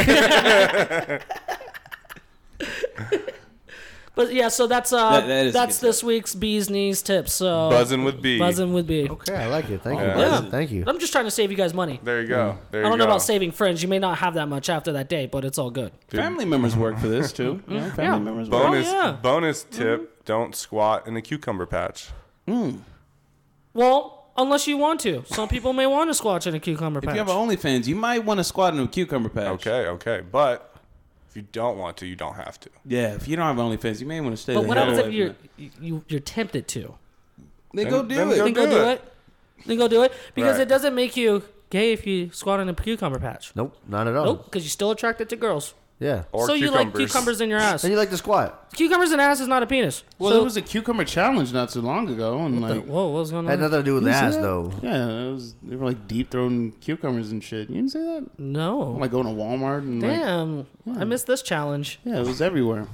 [SPEAKER 1] but yeah so that's uh
[SPEAKER 4] That- that is a
[SPEAKER 1] that's
[SPEAKER 4] good tip.
[SPEAKER 1] this week's bees knees tip so
[SPEAKER 2] Buzzing with B.
[SPEAKER 1] buzzing with bee
[SPEAKER 5] Okay, I like it. Thank you.
[SPEAKER 1] Yeah.
[SPEAKER 5] Brandon. Thank you.
[SPEAKER 1] i'm just trying to save you guys money
[SPEAKER 2] There you go. There
[SPEAKER 1] Mm. i
[SPEAKER 2] you
[SPEAKER 1] don't know
[SPEAKER 2] go.
[SPEAKER 1] about saving friends you may not have that much after that day but it's all good
[SPEAKER 4] Family members work for this too. You know,
[SPEAKER 1] Mm-hmm.
[SPEAKER 4] family members work.
[SPEAKER 2] bonus
[SPEAKER 1] Oh, yeah.
[SPEAKER 2] bonus tip: Don't squat in a cucumber patch.
[SPEAKER 1] well unless you want to some people may want to squatch in a cucumber
[SPEAKER 4] If
[SPEAKER 1] patch
[SPEAKER 4] you have an OnlyFans, you might want to squat in a cucumber patch.
[SPEAKER 2] Okay, okay, but if you don't want to, you don't have to.
[SPEAKER 4] Yeah, if you don't have OnlyFans, you may want to stay.
[SPEAKER 1] but
[SPEAKER 4] the
[SPEAKER 1] what
[SPEAKER 4] hell
[SPEAKER 1] happens
[SPEAKER 4] away
[SPEAKER 1] if
[SPEAKER 4] from
[SPEAKER 1] you're
[SPEAKER 4] it.
[SPEAKER 1] you, you're tempted to
[SPEAKER 4] They go do
[SPEAKER 2] then
[SPEAKER 4] it.
[SPEAKER 2] go
[SPEAKER 1] then go
[SPEAKER 2] do
[SPEAKER 1] do
[SPEAKER 2] it.
[SPEAKER 1] it then go do it because
[SPEAKER 2] Right.
[SPEAKER 1] it doesn't make you gay if you squat in a cucumber patch
[SPEAKER 5] Nope, not at all.
[SPEAKER 1] Nope, because you're still attracted to girls.
[SPEAKER 5] Yeah.
[SPEAKER 2] Or
[SPEAKER 1] so you like
[SPEAKER 2] cucumbers.
[SPEAKER 1] cucumbers in your ass.
[SPEAKER 5] And you like the squat.
[SPEAKER 1] cucumbers in ass is not a penis.
[SPEAKER 4] Well,
[SPEAKER 1] so,
[SPEAKER 4] there was a cucumber challenge not so long ago, and like,
[SPEAKER 1] whoa, what was going on?
[SPEAKER 5] Had nothing to do with the
[SPEAKER 4] You see
[SPEAKER 5] ass,
[SPEAKER 4] that?
[SPEAKER 5] though.
[SPEAKER 4] Yeah, it was. They were like deep throwing cucumbers and shit. You didn't say that?
[SPEAKER 1] no.
[SPEAKER 4] Like going to Walmart and like,
[SPEAKER 1] Damn, I missed this challenge.
[SPEAKER 4] yeah, it was everywhere.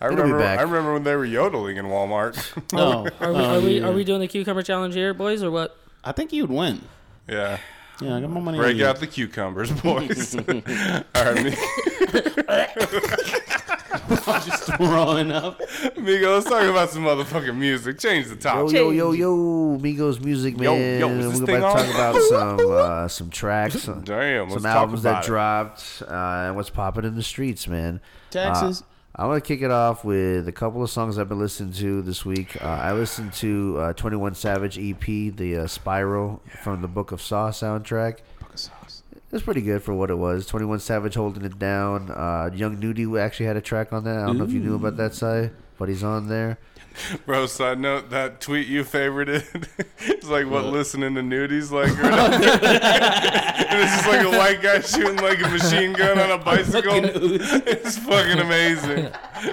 [SPEAKER 2] I
[SPEAKER 5] be
[SPEAKER 2] remember.
[SPEAKER 5] back.
[SPEAKER 2] I remember when they were yodeling in Walmart.
[SPEAKER 1] <laughs>
[SPEAKER 4] No,
[SPEAKER 1] Are we, are, we, are we doing the cucumber challenge here, boys, or what?
[SPEAKER 4] I think you'd win.
[SPEAKER 2] yeah,
[SPEAKER 4] Yeah, I got my money. on
[SPEAKER 2] break
[SPEAKER 4] you.
[SPEAKER 2] out
[SPEAKER 1] <laughs>
[SPEAKER 2] the cucumbers, boys. <laughs> All right, me,
[SPEAKER 4] I'm just <laughs> throwing up.
[SPEAKER 2] Migo, let's talk about some motherfucking music. Change the
[SPEAKER 5] Yo,
[SPEAKER 2] topic.
[SPEAKER 5] yo, yo, yo, Migos music,
[SPEAKER 2] Yo,
[SPEAKER 5] man.
[SPEAKER 2] yo, is this
[SPEAKER 5] We're
[SPEAKER 2] thing
[SPEAKER 5] about to
[SPEAKER 2] on?
[SPEAKER 5] talk
[SPEAKER 2] <laughs>
[SPEAKER 5] about some uh, some tracks, some
[SPEAKER 2] Damn, let's talk
[SPEAKER 5] albums that
[SPEAKER 2] about it.
[SPEAKER 5] dropped, uh, and what's popping in the streets, man.
[SPEAKER 4] Taxes.
[SPEAKER 5] Uh, I'm gonna kick it off with a couple of songs I've been listening to this week. Uh, I listened to uh, 21 Savage EP, the uh, Spiral from the Book of Saw soundtrack. It's pretty good for what it was. 21 Savage holding it down. Uh, Young Nudie actually had a track on that. I don't know if you knew about that, side, but he's on there.
[SPEAKER 2] Bro, side note, that tweet you favorited, <laughs> it's like what, listening to nudies <laughs> like. Or and it's just like a white guy shooting like a machine gun on <laughs> a bicycle. <laughs> it's fucking amazing.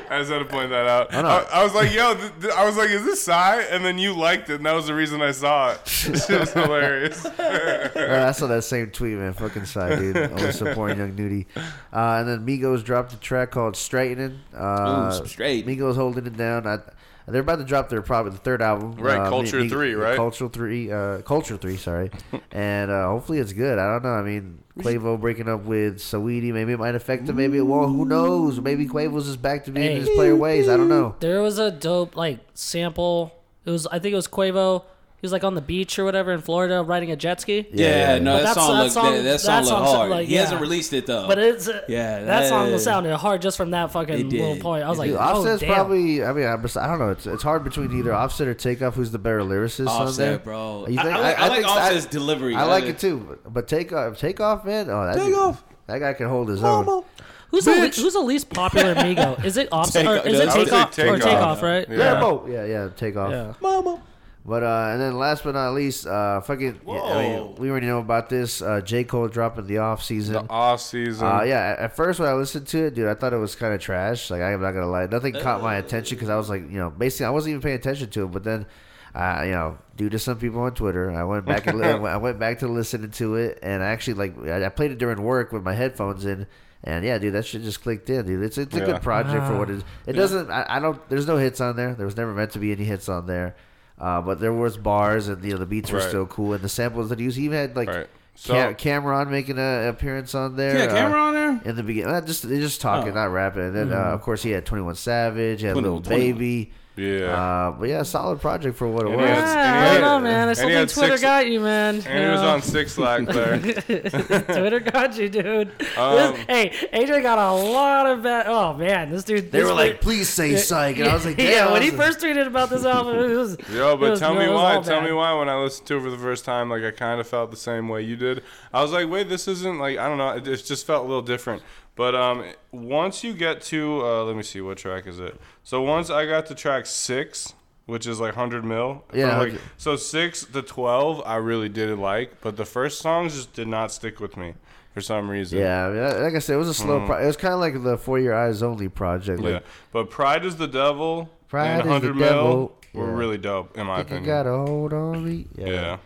[SPEAKER 2] I just had to point that out. I,
[SPEAKER 5] know.
[SPEAKER 2] I was like, yo, th- th- I was like, is this Psy? And then you liked it, and that was the reason I saw it. <laughs> It was hilarious.
[SPEAKER 5] Uh, I saw that same tweet, man. Fucking side, dude. Always supporting Young Nudie. Uh, and then Migos dropped a track called Straightening. Uh,
[SPEAKER 4] Ooh, straight.
[SPEAKER 5] Migos holding it down. I, they're about to drop their probably the third album,
[SPEAKER 2] Right,
[SPEAKER 5] Uh,
[SPEAKER 2] Culture Three, right?
[SPEAKER 5] Culture three, uh, Culture three, sorry, and uh, hopefully it's good. I don't know. I mean, Quavo breaking up with Saweetie, maybe it might affect him. Maybe it won't. Who knows? Maybe Quavo's just back to being
[SPEAKER 1] Hey.
[SPEAKER 5] his player ways. I don't know.
[SPEAKER 1] There was a dope like sample. It was I think it was Quavo. He was like on the beach or whatever in Florida riding a jet ski.
[SPEAKER 4] Yeah,
[SPEAKER 5] yeah.
[SPEAKER 1] But
[SPEAKER 4] no, that
[SPEAKER 1] that's-
[SPEAKER 4] song
[SPEAKER 1] that
[SPEAKER 4] looked
[SPEAKER 1] song-
[SPEAKER 4] that, that
[SPEAKER 1] that
[SPEAKER 4] song
[SPEAKER 1] song
[SPEAKER 4] looked
[SPEAKER 1] sound-
[SPEAKER 4] hard.
[SPEAKER 1] like,
[SPEAKER 4] He hasn't
[SPEAKER 1] yeah.
[SPEAKER 4] released it though.
[SPEAKER 1] But it's
[SPEAKER 4] Yeah,
[SPEAKER 1] yeah, that song
[SPEAKER 4] that-
[SPEAKER 1] sounded hard just from that fucking
[SPEAKER 4] It
[SPEAKER 1] little
[SPEAKER 4] did.
[SPEAKER 1] point. I was like,
[SPEAKER 5] Dude,
[SPEAKER 1] oh
[SPEAKER 5] Offset's
[SPEAKER 1] damn.
[SPEAKER 5] probably. I mean, I'm just- I don't know. It's it's hard between either Offset or Takeoff. Who's the better lyricist on
[SPEAKER 4] Offset,
[SPEAKER 5] there,
[SPEAKER 4] bro.
[SPEAKER 5] You
[SPEAKER 4] I-
[SPEAKER 5] think-
[SPEAKER 4] I like- I like
[SPEAKER 5] think-
[SPEAKER 4] Offset's delivery.
[SPEAKER 5] I
[SPEAKER 4] I
[SPEAKER 5] like
[SPEAKER 4] like-
[SPEAKER 5] it too, but Takeoff, Takeoff, man. Oh, that dude-
[SPEAKER 4] Takeoff.
[SPEAKER 5] That guy can hold his own.
[SPEAKER 1] Who's the, le- who's the least popular <laughs> Migo? Is it Offset
[SPEAKER 4] Take-
[SPEAKER 1] or is it
[SPEAKER 4] I
[SPEAKER 2] say
[SPEAKER 4] would
[SPEAKER 1] Takeoff or
[SPEAKER 2] Takeoff.
[SPEAKER 1] Takeoff? Right?
[SPEAKER 2] Yeah.
[SPEAKER 5] Yeah, Bo. yeah, yeah, Takeoff.
[SPEAKER 1] Yeah.
[SPEAKER 4] Mama.
[SPEAKER 5] But uh, and then last but not least, uh, fucking. yeah, I mean,
[SPEAKER 4] Whoa.
[SPEAKER 5] we already know about this. Uh, J Cole dropping the off season.
[SPEAKER 2] The off season.
[SPEAKER 5] Uh, yeah, at- at first when I listened to it, dude, I thought it was kind of trash. Like I'm not gonna lie, nothing
[SPEAKER 2] Uh,
[SPEAKER 5] caught my attention because I was like, you know, basically I wasn't even paying attention to it. But then, uh, you know, due to some people on Twitter, I went back
[SPEAKER 2] <laughs>
[SPEAKER 5] and li- I went back to listening to it, and I actually like I I played it during work with my headphones in. And yeah, dude, that shit just clicked in, dude. It's it's a
[SPEAKER 2] Yeah. Ah.
[SPEAKER 5] good project for what it is. It doesn't. I, I don't. There's no hits on there. There was never meant to be any hits on there, uh, but there was bars, and you know the beats were
[SPEAKER 2] Right.
[SPEAKER 5] still cool, and the samples that he used. He even had like
[SPEAKER 2] Right.
[SPEAKER 5] Ca-
[SPEAKER 2] So-
[SPEAKER 5] Cameron making an appearance on there.
[SPEAKER 4] Yeah,
[SPEAKER 5] uh,
[SPEAKER 4] camera on there.
[SPEAKER 5] in the beginning. Not just they just
[SPEAKER 1] Oh.
[SPEAKER 5] talking, not rapping. And then
[SPEAKER 1] Mm-hmm.
[SPEAKER 5] uh, of course he had Twenty One Savage, he had
[SPEAKER 4] 21,
[SPEAKER 5] Little Baby.
[SPEAKER 2] yeah.
[SPEAKER 5] Uh, but yeah, solid project for what it
[SPEAKER 2] And
[SPEAKER 5] was.
[SPEAKER 2] he had- and he
[SPEAKER 1] Yeah, Ah, I don't
[SPEAKER 2] had-
[SPEAKER 1] know, man. I
[SPEAKER 2] and
[SPEAKER 1] still
[SPEAKER 2] he had
[SPEAKER 1] think Twitter
[SPEAKER 2] six-
[SPEAKER 1] got you, man.
[SPEAKER 2] and he was
[SPEAKER 1] Yeah.
[SPEAKER 2] on Six Flags there.
[SPEAKER 1] <laughs> Twitter got you, dude. This-
[SPEAKER 2] Um,
[SPEAKER 1] <laughs> hey, AJ got a lot of bad. Oh man, this dude.
[SPEAKER 5] they
[SPEAKER 1] this <laughs>
[SPEAKER 5] were like,
[SPEAKER 1] dude-
[SPEAKER 5] "Please say psych," and I was like,
[SPEAKER 1] <laughs>
[SPEAKER 5] "Damn."
[SPEAKER 1] yeah, when he
[SPEAKER 5] I was like-
[SPEAKER 1] first tweeted about this album, it was.
[SPEAKER 2] <laughs> Yo,
[SPEAKER 1] it
[SPEAKER 2] but
[SPEAKER 1] was-
[SPEAKER 2] tell
[SPEAKER 1] it
[SPEAKER 2] me
[SPEAKER 1] was
[SPEAKER 2] why.
[SPEAKER 1] all
[SPEAKER 2] Tell
[SPEAKER 1] bad.
[SPEAKER 2] me why. When I listened to it for the first time, like I kind of felt the same way you did. I was like, wait, this isn't like I don't know. It, it just felt a little different. But um, once you get to, uh, let me see, what track is it? So once I got to track six, which is like hundred mil.
[SPEAKER 5] Yeah,
[SPEAKER 2] from, like,
[SPEAKER 5] 100.
[SPEAKER 2] so six to twelve, I really did like, but the first songs just did not stick with me for some reason.
[SPEAKER 5] Yeah, I mean, like I said, it was a
[SPEAKER 1] Hmm.
[SPEAKER 5] slow. Pro- it was kind of like the Four Year Eyes Only project.
[SPEAKER 2] Yeah.
[SPEAKER 5] Like,
[SPEAKER 2] But Pride is the Devil
[SPEAKER 5] Pride is
[SPEAKER 2] and
[SPEAKER 5] the
[SPEAKER 2] 100
[SPEAKER 5] Devil.
[SPEAKER 2] Mil were
[SPEAKER 5] Yeah.
[SPEAKER 2] really dope, in my
[SPEAKER 5] you
[SPEAKER 2] opinion.
[SPEAKER 5] got a hold on me.
[SPEAKER 2] yeah.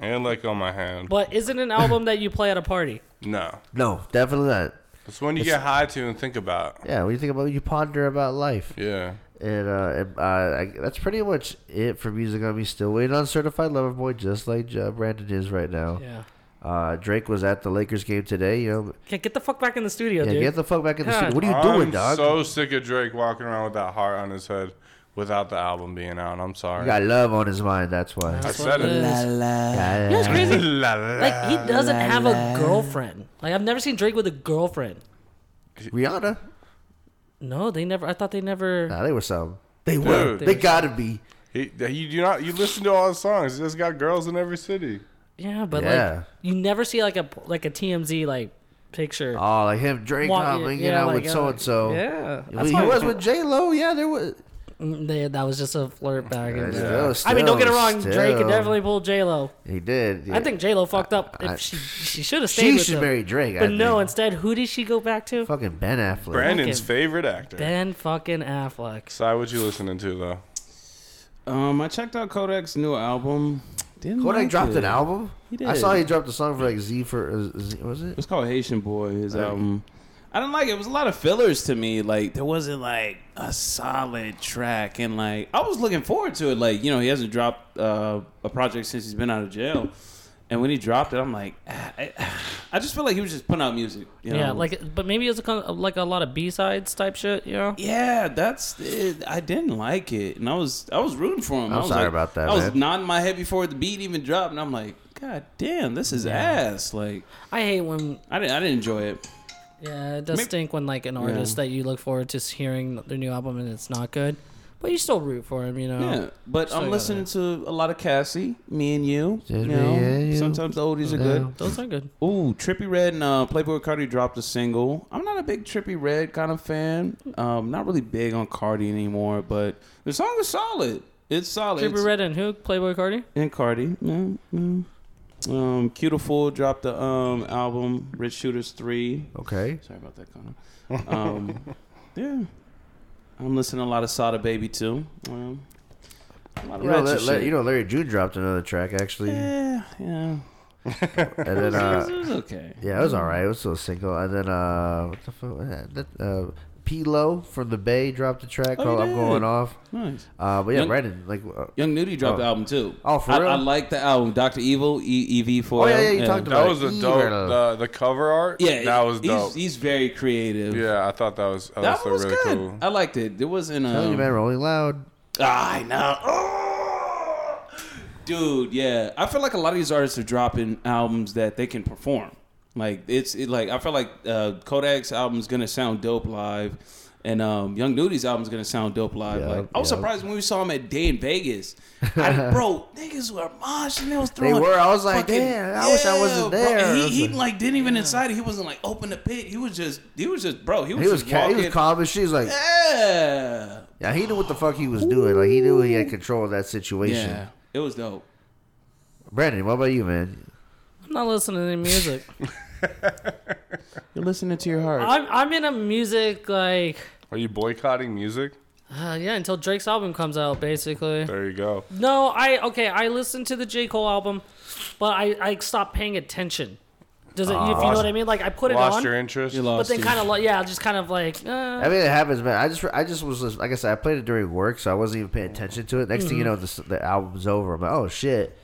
[SPEAKER 2] And Let Go My Hand.
[SPEAKER 1] But isn't an album that you play at a party?
[SPEAKER 2] no.
[SPEAKER 5] No, definitely not.
[SPEAKER 2] It's one you get high to and think about.
[SPEAKER 5] Yeah, when you think about it, you ponder about life.
[SPEAKER 2] Yeah.
[SPEAKER 5] And uh, and, uh, I, that's pretty much it for music on me. Still waiting on Certified Lover Boy, just like uh, Brandon is right now.
[SPEAKER 1] <laughs> Yeah.
[SPEAKER 5] Uh, Drake was at the Lakers game today. You know,
[SPEAKER 1] Okay, get the fuck back in the studio,
[SPEAKER 5] yeah,
[SPEAKER 1] dude.
[SPEAKER 5] get the fuck back in the
[SPEAKER 1] God.
[SPEAKER 5] studio. What are you
[SPEAKER 2] I'm
[SPEAKER 5] doing, dog?
[SPEAKER 2] so sick of Drake walking around with that heart on his head without the album being out. I'm
[SPEAKER 5] He
[SPEAKER 2] sorry.
[SPEAKER 5] got love on his mind. That's why.
[SPEAKER 2] I
[SPEAKER 1] That's
[SPEAKER 2] said
[SPEAKER 1] what it
[SPEAKER 2] it.
[SPEAKER 1] is.
[SPEAKER 4] La, la.
[SPEAKER 5] Yeah,
[SPEAKER 1] You know what's crazy?
[SPEAKER 2] <laughs> La, la,
[SPEAKER 1] Like he doesn't have a girlfriend. Like I've never seen Drake with a girlfriend.
[SPEAKER 5] Rihanna.
[SPEAKER 1] No, they never. I thought they never.
[SPEAKER 5] Nah, they were some. They were.
[SPEAKER 2] Dude.
[SPEAKER 5] They gotta be.
[SPEAKER 2] he, he, you not you listen to all his songs. He just got girls in every city.
[SPEAKER 1] Yeah, but
[SPEAKER 5] Yeah.
[SPEAKER 1] like you never see like a like a TMZ like picture.
[SPEAKER 5] Oh, like him, Drake,
[SPEAKER 1] Wa-
[SPEAKER 5] huh, hanging out
[SPEAKER 1] like,
[SPEAKER 5] with
[SPEAKER 1] uh,
[SPEAKER 5] so and so.
[SPEAKER 1] Yeah,
[SPEAKER 5] He was with J Lo. Yeah, there was.
[SPEAKER 1] Mm, they- that was just a flirt back. in there.
[SPEAKER 5] Still,
[SPEAKER 1] I mean, don't get it
[SPEAKER 5] still,
[SPEAKER 1] wrong. Drake
[SPEAKER 5] still.
[SPEAKER 1] could definitely pull J Lo.
[SPEAKER 5] He did. yeah.
[SPEAKER 1] I think J Lo fucked up. If
[SPEAKER 5] I-
[SPEAKER 1] she she should have stayed
[SPEAKER 5] she
[SPEAKER 1] with
[SPEAKER 5] should
[SPEAKER 1] him.
[SPEAKER 5] marry Drake. I
[SPEAKER 1] but no,
[SPEAKER 5] think.
[SPEAKER 1] instead, who did she go back to?
[SPEAKER 5] fucking Ben Affleck.
[SPEAKER 2] Brandon's
[SPEAKER 1] Fucking-
[SPEAKER 2] favorite actor.
[SPEAKER 1] Ben fucking Affleck.
[SPEAKER 2] Sai, what you listening to though?
[SPEAKER 4] Um, I checked out Kodak's new album. Didn't
[SPEAKER 5] Kodak
[SPEAKER 4] like
[SPEAKER 5] dropped
[SPEAKER 4] it.
[SPEAKER 5] an album.
[SPEAKER 4] He
[SPEAKER 5] I saw
[SPEAKER 4] did.
[SPEAKER 5] he dropped a song for like Z for uh, Z, was it?
[SPEAKER 4] It was called Haitian Boy. His
[SPEAKER 5] Right.
[SPEAKER 4] album. I didn't like it. It was a lot of fillers to me. Like there wasn't like a solid track, and like I was looking forward to it. Like you know, he hasn't dropped uh, a project since he's been out of jail, and when he dropped it, I'm like, ah, I, <sighs> I just feel like he was just putting out music. You know?
[SPEAKER 1] Yeah, like, but maybe it's a, kind of- like a lot of B sides type shit. You know?
[SPEAKER 4] Yeah, that's it. I didn't like it, and I was I was rooting for him.
[SPEAKER 5] I'm
[SPEAKER 4] I was
[SPEAKER 5] sorry
[SPEAKER 4] like-
[SPEAKER 5] about that,
[SPEAKER 4] I was
[SPEAKER 5] man.
[SPEAKER 4] nodding my head before the beat even dropped, and I'm like, God damn, this is ass. Like
[SPEAKER 1] I hate when
[SPEAKER 4] I didn't I didn't enjoy it.
[SPEAKER 1] yeah, it does
[SPEAKER 4] Maybe-
[SPEAKER 1] stink when like an artist that you look forward to hearing their new album and it's not good. but you still root for him, you know.
[SPEAKER 4] Yeah, but
[SPEAKER 1] Still
[SPEAKER 4] I'm
[SPEAKER 1] gotta-
[SPEAKER 4] listening to a lot of Cassie, me and you.
[SPEAKER 5] Just
[SPEAKER 4] you
[SPEAKER 5] me
[SPEAKER 4] know,
[SPEAKER 5] and you.
[SPEAKER 4] sometimes the oldies are
[SPEAKER 5] Yeah.
[SPEAKER 4] good.
[SPEAKER 1] Those are good.
[SPEAKER 4] Ooh, Trippy Red and uh, Playboy Cardi dropped a single. I'm not a big Trippy Red kind of fan. Um, not really big on Cardi anymore, but the song is solid. It's solid.
[SPEAKER 1] Trippie
[SPEAKER 4] It's-
[SPEAKER 1] Red and who? Playboy Cardi?
[SPEAKER 4] and Cardi. Yeah, yeah. Um, Beautiful dropped the um album Rich Shooters Three.
[SPEAKER 5] Okay.
[SPEAKER 4] Sorry about that, Connor.
[SPEAKER 5] <laughs>
[SPEAKER 4] Um, yeah, I'm listening to a lot of Sada Baby too. Um, a lot of
[SPEAKER 5] You know,
[SPEAKER 4] ratchet
[SPEAKER 5] let, let-
[SPEAKER 4] shit.
[SPEAKER 5] you know, Larry June dropped another
[SPEAKER 4] <laughs>
[SPEAKER 5] track actually, and
[SPEAKER 4] yeah, yeah.
[SPEAKER 5] then
[SPEAKER 4] It was-
[SPEAKER 5] uh,
[SPEAKER 4] it was okay.
[SPEAKER 5] yeah, it was all right. It was still a single, and then uh, what the fuck? was that? That, Uh, Pilo from the Bay dropped a track
[SPEAKER 4] Oh,
[SPEAKER 5] called
[SPEAKER 4] he
[SPEAKER 5] "I'm
[SPEAKER 4] did.
[SPEAKER 5] Going Off."
[SPEAKER 4] Nice.
[SPEAKER 5] Uh, but yeah,
[SPEAKER 4] Young-
[SPEAKER 5] Brandon, like, uh,
[SPEAKER 4] Young Nudie dropped
[SPEAKER 5] Oh.
[SPEAKER 4] the album too.
[SPEAKER 5] Oh, for
[SPEAKER 4] I,
[SPEAKER 5] real?
[SPEAKER 4] I like the album. Doctor Evil, E- EV4.
[SPEAKER 5] Oh, yeah, yeah, you talked
[SPEAKER 2] That
[SPEAKER 5] about
[SPEAKER 2] was a
[SPEAKER 5] Evil.
[SPEAKER 2] dope. uh, The, the cover art.
[SPEAKER 4] Yeah,
[SPEAKER 2] that was dope.
[SPEAKER 4] He's, he's very creative.
[SPEAKER 2] yeah, I thought that was that, was
[SPEAKER 4] That
[SPEAKER 2] still
[SPEAKER 4] was
[SPEAKER 2] really
[SPEAKER 4] good.
[SPEAKER 2] cool.
[SPEAKER 4] I liked it. There wasn't.
[SPEAKER 5] oh, you
[SPEAKER 4] Um,
[SPEAKER 5] man, Rolling Loud.
[SPEAKER 4] Ah, I know. Oh! Dude, yeah. I feel like a lot of these artists are dropping albums that they can perform. Like it's it, like I feel like uh, Kodak's album's gonna sound dope live, and um, Young Nudy's album's gonna sound dope live.
[SPEAKER 5] Yeah,
[SPEAKER 4] like I was
[SPEAKER 5] yeah.
[SPEAKER 4] surprised when we saw him at Day in
[SPEAKER 5] <laughs>
[SPEAKER 4] Vegas. I, bro, niggas were moshing. They was
[SPEAKER 5] They
[SPEAKER 4] throwing.
[SPEAKER 5] were. I was like,
[SPEAKER 4] fucking-
[SPEAKER 5] "Damn, I wish I wasn't
[SPEAKER 4] bro."
[SPEAKER 5] there."
[SPEAKER 4] And
[SPEAKER 5] I
[SPEAKER 4] He,
[SPEAKER 5] was
[SPEAKER 4] he
[SPEAKER 5] like-
[SPEAKER 4] like didn't even inside. He wasn't like open the pit. He was just he was just bro. He was
[SPEAKER 5] He was
[SPEAKER 4] just
[SPEAKER 5] ca- he
[SPEAKER 4] walking.
[SPEAKER 5] was calm, and she's like,
[SPEAKER 4] yeah.
[SPEAKER 5] yeah, he knew what the fuck he was doing. Like he knew he had control of that situation.
[SPEAKER 4] Yeah, it was dope.
[SPEAKER 5] Brandon, what about you, man?
[SPEAKER 1] I'm not listening to any music.
[SPEAKER 4] You're listening to your heart.
[SPEAKER 1] <laughs> I'm I'm in a music like
[SPEAKER 2] Are you boycotting music?
[SPEAKER 1] uh, yeah until Drake's album comes out basically.
[SPEAKER 2] There you go.
[SPEAKER 1] No, I okay. I listened to the J Cole album, but I I stopped paying attention. Does it? if you know
[SPEAKER 2] Uh, Lost-
[SPEAKER 1] what I mean? Like I put it
[SPEAKER 2] Lost
[SPEAKER 1] on,
[SPEAKER 2] your interest.
[SPEAKER 4] You lost
[SPEAKER 1] but then
[SPEAKER 4] it.
[SPEAKER 1] kind of like yeah, just kind of like uh,
[SPEAKER 5] I mean, it happens, man. I just, I just was, just, like I said, I played it during work, so I wasn't even paying attention to it. Next thing you
[SPEAKER 1] Mm-hmm.
[SPEAKER 5] know, the, the album's over. I'm like, oh shit.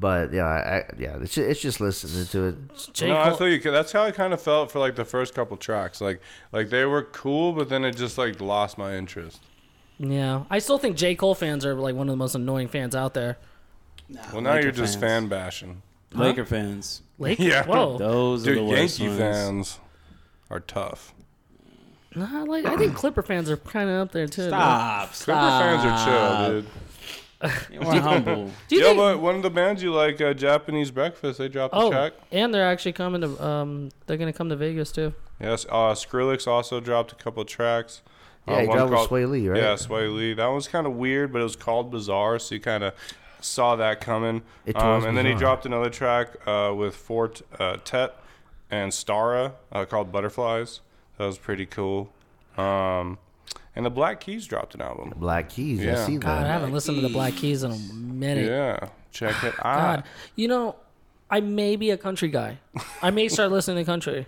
[SPEAKER 5] But yeah, I, I- yeah, it's just, it's just listening to it.
[SPEAKER 1] J
[SPEAKER 2] no, I
[SPEAKER 1] Cole.
[SPEAKER 2] feel you. That's how I kind of felt for like the first couple tracks. Like, like they were cool, but then it just like lost my interest.
[SPEAKER 1] yeah, I still think J Cole fans are like one of the most annoying fans out there.
[SPEAKER 2] Well, now
[SPEAKER 4] Ah, Laker
[SPEAKER 2] you're just
[SPEAKER 4] fans.
[SPEAKER 2] fan bashing.
[SPEAKER 4] Laker fans.
[SPEAKER 1] Like
[SPEAKER 2] <laughs> Yeah.
[SPEAKER 1] whoa,
[SPEAKER 4] Those are
[SPEAKER 2] Dude,
[SPEAKER 4] the worst
[SPEAKER 2] Yankee
[SPEAKER 4] ones.
[SPEAKER 2] fans are tough.
[SPEAKER 1] nah, like I think Clipper fans are kind of up there too.
[SPEAKER 4] Stop.
[SPEAKER 2] Clipper fans are chill, dude.
[SPEAKER 4] You
[SPEAKER 2] <laughs>
[SPEAKER 4] are humble.
[SPEAKER 1] Do you
[SPEAKER 2] Yo,
[SPEAKER 1] think?
[SPEAKER 2] but one of the bands you like, uh, Japanese Breakfast, they dropped a
[SPEAKER 1] oh,
[SPEAKER 2] track.
[SPEAKER 1] and they're actually coming to um, they're gonna come to Vegas too.
[SPEAKER 2] Yes, uh, Skrillex also dropped a couple tracks.
[SPEAKER 5] Yeah,
[SPEAKER 2] uh,
[SPEAKER 5] he
[SPEAKER 2] one
[SPEAKER 5] dropped with
[SPEAKER 2] called-
[SPEAKER 5] Sway Lee, right?
[SPEAKER 2] Yeah, Sway Lee. That one's kind of weird, but it was called Bizarre, so you kind of saw that coming.
[SPEAKER 5] It
[SPEAKER 2] um,
[SPEAKER 5] was
[SPEAKER 2] and then he
[SPEAKER 5] bizarre.
[SPEAKER 2] dropped another track uh, with Fort uh, Tet and Stara uh, called Butterflies. That was pretty cool. Um, and the Black Keys dropped an album.
[SPEAKER 5] Black Keys,
[SPEAKER 2] Yeah.
[SPEAKER 5] I see
[SPEAKER 1] God, I
[SPEAKER 5] that.
[SPEAKER 1] haven't listened to the Black Keys in a minute.
[SPEAKER 2] Yeah, check
[SPEAKER 5] <sighs>
[SPEAKER 2] it
[SPEAKER 1] God,
[SPEAKER 2] out.
[SPEAKER 1] you know, I may be a country guy. I may start listening to <laughs> country.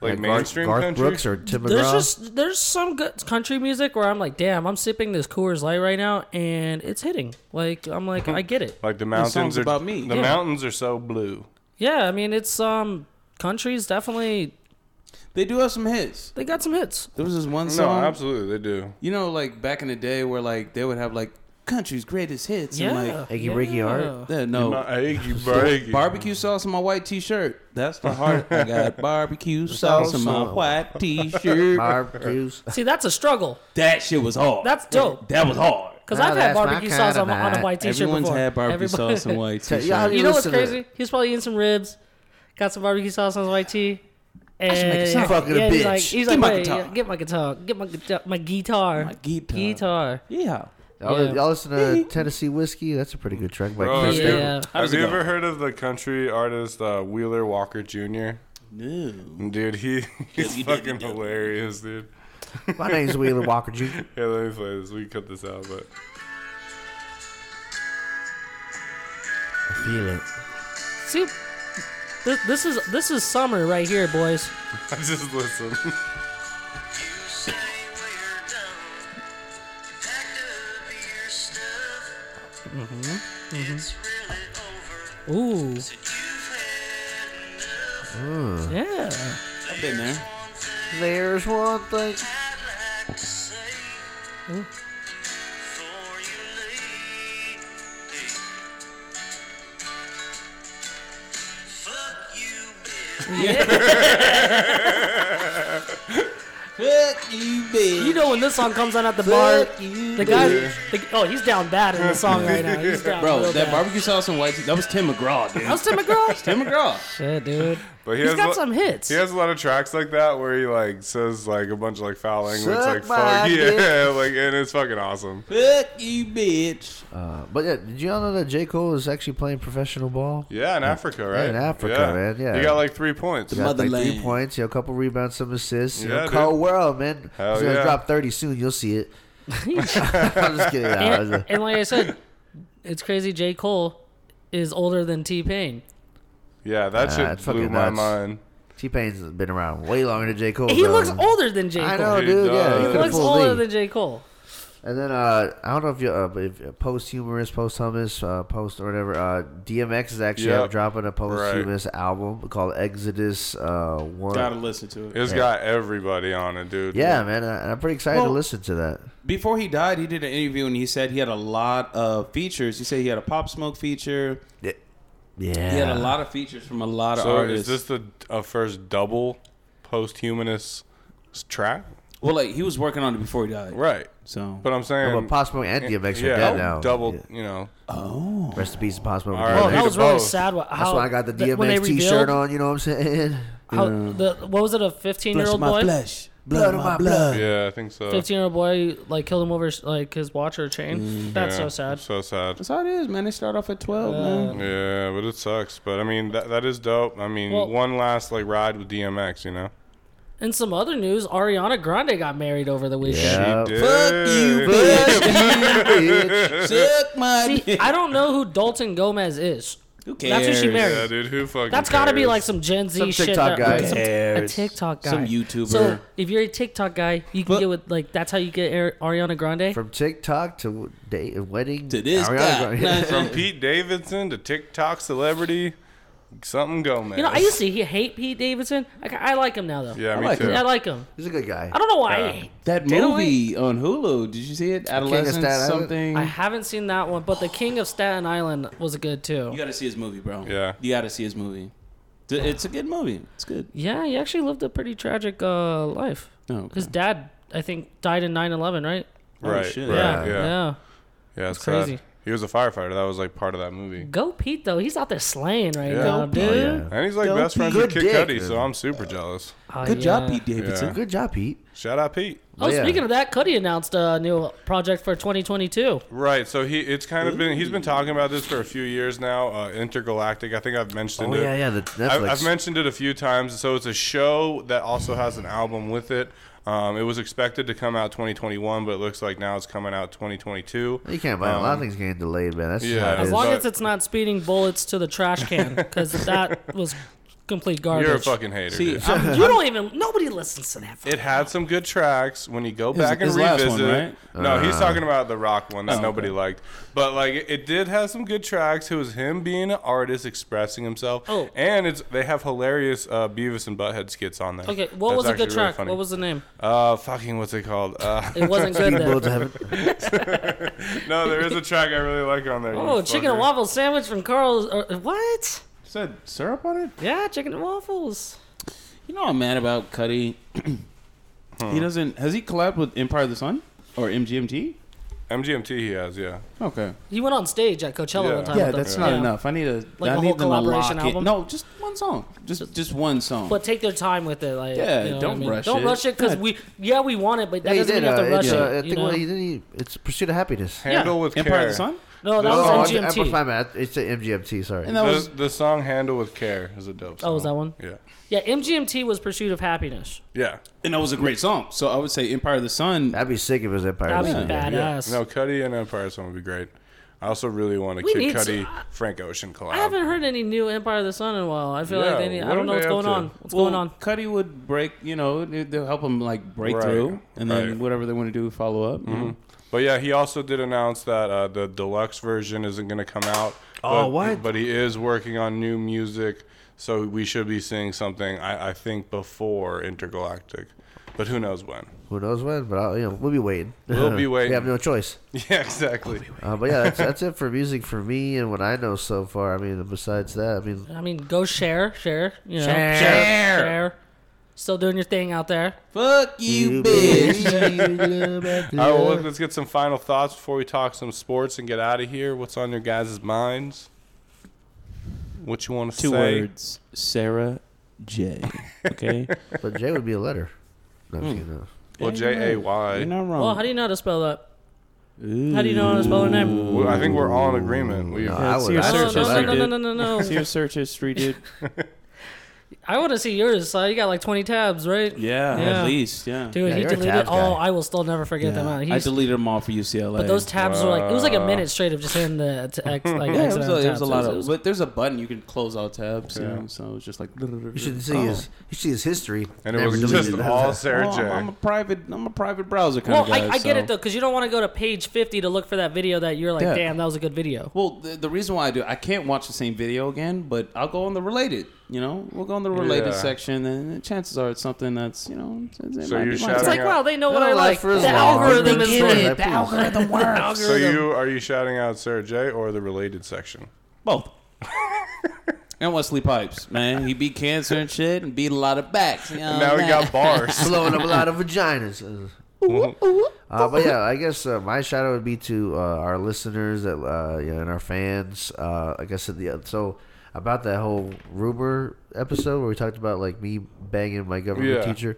[SPEAKER 2] Like,
[SPEAKER 5] Garth-
[SPEAKER 2] mainstream
[SPEAKER 5] Garth,
[SPEAKER 2] country.
[SPEAKER 5] Brooks or Tim
[SPEAKER 1] There's
[SPEAKER 5] McGraw.
[SPEAKER 1] just there's some good country music where I'm like, damn, I'm sipping this Coors Light right now, and it's hitting. Like I'm like, I get it.
[SPEAKER 2] like the mountains
[SPEAKER 4] song's
[SPEAKER 2] are
[SPEAKER 4] about me.
[SPEAKER 2] The
[SPEAKER 1] Yeah.
[SPEAKER 2] mountains are so blue.
[SPEAKER 1] Yeah, I mean, it's um, country's definitely
[SPEAKER 4] they do have some hits.
[SPEAKER 1] they got some hits.
[SPEAKER 4] There was this one
[SPEAKER 2] No,
[SPEAKER 4] song.
[SPEAKER 2] absolutely they do.
[SPEAKER 4] You know, like back in the day where like they would have like country's greatest hits
[SPEAKER 1] Yeah,
[SPEAKER 4] and like
[SPEAKER 5] Iggy Briggy art.
[SPEAKER 4] yeah, no.
[SPEAKER 2] My achy <laughs> breaky.
[SPEAKER 4] Barbecue sauce on my white T-shirt. That's the heart. I
[SPEAKER 2] <laughs>
[SPEAKER 4] got barbecue sauce on my
[SPEAKER 1] <laughs>
[SPEAKER 5] sauce.
[SPEAKER 4] white T-shirt.
[SPEAKER 5] barbecues. <laughs>
[SPEAKER 1] See, that's a struggle.
[SPEAKER 4] That shit was hard.
[SPEAKER 1] That's dope.
[SPEAKER 4] That was hard.
[SPEAKER 1] Because
[SPEAKER 5] Nah,
[SPEAKER 1] I've had
[SPEAKER 5] that's my
[SPEAKER 1] barbecue
[SPEAKER 5] kind
[SPEAKER 1] sauce
[SPEAKER 5] of
[SPEAKER 1] on, my- on a
[SPEAKER 5] night.
[SPEAKER 1] white T-shirt
[SPEAKER 4] Everyone's
[SPEAKER 1] before.
[SPEAKER 4] had barbecue
[SPEAKER 1] Everybody- <laughs>
[SPEAKER 4] sauce and white
[SPEAKER 5] Tell-
[SPEAKER 4] T-shirt.
[SPEAKER 5] y'all how do
[SPEAKER 1] You know what's
[SPEAKER 5] Listen to
[SPEAKER 1] crazy? He's probably eating some ribs, got some barbecue sauce on his white tea. And
[SPEAKER 5] a sound. Fucking a
[SPEAKER 1] yeah, He's
[SPEAKER 5] bitch.
[SPEAKER 1] like, he's
[SPEAKER 4] Get
[SPEAKER 1] like,
[SPEAKER 4] my
[SPEAKER 1] "Wait,
[SPEAKER 4] guitar."
[SPEAKER 1] yeah, get my guitar. Get my guitar. My guitar.
[SPEAKER 4] My guitar.
[SPEAKER 1] Guitar.
[SPEAKER 4] Yeah.
[SPEAKER 5] Y'all,
[SPEAKER 1] Yeah.
[SPEAKER 5] y'all listen to Tennessee Whiskey? That's a pretty Oh, good track by
[SPEAKER 2] Bro, have
[SPEAKER 5] Keys.
[SPEAKER 2] you,
[SPEAKER 1] Yeah.
[SPEAKER 4] How does
[SPEAKER 2] have you
[SPEAKER 4] it go?
[SPEAKER 2] ever heard of the country artist uh, Wheeler Walker Jr.?
[SPEAKER 4] No.
[SPEAKER 2] Dude, he, he's fucking hilarious, dude.
[SPEAKER 5] <laughs> My name's Wheeler Walker Jr.
[SPEAKER 2] Yeah, let me play this. We can cut this out, but <laughs>
[SPEAKER 5] I feel it.
[SPEAKER 1] See, this, this is this is summer right here, boys.
[SPEAKER 2] I just listen. <laughs>
[SPEAKER 1] Ooh, yeah.
[SPEAKER 4] <laughs> I've been there.
[SPEAKER 5] There's one thing.
[SPEAKER 4] Fuck you, bitch.
[SPEAKER 1] You know when this song comes on at the bar, the guy, the, oh, he's down bad in the song right now. He's down
[SPEAKER 4] Bro,
[SPEAKER 1] real
[SPEAKER 4] that
[SPEAKER 1] bad.
[SPEAKER 4] barbecue sauce and white tea, that was Tim McGraw, dude.
[SPEAKER 1] How's Tim
[SPEAKER 4] <laughs>
[SPEAKER 1] McGraw?
[SPEAKER 4] Tim McGraw.
[SPEAKER 1] Shit, dude.
[SPEAKER 2] But he
[SPEAKER 1] He's
[SPEAKER 2] has
[SPEAKER 1] got
[SPEAKER 2] lo-
[SPEAKER 1] some hits.
[SPEAKER 2] He has a lot of tracks like that where he like says like a bunch of like foul language,
[SPEAKER 5] Suck
[SPEAKER 2] like
[SPEAKER 5] my
[SPEAKER 2] fuck
[SPEAKER 5] dick.
[SPEAKER 2] yeah, <laughs> like and it's fucking awesome.
[SPEAKER 4] Fuck you, bitch.
[SPEAKER 5] Uh, but yeah, did y'all know that J. Cole is actually playing professional ball?
[SPEAKER 2] Yeah, in Africa, right?
[SPEAKER 5] in Africa, man, yeah.
[SPEAKER 2] he got like three points.
[SPEAKER 5] Got like three
[SPEAKER 4] Motherland.
[SPEAKER 5] points, you know, a couple rebounds, some assists. You
[SPEAKER 2] Yeah,
[SPEAKER 5] know,
[SPEAKER 2] dude.
[SPEAKER 5] cold world, man.
[SPEAKER 2] Hell
[SPEAKER 5] He's gonna
[SPEAKER 2] yeah.
[SPEAKER 5] drop thirty soon. You'll
[SPEAKER 1] <laughs>
[SPEAKER 5] see it. <laughs> I'm just kidding. I was,
[SPEAKER 1] and,
[SPEAKER 5] uh,
[SPEAKER 1] and like I said, <laughs> it's crazy. J. Cole is older than T. Pain.
[SPEAKER 2] Yeah, that
[SPEAKER 5] Nah,
[SPEAKER 2] shit
[SPEAKER 5] it's
[SPEAKER 2] blew
[SPEAKER 5] fucking
[SPEAKER 2] my
[SPEAKER 5] nuts.
[SPEAKER 2] mind.
[SPEAKER 5] T Pain's been around way longer than J Cole.
[SPEAKER 1] He
[SPEAKER 5] though.
[SPEAKER 1] looks older than J. Cole.
[SPEAKER 5] I know,
[SPEAKER 2] He
[SPEAKER 5] dude. Yeah,
[SPEAKER 2] does.
[SPEAKER 5] he
[SPEAKER 1] He
[SPEAKER 2] He
[SPEAKER 5] could've
[SPEAKER 1] looks
[SPEAKER 5] fooled
[SPEAKER 1] older
[SPEAKER 5] me.
[SPEAKER 1] than J. Cole.
[SPEAKER 5] And then uh, I don't know if you uh, if uh, posthumous, posthumous, uh, post or whatever. Uh, DMX is actually
[SPEAKER 2] Yep.
[SPEAKER 5] out dropping a posthumous album called Exodus uh, One.
[SPEAKER 4] Gotta listen to it.
[SPEAKER 2] It's got everybody on it, dude.
[SPEAKER 5] yeah, man, uh, and I'm pretty excited to
[SPEAKER 4] Well-
[SPEAKER 5] listen to that.
[SPEAKER 4] Before he died, he did an interview and he said he had a lot of features. He said he had a Pop Smoke feature.
[SPEAKER 5] Yeah, yeah.
[SPEAKER 4] He had a lot of features from a lot of
[SPEAKER 2] So
[SPEAKER 4] artists.
[SPEAKER 2] Uh, is this the a first double post-humanist s- track?
[SPEAKER 4] well, like he was working on it before he died.
[SPEAKER 2] Right.
[SPEAKER 4] So
[SPEAKER 2] But I'm saying,
[SPEAKER 5] Oh, But Possible and DMX are
[SPEAKER 2] yeah, oh,
[SPEAKER 5] dead now.
[SPEAKER 2] double.
[SPEAKER 5] Yeah.
[SPEAKER 2] You
[SPEAKER 4] <laughs>
[SPEAKER 2] know,
[SPEAKER 5] Rest in peace, Possible.
[SPEAKER 2] All right,
[SPEAKER 1] Oh,
[SPEAKER 2] Well,
[SPEAKER 1] that
[SPEAKER 2] he's
[SPEAKER 1] was really
[SPEAKER 2] both.
[SPEAKER 1] sad. wha-
[SPEAKER 5] That's
[SPEAKER 1] How,
[SPEAKER 5] why I got the
[SPEAKER 1] that- when they
[SPEAKER 5] DMX T-shirt
[SPEAKER 1] revealed
[SPEAKER 5] on. You know what
[SPEAKER 1] <laughs>
[SPEAKER 5] I'm saying?
[SPEAKER 1] How, the, what was it? A fifteen-year-old boy,
[SPEAKER 4] flesh,
[SPEAKER 5] Blood on my blood.
[SPEAKER 2] yeah, I think so.
[SPEAKER 1] fifteen-year-old boy, like killed him over like his watch or a chain.
[SPEAKER 5] Mm-hmm.
[SPEAKER 1] That's
[SPEAKER 2] Yeah,
[SPEAKER 1] so sad.
[SPEAKER 2] So sad.
[SPEAKER 4] That's how it is, man. They start off at twelve, man.
[SPEAKER 2] Yeah, but it sucks. But I mean, that that is dope. I mean,
[SPEAKER 1] Well-
[SPEAKER 2] one last like ride with DMX, you know.
[SPEAKER 1] In some other news, Ariana Grande got married over the weekend.
[SPEAKER 5] Yeah.
[SPEAKER 2] He did.
[SPEAKER 4] Uh, Fuck you,
[SPEAKER 5] bitch.
[SPEAKER 4] Suck my.
[SPEAKER 1] See,
[SPEAKER 4] dick.
[SPEAKER 1] I don't know who Dalton Gomez is.
[SPEAKER 4] Who
[SPEAKER 1] that's
[SPEAKER 4] cares?
[SPEAKER 1] who she married.
[SPEAKER 2] Yeah, dude, who fucking?
[SPEAKER 1] That's got to be
[SPEAKER 2] cares?
[SPEAKER 1] like some Gen Z
[SPEAKER 5] Some
[SPEAKER 1] shit. that-
[SPEAKER 5] TikTok guy.
[SPEAKER 1] some- a
[SPEAKER 4] Cares.
[SPEAKER 1] TikTok guy.
[SPEAKER 4] Some YouTuber.
[SPEAKER 1] So if you're a TikTok guy, you can
[SPEAKER 4] But-
[SPEAKER 1] get with like that's how you get Ari- Ariana Grande.
[SPEAKER 5] <laughs> From TikTok to date wedding
[SPEAKER 4] To this
[SPEAKER 5] Ariana
[SPEAKER 4] guy.
[SPEAKER 5] Grande.
[SPEAKER 4] Nah,
[SPEAKER 2] from Pete Davidson to TikTok celebrity, something Gomez.
[SPEAKER 1] you know, I used to he- hate Pete Davidson. I, I like him now though.
[SPEAKER 2] Yeah,
[SPEAKER 4] I
[SPEAKER 2] me
[SPEAKER 4] like
[SPEAKER 2] too.
[SPEAKER 4] it.
[SPEAKER 1] I like him.
[SPEAKER 5] <laughs> He's a good guy.
[SPEAKER 1] I don't know why. I
[SPEAKER 2] Yeah.
[SPEAKER 1] hate-
[SPEAKER 4] that
[SPEAKER 1] Didn't
[SPEAKER 4] movie on Hulu, did you see it? Adolescence
[SPEAKER 5] Staten Island?
[SPEAKER 4] something.
[SPEAKER 1] I haven't seen that one, but The King of Staten Island was good
[SPEAKER 4] You
[SPEAKER 1] too.
[SPEAKER 4] gotta see his movie, bro.
[SPEAKER 2] Yeah.
[SPEAKER 4] You gotta see his movie. D- It's a good movie. It's good.
[SPEAKER 1] Yeah, he actually lived a pretty tragic uh, life.
[SPEAKER 4] No. Oh, okay.
[SPEAKER 1] His dad, I think, died in 9/11, right?
[SPEAKER 4] Oh,
[SPEAKER 2] Right,
[SPEAKER 4] shit.
[SPEAKER 2] right,
[SPEAKER 1] Yeah,
[SPEAKER 2] yeah,
[SPEAKER 1] yeah.
[SPEAKER 2] yeah, it's
[SPEAKER 1] That's crazy.
[SPEAKER 2] crazy. He was a firefighter. That was like part of that movie.
[SPEAKER 1] Go Pete though. He's out there slaying right
[SPEAKER 2] Yeah.
[SPEAKER 1] now,
[SPEAKER 4] Go
[SPEAKER 1] dude.
[SPEAKER 5] Oh, yeah.
[SPEAKER 2] And he's like
[SPEAKER 4] Don't
[SPEAKER 2] best friends
[SPEAKER 5] be
[SPEAKER 2] with
[SPEAKER 5] good
[SPEAKER 2] Kid
[SPEAKER 5] dick.
[SPEAKER 2] Cudi, so I'm super jealous.
[SPEAKER 1] Oh,
[SPEAKER 4] Good job,
[SPEAKER 1] yeah.
[SPEAKER 4] Pete Davidson.
[SPEAKER 5] Good job, Pete.
[SPEAKER 2] Shout out Pete.
[SPEAKER 1] Oh,
[SPEAKER 5] Yeah.
[SPEAKER 1] speaking of that, Cuddy announced a new project for 2022.
[SPEAKER 2] Right, so he it's kind of been he's been talking about this for a few years now. Uh, Intergalactic, I think I've mentioned
[SPEAKER 5] Oh
[SPEAKER 2] it.
[SPEAKER 5] yeah, yeah. The
[SPEAKER 2] I've,
[SPEAKER 5] Netflix.
[SPEAKER 2] I've mentioned it a few times. So it's a show that also has an album with it. Um, it was expected to come out 2021, but it looks like now it's coming out 2022.
[SPEAKER 5] you can't buy it. a lot of
[SPEAKER 2] Um,
[SPEAKER 5] things getting delayed, man. That's just
[SPEAKER 2] yeah.
[SPEAKER 5] how it
[SPEAKER 2] As
[SPEAKER 1] As
[SPEAKER 5] is.
[SPEAKER 1] long
[SPEAKER 2] But-
[SPEAKER 1] as it's not speeding bullets to the trash can,
[SPEAKER 5] <laughs>
[SPEAKER 1] because that was complete garbage.
[SPEAKER 2] You're a fucking hater.
[SPEAKER 4] See,
[SPEAKER 2] dude. <laughs>
[SPEAKER 4] I'm-
[SPEAKER 1] You don't even. Nobody listens to that.
[SPEAKER 2] It had some good tracks when you go back and
[SPEAKER 4] his last
[SPEAKER 2] revisit.
[SPEAKER 4] one,
[SPEAKER 2] it. No, he's talking
[SPEAKER 4] Uh.
[SPEAKER 2] about the rock one
[SPEAKER 1] Oh,
[SPEAKER 2] that nobody liked. But like it, it did have some good tracks. It was him being an artist expressing himself.
[SPEAKER 1] Oh.
[SPEAKER 2] And it's they have hilarious uh, Beavis and Butthead skits on there.
[SPEAKER 1] Okay, what
[SPEAKER 2] That's
[SPEAKER 1] was a good
[SPEAKER 2] actually really
[SPEAKER 1] track?
[SPEAKER 2] funny.
[SPEAKER 1] what was the name?
[SPEAKER 2] uh fucking what's it called? Uh,
[SPEAKER 1] <laughs> It wasn't good. then.
[SPEAKER 5] People to <laughs> heaven.
[SPEAKER 2] <laughs> no, there is a track I really like on there.
[SPEAKER 1] <laughs>
[SPEAKER 2] you
[SPEAKER 1] Oh, chicken and
[SPEAKER 2] fucker.
[SPEAKER 1] waffle sandwich from Carl's. Or, what?
[SPEAKER 4] Said syrup on it?
[SPEAKER 1] Yeah, chicken and waffles.
[SPEAKER 4] You know I'm mad about Cuddy. <clears throat> He doesn't has he collabed with Empire of the Sun? Or MGMT?
[SPEAKER 2] MGMT he has, yeah.
[SPEAKER 4] Okay.
[SPEAKER 1] He went on stage at Coachella
[SPEAKER 2] Yeah.
[SPEAKER 1] one time.
[SPEAKER 4] yeah,
[SPEAKER 1] with them.
[SPEAKER 4] that's not enough. I need a
[SPEAKER 1] Like a
[SPEAKER 4] I need
[SPEAKER 1] whole
[SPEAKER 4] them to lock
[SPEAKER 1] collaboration
[SPEAKER 4] it.
[SPEAKER 1] album?
[SPEAKER 4] No, just one song. Just just one song.
[SPEAKER 1] But take their time with it. Like,
[SPEAKER 4] Yeah,
[SPEAKER 1] you know what
[SPEAKER 4] don't
[SPEAKER 1] I mean?
[SPEAKER 4] rush
[SPEAKER 1] Don't
[SPEAKER 4] it.
[SPEAKER 1] rush it because
[SPEAKER 4] Yeah.
[SPEAKER 1] we. Yeah, we want it, but that
[SPEAKER 5] Yeah, he
[SPEAKER 1] doesn't
[SPEAKER 5] did.
[SPEAKER 1] mean you have to
[SPEAKER 5] uh,
[SPEAKER 1] rush
[SPEAKER 5] it's,
[SPEAKER 1] it.
[SPEAKER 5] uh, I
[SPEAKER 1] you
[SPEAKER 5] think
[SPEAKER 1] know?
[SPEAKER 5] what he did. He, it's Pursuit of Happiness.
[SPEAKER 2] Handle with
[SPEAKER 4] Empire
[SPEAKER 2] care.
[SPEAKER 4] of the Sun?
[SPEAKER 1] no, that
[SPEAKER 2] Oh,
[SPEAKER 5] Oh,
[SPEAKER 1] was
[SPEAKER 5] I'm- I'm-
[SPEAKER 1] MGMT.
[SPEAKER 5] my bad. It's the MGMT. Sorry.
[SPEAKER 4] And that was
[SPEAKER 2] The, the song Handle with Care is a dope song.
[SPEAKER 1] Oh, was that one?
[SPEAKER 2] Yeah.
[SPEAKER 1] Yeah, MGMT was Pursuit of Happiness.
[SPEAKER 2] Yeah.
[SPEAKER 4] and that was a great song. So I would say Empire of the Sun.
[SPEAKER 5] That'd be sick if it was Empire.
[SPEAKER 1] That'd
[SPEAKER 5] City.
[SPEAKER 1] be badass.
[SPEAKER 2] No, Cuddy and Empire Sun would be great. I also really want a
[SPEAKER 1] We
[SPEAKER 2] Kid
[SPEAKER 1] need
[SPEAKER 2] Cuddy,
[SPEAKER 1] some-
[SPEAKER 2] Frank Ocean collab.
[SPEAKER 1] I haven't heard any new Empire of the Sun in a while. I feel
[SPEAKER 2] Yeah,
[SPEAKER 1] like they need. I
[SPEAKER 2] what
[SPEAKER 1] don't
[SPEAKER 2] are
[SPEAKER 1] know what's
[SPEAKER 2] they up
[SPEAKER 1] going
[SPEAKER 2] to?
[SPEAKER 1] on. What's going on?
[SPEAKER 4] Cuddy would break, you know, it- they'll help him like break
[SPEAKER 2] Right,
[SPEAKER 4] through, and then
[SPEAKER 2] right. Mm-hmm.
[SPEAKER 4] whatever they want to do, follow up. you know.
[SPEAKER 2] But yeah, he also did announce that uh, the deluxe version isn't going to come out.
[SPEAKER 5] Oh,
[SPEAKER 2] but,
[SPEAKER 5] what?
[SPEAKER 2] But he is working on new music, so we should be seeing something. I, I think before Intergalactic, but who knows when? <laughs>
[SPEAKER 5] Who knows when? But I'll, you know, we'll be waiting.
[SPEAKER 2] We'll be
[SPEAKER 5] <laughs> we
[SPEAKER 2] waiting.
[SPEAKER 5] have no choice.
[SPEAKER 2] Yeah, exactly.
[SPEAKER 5] Uh, but yeah, that's, that's it for music for me and what I know so far. I mean, besides that, I mean,
[SPEAKER 1] I mean, go share, share. You know,
[SPEAKER 5] Share.
[SPEAKER 1] share. share. Still doing your thing out there.
[SPEAKER 4] Fuck you, bitch. <laughs>
[SPEAKER 2] All right, Uh, well, let's get some final thoughts before we talk some sports and get out of here. What's on your guys' minds? What you want to
[SPEAKER 4] Two
[SPEAKER 2] say?
[SPEAKER 4] words. Sarah J. Okay.
[SPEAKER 5] but J would be a letter. No, I'm
[SPEAKER 4] Hmm.
[SPEAKER 5] kidding, no.
[SPEAKER 2] Well,
[SPEAKER 4] Yeah, you're
[SPEAKER 2] J A
[SPEAKER 4] right. You're
[SPEAKER 2] Y.
[SPEAKER 4] not wrong.
[SPEAKER 1] Well, how do you know how to spell that? How do you know how to spell her name?
[SPEAKER 2] Well, I think we're all in agreement. We,
[SPEAKER 5] No,
[SPEAKER 2] have
[SPEAKER 5] I
[SPEAKER 4] it's
[SPEAKER 5] would
[SPEAKER 4] your
[SPEAKER 1] No,
[SPEAKER 5] I
[SPEAKER 4] search
[SPEAKER 5] would
[SPEAKER 1] no,
[SPEAKER 5] say
[SPEAKER 1] no,
[SPEAKER 4] history,
[SPEAKER 1] no,
[SPEAKER 5] letter.
[SPEAKER 1] no,
[SPEAKER 4] dude.
[SPEAKER 1] no, no, no.
[SPEAKER 4] See your search history, dude.
[SPEAKER 1] I want to see yours. So you got like 20 tabs, right?
[SPEAKER 4] <laughs> Yeah,
[SPEAKER 1] Yeah.
[SPEAKER 4] at least, yeah.
[SPEAKER 1] Dude,
[SPEAKER 5] Yeah,
[SPEAKER 1] he
[SPEAKER 5] you're a
[SPEAKER 1] deleted.
[SPEAKER 5] tabs guy.
[SPEAKER 1] Oh, I will still never forget them. Out.
[SPEAKER 4] I deleted them all for UCLA.
[SPEAKER 1] But those tabs were like it was like a minute straight of just hitting the to X, like
[SPEAKER 4] yeah,
[SPEAKER 1] X
[SPEAKER 4] it was,
[SPEAKER 1] out
[SPEAKER 4] a, it was
[SPEAKER 1] tabs.
[SPEAKER 4] a lot
[SPEAKER 1] It
[SPEAKER 4] of.
[SPEAKER 1] was-
[SPEAKER 4] But there's a button you can close all tabs. You know, so it's just like. <laughs>
[SPEAKER 5] You should see
[SPEAKER 4] Oh.
[SPEAKER 5] his. You see his history.
[SPEAKER 2] and it
[SPEAKER 5] Never
[SPEAKER 2] was
[SPEAKER 5] deleted
[SPEAKER 2] just
[SPEAKER 5] it.
[SPEAKER 2] all
[SPEAKER 4] Oh,
[SPEAKER 2] Sarah
[SPEAKER 4] I'm, I'm a
[SPEAKER 2] J.
[SPEAKER 4] private. I'm a private browser kind
[SPEAKER 1] well,
[SPEAKER 4] of guy.
[SPEAKER 1] I, I get
[SPEAKER 4] so-
[SPEAKER 1] it though, because you don't want to go to page fifty to look for that video that you're like,
[SPEAKER 4] Yeah.
[SPEAKER 1] damn, that was a good video.
[SPEAKER 4] Well, the, the reason why I do, I can't watch the same video again, but I'll go on the related. You know, we'll go on the related
[SPEAKER 2] Yeah.
[SPEAKER 4] section, and chances are it's something that's you know. It, it
[SPEAKER 2] So you're
[SPEAKER 4] might be my
[SPEAKER 2] shouting
[SPEAKER 1] It's
[SPEAKER 4] type.
[SPEAKER 1] like,
[SPEAKER 2] out-
[SPEAKER 1] wow, they know what I
[SPEAKER 5] That'll
[SPEAKER 1] like.
[SPEAKER 5] last for as
[SPEAKER 1] The
[SPEAKER 5] long as
[SPEAKER 1] algorithm
[SPEAKER 5] they
[SPEAKER 1] is
[SPEAKER 5] get
[SPEAKER 1] right.
[SPEAKER 5] it. The algorithm
[SPEAKER 1] works.
[SPEAKER 2] So you are you shouting out Sarah J. or the related section?
[SPEAKER 4] both. <laughs> and Wesley Pipes, man, he beat cancer and shit, and beat a lot of backs. You know
[SPEAKER 5] Oh,
[SPEAKER 2] now we
[SPEAKER 4] that?
[SPEAKER 2] got
[SPEAKER 5] <laughs>
[SPEAKER 2] bars.
[SPEAKER 5] Blowing up a lot of vaginas. Uh, but yeah, I guess uh, my shout out would be to uh, our listeners that uh, you know, and our fans. Uh, like I said, the so about that whole Ruber episode where we talked about like me banging my government
[SPEAKER 2] Yeah.
[SPEAKER 5] teacher.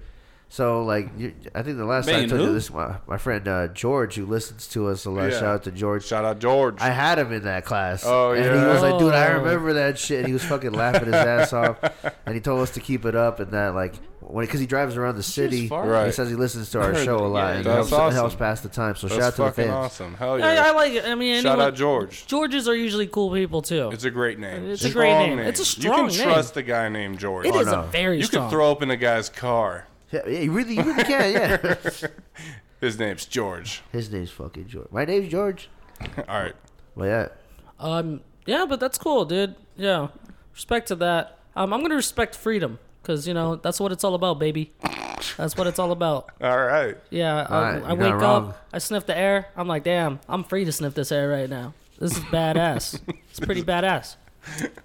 [SPEAKER 5] So like, you, I think the last time I
[SPEAKER 4] Banging
[SPEAKER 5] told
[SPEAKER 4] who?
[SPEAKER 5] you this, my, my friend uh, George who listens to us a lot.
[SPEAKER 2] Yeah.
[SPEAKER 5] Shout out to George.
[SPEAKER 2] Shout out George.
[SPEAKER 5] I had him in that class.
[SPEAKER 2] Oh,
[SPEAKER 5] And he
[SPEAKER 2] yeah.
[SPEAKER 5] was like, dude, I
[SPEAKER 1] Oh.
[SPEAKER 5] remember that shit. And he was fucking laughing his ass off. And he told us to keep it up and that, like, when because he drives around the city,
[SPEAKER 4] far.
[SPEAKER 2] Right.
[SPEAKER 5] he says he listens to our
[SPEAKER 4] heard
[SPEAKER 5] show a
[SPEAKER 4] that.
[SPEAKER 5] lot
[SPEAKER 4] Yeah,
[SPEAKER 5] and
[SPEAKER 2] that's
[SPEAKER 5] helps,
[SPEAKER 2] awesome.
[SPEAKER 5] helps pass the time. So
[SPEAKER 2] That's
[SPEAKER 5] shout out to the
[SPEAKER 2] fucking
[SPEAKER 5] fans.
[SPEAKER 2] awesome. Hell yeah!
[SPEAKER 1] I, I like it. I mean,
[SPEAKER 2] Shout
[SPEAKER 1] anyone,
[SPEAKER 2] out George.
[SPEAKER 1] Georges are usually cool people too.
[SPEAKER 2] It's a great name.
[SPEAKER 1] It's a great name. It's a strong name.
[SPEAKER 2] You can trust a guy named George.
[SPEAKER 1] It is
[SPEAKER 5] Oh, no.
[SPEAKER 1] a very
[SPEAKER 2] You
[SPEAKER 1] strong.
[SPEAKER 2] can throw open a guy's car.
[SPEAKER 5] Yeah, yeah, you really, you really can, yeah. <laughs>
[SPEAKER 2] His name's George. <laughs>
[SPEAKER 5] His name's fucking George. My name's George.
[SPEAKER 2] All right.
[SPEAKER 5] But yeah,
[SPEAKER 1] um, yeah, but that's cool, dude. Yeah, respect to that. Um, I'm gonna respect freedom because you know that's what it's all about, baby. That's what it's all about.
[SPEAKER 2] All right.
[SPEAKER 1] Yeah, um, I,
[SPEAKER 5] Alright,
[SPEAKER 1] I
[SPEAKER 5] you're
[SPEAKER 1] wake
[SPEAKER 5] not wrong.
[SPEAKER 1] up, I sniff the air. I'm like, damn, I'm free to sniff this air right now. This is badass. it's pretty badass.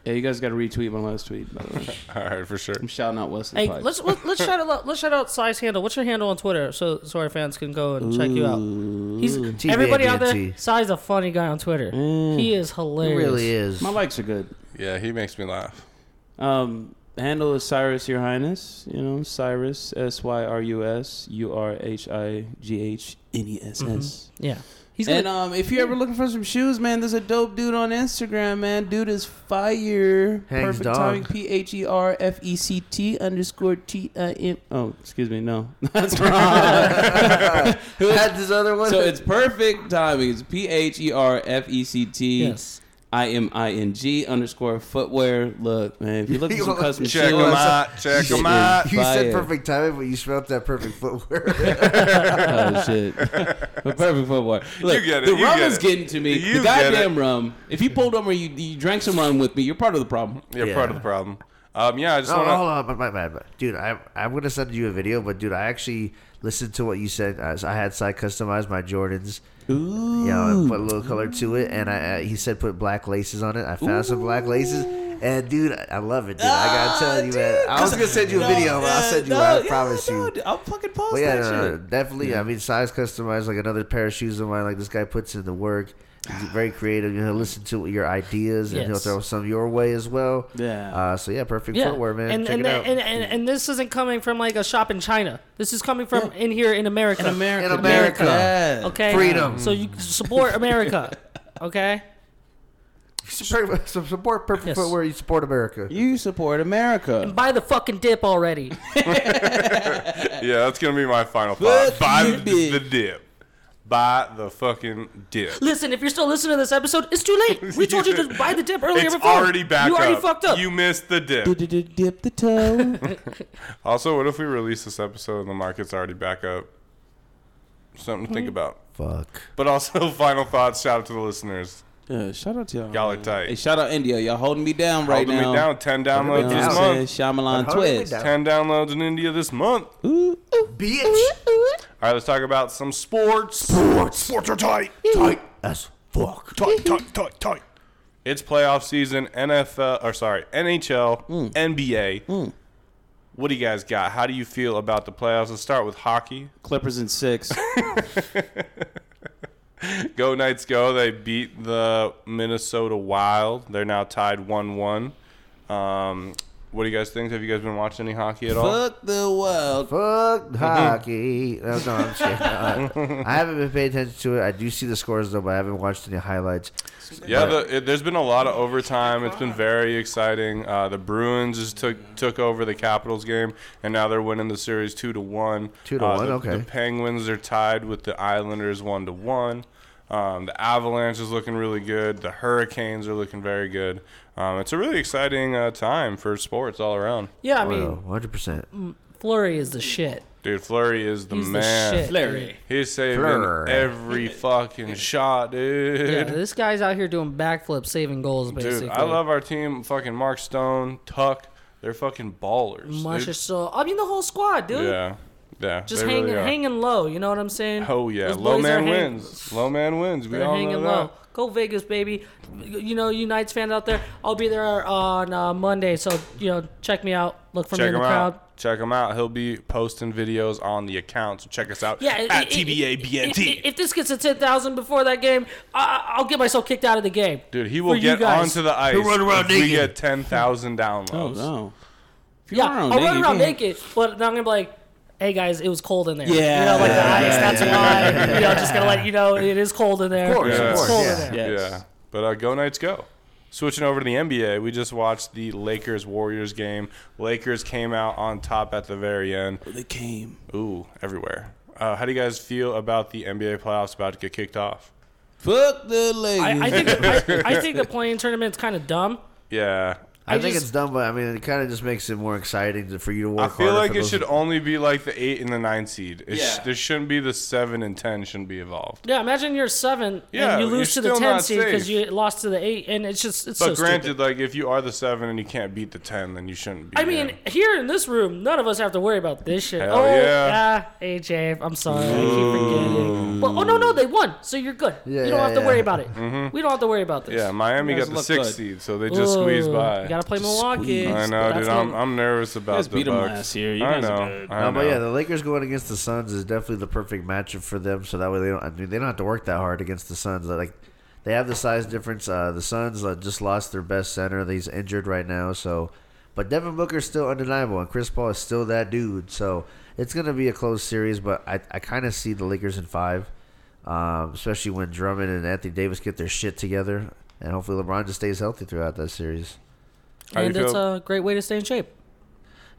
[SPEAKER 4] Yeah, you guys got to retweet my last tweet. By the way. <laughs>
[SPEAKER 2] All right, for sure.
[SPEAKER 4] I'm shouting out Wesley
[SPEAKER 1] Hey,
[SPEAKER 4] Pipes.
[SPEAKER 1] let's let, let's shout out let's shout out size handle. What's your handle on Twitter so so our fans can go and check you out. He's everybody out there.
[SPEAKER 5] TBNT.
[SPEAKER 1] Size a funny guy on Twitter. He is
[SPEAKER 5] it
[SPEAKER 1] hilarious.
[SPEAKER 5] really is.
[SPEAKER 4] my likes are good.
[SPEAKER 2] Yeah, he makes me laugh.
[SPEAKER 4] Um, handle is Cyrus Your Highness. You know, Cyrus S Y R U S U R H I G H N E S S.
[SPEAKER 1] Yeah, he's gonna,
[SPEAKER 4] And um, if you're ever looking for some shoes, man, there's a dope dude on Instagram, man. Dude is fire.
[SPEAKER 5] Hangs
[SPEAKER 4] Perfect
[SPEAKER 5] dog.
[SPEAKER 4] timing. P H E R F E C T underscore T I M. Oh, excuse me. No, <laughs>
[SPEAKER 2] <laughs>
[SPEAKER 4] that's wrong.
[SPEAKER 5] That's his other one.
[SPEAKER 4] so
[SPEAKER 5] <laughs>
[SPEAKER 4] it's perfect timing. It's P H E R F E C T.
[SPEAKER 1] yes.
[SPEAKER 4] I M I N G underscore footwear. Look, man, if
[SPEAKER 2] <laughs>
[SPEAKER 4] you're looking for some custom
[SPEAKER 2] Check
[SPEAKER 4] shoes,
[SPEAKER 2] him out. Check
[SPEAKER 4] Shit
[SPEAKER 5] <laughs>
[SPEAKER 2] him
[SPEAKER 4] is
[SPEAKER 2] out.
[SPEAKER 5] you
[SPEAKER 4] fire.
[SPEAKER 5] said perfect timing, but you smelled that perfect <laughs> footwear.
[SPEAKER 4] oh shit! <laughs> But perfect footwear. Look,
[SPEAKER 2] You get it,
[SPEAKER 4] The
[SPEAKER 2] you
[SPEAKER 4] rum
[SPEAKER 2] get
[SPEAKER 4] is
[SPEAKER 2] it.
[SPEAKER 4] getting to me.
[SPEAKER 2] You
[SPEAKER 4] the
[SPEAKER 2] get
[SPEAKER 4] goddamn rum. If you pulled over, you you drank some rum with me. You're part of the problem.
[SPEAKER 2] You're
[SPEAKER 5] Yeah.
[SPEAKER 2] part of the problem. Um, yeah, I just
[SPEAKER 5] No,
[SPEAKER 2] want to.
[SPEAKER 5] hold on, my, my, my, my. dude. I, I'm gonna send you a video, but dude, I actually listened to what you said. I, I had side customized my Jordans,
[SPEAKER 4] Ooh.
[SPEAKER 5] you know, and put a little color to it, and I, I he said put black laces on it. I found some black laces, and dude, I, I love it, dude. I gotta tell you, man. I was gonna send you a video, but I'll
[SPEAKER 4] Oh,
[SPEAKER 5] send you. one. I promise you.
[SPEAKER 4] I'll fucking post
[SPEAKER 5] But yeah,
[SPEAKER 4] that
[SPEAKER 5] no, no,
[SPEAKER 4] shit.
[SPEAKER 5] definitely. I mean, size customized, like another pair of shoes of mine. Like this guy puts in the work.
[SPEAKER 2] Ah.
[SPEAKER 5] He's very creative. You know, listen to your ideas, and he'll
[SPEAKER 1] Yes.
[SPEAKER 5] throw some your way as well.
[SPEAKER 4] Yeah.
[SPEAKER 5] Uh, so yeah, perfect
[SPEAKER 1] Yeah,
[SPEAKER 5] footwear, man.
[SPEAKER 1] and
[SPEAKER 5] Check
[SPEAKER 1] and,
[SPEAKER 5] it out.
[SPEAKER 1] and, and and this isn't coming from like a shop in China. This is coming from in here in America.
[SPEAKER 4] In America,
[SPEAKER 5] In America.
[SPEAKER 1] uh,
[SPEAKER 4] Yeah.
[SPEAKER 1] okay,
[SPEAKER 5] Freedom.
[SPEAKER 1] So you support America, okay?
[SPEAKER 5] Support- su- support perfect
[SPEAKER 1] Yes.
[SPEAKER 5] footwear. You support America.
[SPEAKER 4] You support America.
[SPEAKER 1] Buy the fucking dip already.
[SPEAKER 2] Yeah, that's gonna be my final
[SPEAKER 4] Fuck
[SPEAKER 2] thought. Buy
[SPEAKER 4] you, bitch.
[SPEAKER 2] the dip. Buy the fucking dip.
[SPEAKER 1] Listen, if you're still listening to this episode, it's too late. We told you to buy the dip earlier.
[SPEAKER 2] It's
[SPEAKER 1] before.
[SPEAKER 2] already back
[SPEAKER 1] You
[SPEAKER 2] up.
[SPEAKER 1] already fucked up.
[SPEAKER 2] You missed the dip.
[SPEAKER 4] Dip the
[SPEAKER 5] <laughs>
[SPEAKER 4] toe.
[SPEAKER 2] Also, what if we release this episode and the market's already back up? Something to think about.
[SPEAKER 5] Fuck.
[SPEAKER 2] But also, <laughs> final thoughts. Shout out to the listeners.
[SPEAKER 4] Yeah, shout out to y'all.
[SPEAKER 2] Y'all are
[SPEAKER 4] man.
[SPEAKER 2] tight.
[SPEAKER 4] Hey, shout out India. Y'all holding me down right
[SPEAKER 2] Holding
[SPEAKER 4] now.
[SPEAKER 2] me down. Ten downloads
[SPEAKER 4] You know
[SPEAKER 2] this
[SPEAKER 4] what I'm
[SPEAKER 2] month.
[SPEAKER 4] saying? Shyamalan
[SPEAKER 5] Hold me
[SPEAKER 4] twist.
[SPEAKER 5] down.
[SPEAKER 2] Ten downloads in India this month. All
[SPEAKER 4] Ooh, ooh,
[SPEAKER 5] Bitch.
[SPEAKER 4] ooh.
[SPEAKER 2] right, let's talk about some sports. Sports. Sports are tight.
[SPEAKER 5] Tight as fuck.
[SPEAKER 2] Tight. Tight. Tight. Tight. It's playoff season. NFL or sorry, NHL, NBA. What do you guys got? How do you feel about the playoffs? Let's start with hockey.
[SPEAKER 4] Clippers in six.
[SPEAKER 2] Go Knights go. They beat the Minnesota Wild. They're now tied 1 1. Um, what do you guys think? Have you guys been watching any hockey at all?
[SPEAKER 4] <laughs> Fuck the world.
[SPEAKER 2] Mm-hmm.
[SPEAKER 5] Fuck hockey. No, no, I'm just kidding.
[SPEAKER 2] <laughs>
[SPEAKER 5] Uh, I haven't been paying attention to it. I do see the scores though, but I haven't watched any highlights.
[SPEAKER 2] Yeah, the, it, there's been a lot of overtime. It's been very exciting. Uh, the Bruins just took took over the Capitals game, and now they're winning the series two to one.
[SPEAKER 5] Two to
[SPEAKER 2] Uh,
[SPEAKER 5] one,
[SPEAKER 2] The,
[SPEAKER 5] okay.
[SPEAKER 2] The Penguins are tied with the Islanders one to one. Um, the Avalanche is looking really good. The Hurricanes are looking very good. Um, it's a really exciting uh, time for sports all around.
[SPEAKER 1] Yeah, I mean,
[SPEAKER 5] One hundred percent.
[SPEAKER 1] Flurry is the shit.
[SPEAKER 2] Dude, Flurry is the
[SPEAKER 1] He's
[SPEAKER 2] man.
[SPEAKER 1] the shit.
[SPEAKER 4] Larry.
[SPEAKER 2] He's saving
[SPEAKER 5] Fleury.
[SPEAKER 2] every fucking shot, dude.
[SPEAKER 1] Yeah, this guy's out here doing backflips, saving goals, basically.
[SPEAKER 2] Dude, I love our team. Fucking Mark Stone, Tuck. They're fucking ballers.
[SPEAKER 1] much
[SPEAKER 2] They-
[SPEAKER 1] or so. I mean, the whole squad, dude.
[SPEAKER 2] Yeah, yeah.
[SPEAKER 1] Just
[SPEAKER 2] they
[SPEAKER 1] hanging,
[SPEAKER 2] really are.
[SPEAKER 1] hanging low. You know what I'm saying?
[SPEAKER 2] Oh yeah,
[SPEAKER 1] Those
[SPEAKER 2] low
[SPEAKER 1] boys are
[SPEAKER 2] man
[SPEAKER 1] hang-
[SPEAKER 2] wins. Low man wins. We
[SPEAKER 1] They're
[SPEAKER 2] all know
[SPEAKER 1] hanging
[SPEAKER 2] that.
[SPEAKER 1] low. Go Vegas, baby. You you know, you Knights fans out there. I'll be there on uh, Monday, so you know, check me out. Look for me
[SPEAKER 2] Check
[SPEAKER 1] in
[SPEAKER 2] him
[SPEAKER 1] the crowd.
[SPEAKER 2] out. Check him out. He'll be posting videos on the account. So check us out.
[SPEAKER 1] Yeah, i-
[SPEAKER 2] at
[SPEAKER 1] i-
[SPEAKER 2] TBA
[SPEAKER 1] i- i-
[SPEAKER 2] BNT.
[SPEAKER 1] If this gets to ten thousand before that game, I, I'll get myself kicked out of the game.
[SPEAKER 2] Dude, he
[SPEAKER 1] for
[SPEAKER 2] will
[SPEAKER 1] you
[SPEAKER 2] get
[SPEAKER 1] guys.
[SPEAKER 2] onto the ice.
[SPEAKER 5] He'll run around
[SPEAKER 2] if we
[SPEAKER 5] naked.
[SPEAKER 2] get ten thousand downloads.
[SPEAKER 5] Oh,
[SPEAKER 4] no. If you
[SPEAKER 1] Yeah, I'll
[SPEAKER 4] run around
[SPEAKER 1] run
[SPEAKER 4] naked,
[SPEAKER 1] around
[SPEAKER 4] you
[SPEAKER 1] naked, but then I'm gonna be like, "Hey guys, it was cold in there."
[SPEAKER 4] Yeah.
[SPEAKER 1] you know, like
[SPEAKER 4] Yeah,
[SPEAKER 1] the ice.
[SPEAKER 4] yeah,
[SPEAKER 1] that's
[SPEAKER 4] yeah,
[SPEAKER 1] why. You know, just gonna let you know it is cold in there.
[SPEAKER 5] Of course,
[SPEAKER 2] Yeah.
[SPEAKER 5] of course.
[SPEAKER 1] Cold in
[SPEAKER 5] Yeah.
[SPEAKER 1] there.
[SPEAKER 4] Yes.
[SPEAKER 2] Yeah. But uh, go Knights go. Switching over to the NBA, we just watched the Lakers Warriors game. Lakers came out on top at the very end.
[SPEAKER 4] can't. They came.
[SPEAKER 2] Ooh, everywhere. Uh, how do you guys feel about the NBA playoffs about to get kicked off?
[SPEAKER 4] Fuck the ladies.
[SPEAKER 1] I, I think I, I think the playing tournament's kind of dumb.
[SPEAKER 2] Yeah.
[SPEAKER 5] I,
[SPEAKER 1] I
[SPEAKER 5] think
[SPEAKER 1] just-
[SPEAKER 5] it's dumb, but I mean, it kind of just makes it more exciting to, for you to
[SPEAKER 2] I
[SPEAKER 5] work.
[SPEAKER 2] feel
[SPEAKER 5] harder
[SPEAKER 2] like
[SPEAKER 5] for
[SPEAKER 2] it
[SPEAKER 5] those-
[SPEAKER 2] should only be like the eight and the nine seed. It sh-
[SPEAKER 4] Yeah.
[SPEAKER 2] there shouldn't be the seven and ten shouldn't be involved.
[SPEAKER 1] Yeah, imagine you're seven
[SPEAKER 2] Yeah,
[SPEAKER 1] and you
[SPEAKER 2] you're
[SPEAKER 1] lose to the
[SPEAKER 2] still
[SPEAKER 1] ten
[SPEAKER 2] not
[SPEAKER 1] seed because
[SPEAKER 2] safe.
[SPEAKER 1] you lost to the eight, and it's just it's
[SPEAKER 2] But
[SPEAKER 1] so
[SPEAKER 2] granted,
[SPEAKER 1] stupid.
[SPEAKER 2] like if you are the seven and you can't beat the ten, then you shouldn't be.
[SPEAKER 1] I mean,
[SPEAKER 2] in.
[SPEAKER 1] here in this room, none of us have to worry about this shit.
[SPEAKER 2] Hell
[SPEAKER 1] oh
[SPEAKER 2] yeah.
[SPEAKER 1] ah, AJ, I'm sorry, I keep forgetting. But oh no, no, they won, so you're good.
[SPEAKER 5] Yeah,
[SPEAKER 1] you don't
[SPEAKER 5] yeah,
[SPEAKER 1] have to
[SPEAKER 5] yeah.
[SPEAKER 1] worry about it. We don't have to worry about this.
[SPEAKER 2] Mm-hmm. yeah, Miami
[SPEAKER 4] You guys
[SPEAKER 2] got the
[SPEAKER 4] look
[SPEAKER 2] six
[SPEAKER 4] good.
[SPEAKER 2] seed, so they just squeezed
[SPEAKER 1] Ooh,
[SPEAKER 2] by.
[SPEAKER 1] You gotta play Milwaukee.
[SPEAKER 4] squeeze.
[SPEAKER 2] I know,
[SPEAKER 1] That's
[SPEAKER 2] dude.
[SPEAKER 1] gonna-
[SPEAKER 2] I'm, I'm nervous about
[SPEAKER 4] guys
[SPEAKER 2] the
[SPEAKER 4] beat 'em
[SPEAKER 2] Bucks.
[SPEAKER 4] last year. You
[SPEAKER 2] I
[SPEAKER 4] guys
[SPEAKER 2] know.
[SPEAKER 4] are good.
[SPEAKER 2] I
[SPEAKER 5] No,
[SPEAKER 2] know.
[SPEAKER 5] but yeah, the Lakers going against the Suns is definitely the perfect matchup for them. So that way they don't I mean, they don't have to work that hard against the Suns. Like they have the size difference. Uh, the Suns uh, just lost their best center. He's injured right now. So, but Devin Booker's still undeniable, and Chris Paul is still that dude. So it's gonna be a close series, but I I kind of see the Lakers in five, um, especially when Drummond and Anthony Davis get their shit together, and hopefully LeBron just stays healthy throughout that series.
[SPEAKER 2] How you
[SPEAKER 1] and it's
[SPEAKER 2] feel?
[SPEAKER 1] a great way to stay in shape.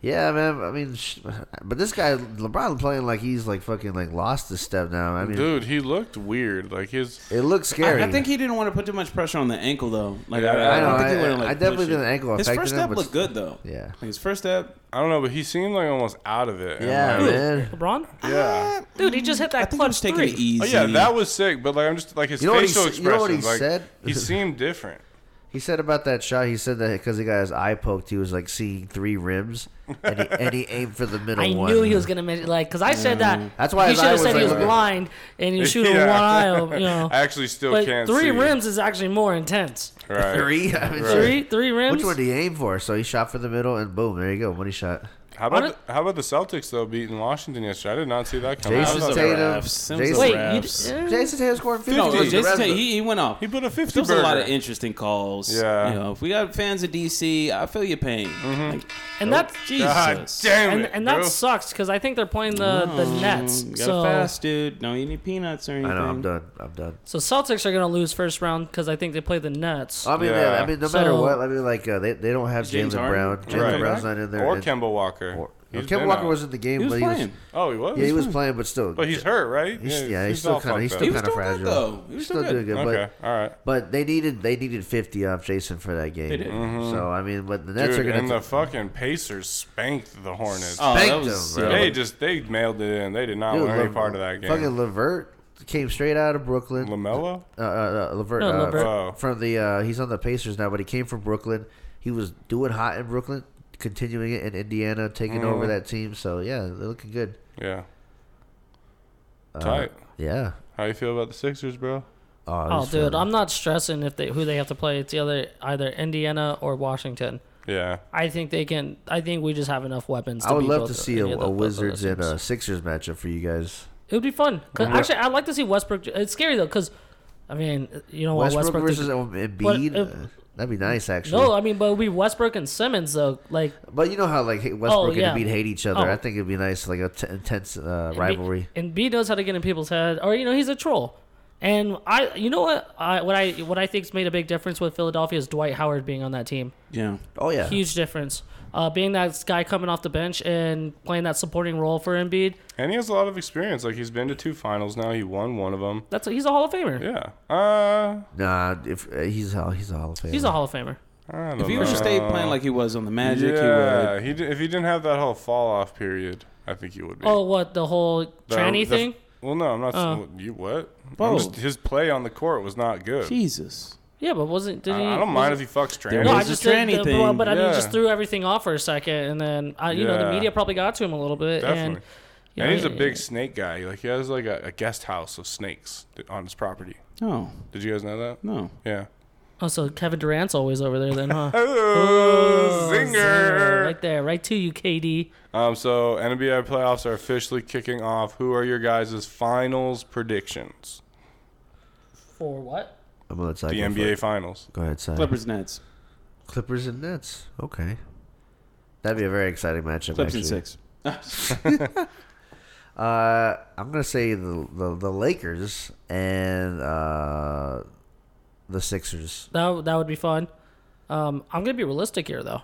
[SPEAKER 5] Yeah, man. I mean, sh- but this guy LeBron playing like he's like fucking like lost his step now. I mean,
[SPEAKER 2] Dude, he looked weird. Like his
[SPEAKER 5] it looks scary.
[SPEAKER 4] I, I think he didn't want to put too much pressure on the ankle though. Like
[SPEAKER 2] Yeah,
[SPEAKER 4] I,
[SPEAKER 2] I
[SPEAKER 4] I
[SPEAKER 2] know,
[SPEAKER 4] don't think
[SPEAKER 5] I-
[SPEAKER 4] he wanted to,
[SPEAKER 5] I
[SPEAKER 4] like,
[SPEAKER 5] definitely
[SPEAKER 4] push it.
[SPEAKER 5] didn't ankle
[SPEAKER 4] His
[SPEAKER 5] affected
[SPEAKER 4] first
[SPEAKER 5] him,
[SPEAKER 4] step
[SPEAKER 5] but-
[SPEAKER 4] looked good though.
[SPEAKER 5] Yeah.
[SPEAKER 4] Like, his first step.
[SPEAKER 2] I don't know, but he seemed like almost out of it. And,
[SPEAKER 5] Yeah,
[SPEAKER 2] like,
[SPEAKER 5] man.
[SPEAKER 1] LeBron,
[SPEAKER 2] yeah.
[SPEAKER 1] dude, he just hit
[SPEAKER 4] I
[SPEAKER 1] that
[SPEAKER 4] think he
[SPEAKER 1] clutch
[SPEAKER 4] was taking
[SPEAKER 1] three.
[SPEAKER 4] it easy.
[SPEAKER 2] Oh yeah, that was sick. But like, I'm just like his
[SPEAKER 5] You know what he
[SPEAKER 2] facial
[SPEAKER 5] s- you know what
[SPEAKER 2] expression.
[SPEAKER 5] he
[SPEAKER 2] like,
[SPEAKER 5] said?
[SPEAKER 2] He
[SPEAKER 5] <laughs>
[SPEAKER 2] seemed different.
[SPEAKER 5] He said about that shot. He said that because he got his eye poked, he was like seeing three rims, and he, and he aimed for the middle
[SPEAKER 1] I
[SPEAKER 5] one.
[SPEAKER 1] knew he was gonna mention like because I said that.
[SPEAKER 5] That's why
[SPEAKER 1] he
[SPEAKER 5] his
[SPEAKER 1] should
[SPEAKER 5] eye
[SPEAKER 1] have
[SPEAKER 5] was
[SPEAKER 1] said he
[SPEAKER 5] like-
[SPEAKER 1] was blind and he was shooting
[SPEAKER 2] <laughs> Yeah.
[SPEAKER 1] one eye. open, You know,
[SPEAKER 2] I actually still
[SPEAKER 1] but
[SPEAKER 2] can't
[SPEAKER 1] three
[SPEAKER 2] see.
[SPEAKER 1] rims is actually more intense.
[SPEAKER 2] Right.
[SPEAKER 5] <laughs> three. <laughs> I mean,
[SPEAKER 2] Right.
[SPEAKER 1] Three, three rims.
[SPEAKER 5] Which one did he aim for? So he shot for the middle, and boom, there you go, money shot.
[SPEAKER 2] How
[SPEAKER 1] On it-
[SPEAKER 2] about the, how about the Celtics though beating Washington yesterday? I did not see that coming.
[SPEAKER 5] Jason
[SPEAKER 2] I thought-
[SPEAKER 4] the
[SPEAKER 5] Tatum.
[SPEAKER 4] refs. It was
[SPEAKER 5] Jason,
[SPEAKER 4] the
[SPEAKER 1] Wait,
[SPEAKER 4] refs.
[SPEAKER 1] you,
[SPEAKER 4] Raps.
[SPEAKER 1] eh,
[SPEAKER 5] Jason Tatum scored fifty.
[SPEAKER 4] No,
[SPEAKER 5] The
[SPEAKER 4] Jason
[SPEAKER 5] rest
[SPEAKER 4] Tate,
[SPEAKER 5] of-
[SPEAKER 4] he, he went off.
[SPEAKER 2] he put a fifty.
[SPEAKER 4] There was a lot of
[SPEAKER 2] burger.
[SPEAKER 4] interesting calls.
[SPEAKER 2] Yeah.
[SPEAKER 4] You know, if we got fans of DC, I feel your pain. Like,
[SPEAKER 1] and that
[SPEAKER 4] Jesus.
[SPEAKER 2] God damn
[SPEAKER 1] and,
[SPEAKER 2] it,
[SPEAKER 1] and
[SPEAKER 2] bro.
[SPEAKER 1] that sucks because I think they're playing the the Nets.
[SPEAKER 4] You gotta
[SPEAKER 1] So
[SPEAKER 4] fast, dude. Don't eat any peanuts or anything.
[SPEAKER 5] I know. I'm done. I'm done.
[SPEAKER 1] so Celtics are gonna lose first round because I think they play the Nets.
[SPEAKER 5] I mean,
[SPEAKER 2] Yeah.
[SPEAKER 5] yeah, I mean, no matter
[SPEAKER 1] So-
[SPEAKER 5] what, I mean, like uh, they, they don't have Jalen
[SPEAKER 4] James Harden?
[SPEAKER 5] Brown. Jalen
[SPEAKER 2] Right.
[SPEAKER 5] Brown's not in there.
[SPEAKER 2] Or
[SPEAKER 5] and-
[SPEAKER 2] Kemba Walker.
[SPEAKER 5] Or,
[SPEAKER 2] He's
[SPEAKER 5] Kevin
[SPEAKER 2] been
[SPEAKER 5] Walker
[SPEAKER 2] out.
[SPEAKER 5] was in the game,
[SPEAKER 4] He was
[SPEAKER 5] but he was
[SPEAKER 4] playing.
[SPEAKER 2] Oh, he was.
[SPEAKER 5] yeah, he was playing, but still.
[SPEAKER 2] But he's hurt, right?
[SPEAKER 5] He's- yeah, he's
[SPEAKER 2] all
[SPEAKER 5] still kind of
[SPEAKER 2] fucked
[SPEAKER 5] he's
[SPEAKER 2] up.
[SPEAKER 4] He was
[SPEAKER 5] still kind of
[SPEAKER 4] still good,
[SPEAKER 5] fragile.
[SPEAKER 4] though. He was still
[SPEAKER 5] doing
[SPEAKER 4] good.
[SPEAKER 5] good,
[SPEAKER 2] okay.
[SPEAKER 5] but
[SPEAKER 2] All right.
[SPEAKER 5] but they needed they needed fifty off Jason for that game.
[SPEAKER 4] They did.
[SPEAKER 5] So I mean, but the Nets
[SPEAKER 2] Mm-hmm. Dude,
[SPEAKER 5] are
[SPEAKER 2] and
[SPEAKER 5] gonna
[SPEAKER 2] the fucking Pacers spanked the Hornets.
[SPEAKER 4] Oh, that
[SPEAKER 5] spanked
[SPEAKER 4] was,
[SPEAKER 5] him, bro.
[SPEAKER 2] They just they mailed it in. They did not
[SPEAKER 5] dude,
[SPEAKER 2] want any
[SPEAKER 5] Le-
[SPEAKER 2] part of that game.
[SPEAKER 5] Fucking Levert came straight out of Brooklyn.
[SPEAKER 2] Lamelo.
[SPEAKER 5] uh, uh, uh, Levert,
[SPEAKER 1] No,
[SPEAKER 5] uh,
[SPEAKER 1] Levert.
[SPEAKER 2] Oh.
[SPEAKER 5] from the uh, he's on the Pacers now, but he came from Brooklyn. He was doing hot in Brooklyn, continuing it in Indiana, taking over that team. So yeah, they're looking good.
[SPEAKER 2] Yeah. Tight.
[SPEAKER 5] Yeah.
[SPEAKER 2] How you feel about the Sixers, bro?
[SPEAKER 5] Oh,
[SPEAKER 1] Oh,
[SPEAKER 5] this
[SPEAKER 1] dude,
[SPEAKER 5] one-
[SPEAKER 1] I'm not stressing if they who they have to play. It's the other either Indiana or Washington.
[SPEAKER 2] Yeah.
[SPEAKER 1] I think they can. I think we just have enough weapons. To
[SPEAKER 5] I would
[SPEAKER 1] beat
[SPEAKER 5] love
[SPEAKER 1] both
[SPEAKER 5] to
[SPEAKER 1] of-
[SPEAKER 5] see a,
[SPEAKER 1] any of the-
[SPEAKER 5] a
[SPEAKER 1] both of
[SPEAKER 5] Wizards
[SPEAKER 1] those
[SPEAKER 5] and
[SPEAKER 1] teams.
[SPEAKER 5] a Sixers matchup for you guys.
[SPEAKER 1] It would be fun. 'Cause Actually, I'd like to see Westbrook. It's scary though, because I mean, you know what,
[SPEAKER 5] Westbrook,
[SPEAKER 1] Westbrook,
[SPEAKER 5] versus
[SPEAKER 1] did-
[SPEAKER 5] Embiid.
[SPEAKER 1] if-
[SPEAKER 5] Uh, that'd be nice, actually.
[SPEAKER 1] no, I mean, but it would be Westbrook and Simmons though. Like
[SPEAKER 5] But you know how like Westbrook
[SPEAKER 1] Oh, yeah.
[SPEAKER 5] and Embiid hate each other.
[SPEAKER 1] Oh.
[SPEAKER 5] I think it'd be nice, like a t- intense uh,
[SPEAKER 1] Embiid-
[SPEAKER 5] rivalry.
[SPEAKER 1] Embiid knows how to get in people's head, or you know, he's a troll. And I, you know what, I what I what I think's made a big difference with Philadelphia is Dwight Howard being on that team.
[SPEAKER 4] Yeah.
[SPEAKER 5] Oh yeah,
[SPEAKER 1] Huge difference. Uh, being that guy coming off the bench and playing that supporting role for Embiid,
[SPEAKER 2] And he has a lot of experience. Like he's been to two finals now. He won one of them.
[SPEAKER 1] that's he's a Hall of Famer.
[SPEAKER 2] Yeah. Uh,
[SPEAKER 5] Nah, if uh, he's a, he's a Hall of Famer.
[SPEAKER 1] He's a Hall of Famer.
[SPEAKER 2] I don't
[SPEAKER 4] If he was
[SPEAKER 2] know.
[SPEAKER 4] to stay playing like he was on the Magic, he
[SPEAKER 2] yeah,
[SPEAKER 4] would.
[SPEAKER 2] he, did, if he didn't have that whole fall off period, I think he would be.
[SPEAKER 1] Oh, what the whole
[SPEAKER 2] The-
[SPEAKER 1] tranny
[SPEAKER 2] the-
[SPEAKER 1] thing?
[SPEAKER 2] Well, no, I'm not.
[SPEAKER 1] Oh.
[SPEAKER 2] you what? I'm
[SPEAKER 4] Whoa.
[SPEAKER 2] just, his play on the court was not good.
[SPEAKER 4] Jesus.
[SPEAKER 1] yeah, but wasn't did
[SPEAKER 2] I,
[SPEAKER 1] he?
[SPEAKER 2] I don't mind if he fucks
[SPEAKER 4] There
[SPEAKER 2] trans.
[SPEAKER 1] No,
[SPEAKER 4] It
[SPEAKER 1] I
[SPEAKER 4] was
[SPEAKER 1] just
[SPEAKER 4] a tranny
[SPEAKER 1] did,
[SPEAKER 4] thing.
[SPEAKER 1] But, but I mean, he
[SPEAKER 2] Yeah.
[SPEAKER 1] just threw everything off for a second, and then I, you know, the
[SPEAKER 2] Yeah.
[SPEAKER 1] media probably got to him a little bit.
[SPEAKER 2] Definitely.
[SPEAKER 1] And, you
[SPEAKER 2] and
[SPEAKER 1] know,
[SPEAKER 2] he's a big snake guy. Like he has like a, a guest house of snakes th- on his property.
[SPEAKER 4] No.
[SPEAKER 2] Did you guys know that?
[SPEAKER 4] No.
[SPEAKER 2] Yeah.
[SPEAKER 1] Oh, so Kevin Durant's always over there then,
[SPEAKER 2] <laughs>
[SPEAKER 1] huh?
[SPEAKER 2] Oh, zinger!
[SPEAKER 1] Right there, right to you, KD.
[SPEAKER 2] Um, so NBA playoffs are officially kicking off. Who are your guys' finals predictions?
[SPEAKER 1] For what?
[SPEAKER 5] I'm gonna let Cy
[SPEAKER 2] The
[SPEAKER 5] go
[SPEAKER 2] NBA
[SPEAKER 5] first.
[SPEAKER 2] finals.
[SPEAKER 5] Go ahead, Cy. Clippers.
[SPEAKER 4] Clippers Nets.
[SPEAKER 5] and Nets. Okay, that'd be a very exciting matchup.
[SPEAKER 4] Clips
[SPEAKER 5] actually.
[SPEAKER 4] in six.
[SPEAKER 5] Uh, I'm gonna say the the, the Lakers and uh, the Sixers.
[SPEAKER 1] That w- that would be fun. Um, I'm gonna be realistic here though.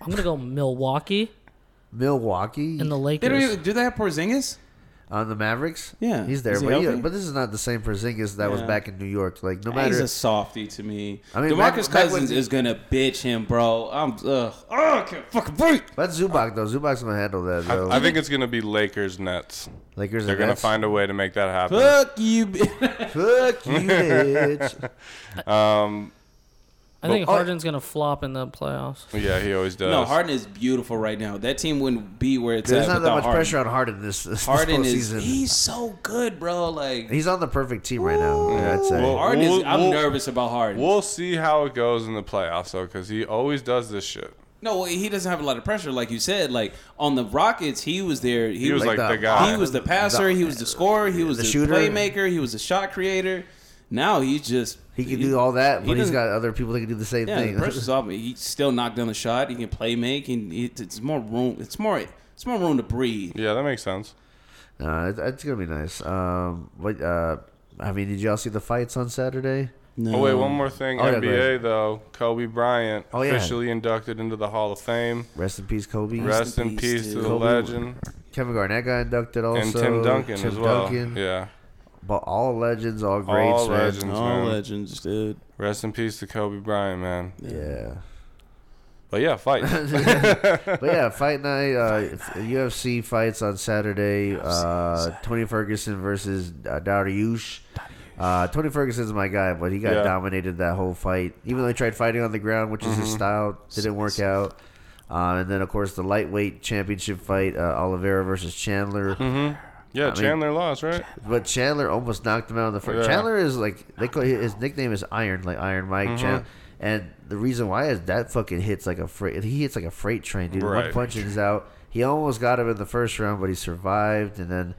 [SPEAKER 1] I'm gonna go Milwaukee
[SPEAKER 5] Milwaukee
[SPEAKER 1] and the
[SPEAKER 4] They
[SPEAKER 1] Lakers.
[SPEAKER 4] don't even, do they have Porzingis?
[SPEAKER 5] on the Mavericks.
[SPEAKER 4] Yeah.
[SPEAKER 5] he's there,
[SPEAKER 4] Is he
[SPEAKER 5] but, yeah,
[SPEAKER 4] healthy?
[SPEAKER 5] but this is not the same Porzingis that was
[SPEAKER 4] Yeah.
[SPEAKER 5] back in New York. Like no
[SPEAKER 4] He's
[SPEAKER 5] matter,
[SPEAKER 4] a softie to me.
[SPEAKER 5] I
[SPEAKER 4] I
[SPEAKER 5] mean,
[SPEAKER 4] mean,
[SPEAKER 5] back-
[SPEAKER 4] DeMarcus
[SPEAKER 5] back when
[SPEAKER 4] Cousins
[SPEAKER 5] the-
[SPEAKER 4] is gonna bitch him, bro. I'm ugh. Oh, I can't fucking breathe.
[SPEAKER 5] that's Zubac though. Zubac's gonna handle that. Though.
[SPEAKER 2] I, I think it's gonna be Lakers Nets.
[SPEAKER 5] Lakers.
[SPEAKER 2] They're
[SPEAKER 5] and
[SPEAKER 2] gonna
[SPEAKER 5] Nets.
[SPEAKER 2] find a way to make that happen.
[SPEAKER 4] Fuck you. bi-
[SPEAKER 5] <laughs> Fuck
[SPEAKER 2] <laughs>
[SPEAKER 5] you, bitch.
[SPEAKER 1] I think
[SPEAKER 5] Oh, I-
[SPEAKER 1] Harden's gonna flop in the playoffs.
[SPEAKER 2] Yeah, he always does.
[SPEAKER 4] no, Harden is beautiful right now. That team wouldn't be where it's
[SPEAKER 5] There's
[SPEAKER 4] at
[SPEAKER 5] not that
[SPEAKER 4] without
[SPEAKER 5] much
[SPEAKER 4] Harden.
[SPEAKER 5] pressure on Harden this <laughs> this,
[SPEAKER 4] Harden
[SPEAKER 5] this
[SPEAKER 4] is
[SPEAKER 5] season.
[SPEAKER 4] he's so good, bro. Like
[SPEAKER 5] He's on the perfect team right now. yeah, I'd say.
[SPEAKER 2] Well,
[SPEAKER 4] Harden is.
[SPEAKER 2] We'll-
[SPEAKER 4] I'm
[SPEAKER 2] we'll-
[SPEAKER 4] nervous about Harden.
[SPEAKER 2] We'll see how it goes in the playoffs, though, because he always does this shit.
[SPEAKER 4] no, he doesn't have a lot of pressure, like you said. Like on the Rockets, he was there. He,
[SPEAKER 2] He was
[SPEAKER 4] was.
[SPEAKER 2] like,
[SPEAKER 5] like
[SPEAKER 2] the,
[SPEAKER 5] the-
[SPEAKER 2] guy.
[SPEAKER 4] he was the passer. he was the scorer. He was
[SPEAKER 5] the
[SPEAKER 4] the,
[SPEAKER 5] shooter.
[SPEAKER 4] playmaker. He was the shot creator. Now he's just.
[SPEAKER 5] he can do all that,
[SPEAKER 4] he
[SPEAKER 5] but he's
[SPEAKER 4] doesn't-
[SPEAKER 5] got other people that can do the same
[SPEAKER 4] Yeah,
[SPEAKER 5] thing.
[SPEAKER 4] the pressure's off. He still knocked down the shot. He can play make. And it, it's more room. It's more. It's more room to breathe.
[SPEAKER 2] yeah, that makes sense.
[SPEAKER 5] Nah, it, uh, it's gonna be nice. Um, but uh, I mean, did y'all see the fights on Saturday?
[SPEAKER 4] No.
[SPEAKER 2] Oh wait, one more thing.
[SPEAKER 5] Oh, yeah, go
[SPEAKER 2] NBA though, Kobe Bryant
[SPEAKER 5] Oh, yeah.
[SPEAKER 2] officially inducted into the Hall of Fame.
[SPEAKER 5] Rest in peace, Kobe.
[SPEAKER 2] Rest in peace, to the
[SPEAKER 4] dude.
[SPEAKER 2] legend
[SPEAKER 5] Kevin Garnett got inducted also.
[SPEAKER 2] and Tim Duncan
[SPEAKER 5] Tim
[SPEAKER 2] as well.
[SPEAKER 5] Duncan.
[SPEAKER 2] Yeah,
[SPEAKER 5] But all legends, all greats,
[SPEAKER 2] all
[SPEAKER 5] man.
[SPEAKER 2] legends,
[SPEAKER 4] All
[SPEAKER 2] man.
[SPEAKER 4] legends, dude.
[SPEAKER 2] Rest in peace to Kobe Bryant, man.
[SPEAKER 5] Yeah.
[SPEAKER 2] But yeah, fight.
[SPEAKER 5] But yeah, fight night, uh, UFC fights on Saturday. Uh, Tony Ferguson versus uh, Dariush. Uh, Tony Ferguson's my guy, but he got
[SPEAKER 2] Yeah.
[SPEAKER 5] dominated that whole fight. Even though he tried fighting on the ground, which is his style, didn't work out. Uh, and then, of course, the lightweight championship fight, uh, Oliveira versus Chandler.
[SPEAKER 2] yeah,
[SPEAKER 5] mean-
[SPEAKER 2] Chandler lost, right?
[SPEAKER 5] But Chandler almost knocked him out of the first.
[SPEAKER 2] Yeah.
[SPEAKER 5] Chandler is like they call his nickname is Iron, like Iron Mike.
[SPEAKER 2] Mm-hmm.
[SPEAKER 5] Chan- and the reason why is that fucking hits like a freight. He hits like a freight train, dude. One
[SPEAKER 2] Right.
[SPEAKER 5] punch and he's out. He almost got him in the first round, but he survived, and then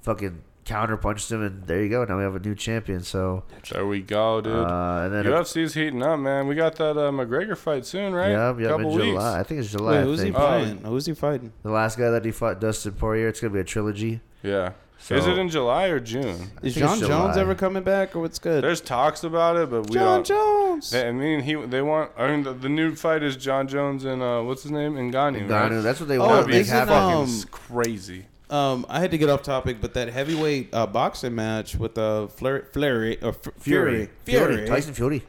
[SPEAKER 5] fucking counter punched him, and there you go. Now we have a new champion. So,
[SPEAKER 2] There we go, dude.
[SPEAKER 5] uh, and then
[SPEAKER 2] UFC's heating up, man. We got that uh, McGregor fight soon, right?
[SPEAKER 5] yeah, yeah, in
[SPEAKER 2] Couple
[SPEAKER 5] July.
[SPEAKER 2] weeks.
[SPEAKER 5] I think it's July.
[SPEAKER 4] Wait,
[SPEAKER 5] I
[SPEAKER 4] who's he
[SPEAKER 5] think.
[SPEAKER 4] fighting? who's he fighting?
[SPEAKER 5] The last guy that he fought, Dustin Poirier. It's gonna be a trilogy.
[SPEAKER 2] Yeah.
[SPEAKER 5] So-
[SPEAKER 2] Is it in July or June?
[SPEAKER 4] Is
[SPEAKER 5] think it's
[SPEAKER 4] John Jones
[SPEAKER 5] July.
[SPEAKER 4] ever coming back, or what's good?
[SPEAKER 2] There's talks about it, but we
[SPEAKER 4] John
[SPEAKER 2] don't.
[SPEAKER 4] Jones.
[SPEAKER 2] They, I mean, he they want. I mean, the, the new fight is John Jones and uh, what's his name, Ngannou. right?
[SPEAKER 5] Ngannou, That's what they
[SPEAKER 4] Oh,
[SPEAKER 5] want to make
[SPEAKER 4] isn't,
[SPEAKER 5] happen.
[SPEAKER 4] um,
[SPEAKER 2] It's crazy.
[SPEAKER 4] Um, I had to get off topic, but that heavyweight uh, boxing match with uh, Flurry, Flurry, or F- Fury,
[SPEAKER 5] Fury, Tyson Fury.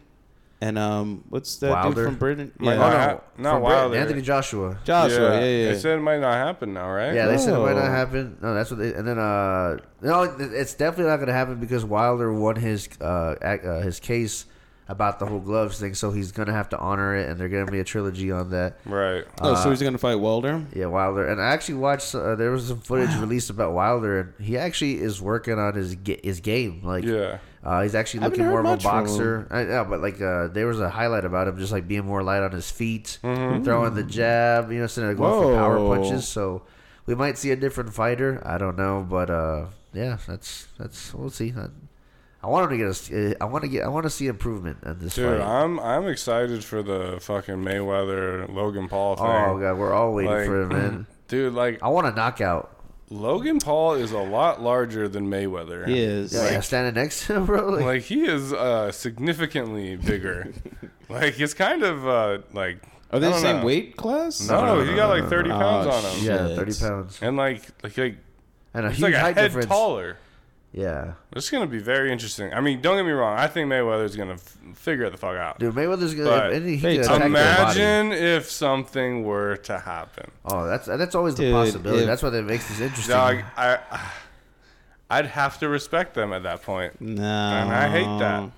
[SPEAKER 4] and um, what's that
[SPEAKER 5] Wilder.
[SPEAKER 4] dude from Britain?
[SPEAKER 2] Mike
[SPEAKER 4] Yeah.
[SPEAKER 5] Oh,
[SPEAKER 2] Ha-
[SPEAKER 5] no,
[SPEAKER 2] not
[SPEAKER 5] from Britain,
[SPEAKER 2] Wilder.
[SPEAKER 5] Anthony Joshua.
[SPEAKER 4] Joshua, yeah, yeah,
[SPEAKER 2] They said it might not happen now, right?
[SPEAKER 5] Yeah, they said it might not
[SPEAKER 4] No.
[SPEAKER 5] happen. No, that's what they. And then, uh, no, it- it's definitely not going to happen because Wilder won his uh, ac- uh his case about the whole gloves thing, so he's gonna have to honor it, and they're gonna be a trilogy on that.
[SPEAKER 2] Right.
[SPEAKER 4] Oh, so he's gonna fight Wilder.
[SPEAKER 5] Yeah, Wilder. And I actually watched. Uh, there was some footage released about Wilder, and he actually is working on his ga- his game. Like,
[SPEAKER 2] Yeah.
[SPEAKER 5] uh, he's actually
[SPEAKER 4] Haven't
[SPEAKER 5] looking
[SPEAKER 4] heard
[SPEAKER 5] more of a
[SPEAKER 4] much from
[SPEAKER 5] boxer. I know, but like, uh, there was a highlight about him just like being more light on his feet, throwing the jab. You know, instead of going for power
[SPEAKER 4] Whoa.
[SPEAKER 5] punches. So we might see a different fighter. I don't know, but uh, yeah, that's that's we'll see. I, I want him to get. A, s- uh, I want to get. I want to see improvement in this
[SPEAKER 2] Dude,
[SPEAKER 5] fight.
[SPEAKER 2] I'm I'm excited for the fucking Mayweather Logan Paul thing.
[SPEAKER 5] oh god, we're all waiting
[SPEAKER 2] Like,
[SPEAKER 5] for it,
[SPEAKER 2] <clears throat>
[SPEAKER 5] man.
[SPEAKER 2] Dude, like
[SPEAKER 5] I want a knockout.
[SPEAKER 2] Logan Paul is a lot larger than Mayweather.
[SPEAKER 4] He is.
[SPEAKER 5] Yeah, yeah, standing next to him, bro. Like,
[SPEAKER 2] Like he is uh, significantly bigger.
[SPEAKER 4] <laughs>
[SPEAKER 2] like it's kind of uh, like
[SPEAKER 4] Are they
[SPEAKER 2] I
[SPEAKER 4] the
[SPEAKER 2] don't
[SPEAKER 4] same
[SPEAKER 2] know.
[SPEAKER 4] weight class?
[SPEAKER 2] No,
[SPEAKER 5] No, no,
[SPEAKER 2] he
[SPEAKER 5] no,
[SPEAKER 2] got
[SPEAKER 5] no,
[SPEAKER 2] like
[SPEAKER 5] no,
[SPEAKER 2] thirty
[SPEAKER 4] no.
[SPEAKER 2] pounds on
[SPEAKER 4] Oh,
[SPEAKER 2] him,
[SPEAKER 5] yeah,
[SPEAKER 4] shit.
[SPEAKER 5] thirty pounds
[SPEAKER 2] and like like, like
[SPEAKER 5] and a
[SPEAKER 2] he's
[SPEAKER 5] huge
[SPEAKER 2] like a
[SPEAKER 5] height
[SPEAKER 2] head
[SPEAKER 5] difference.
[SPEAKER 2] taller.
[SPEAKER 5] Yeah,
[SPEAKER 2] It's gonna be very interesting. I mean, don't get me wrong. I think Mayweather's gonna f- figure the fuck out.
[SPEAKER 5] dude, Mayweather's gonna.
[SPEAKER 2] But
[SPEAKER 5] If anything,
[SPEAKER 4] they
[SPEAKER 5] he can attack their body.
[SPEAKER 2] Imagine if something were to happen.
[SPEAKER 5] Oh, that's that's always the
[SPEAKER 4] Dude,
[SPEAKER 5] possibility.
[SPEAKER 4] if-
[SPEAKER 5] that's what that makes this interesting.
[SPEAKER 2] Dog, I, <sighs> I'd have to respect them at that point,
[SPEAKER 4] No.
[SPEAKER 2] and I hate that.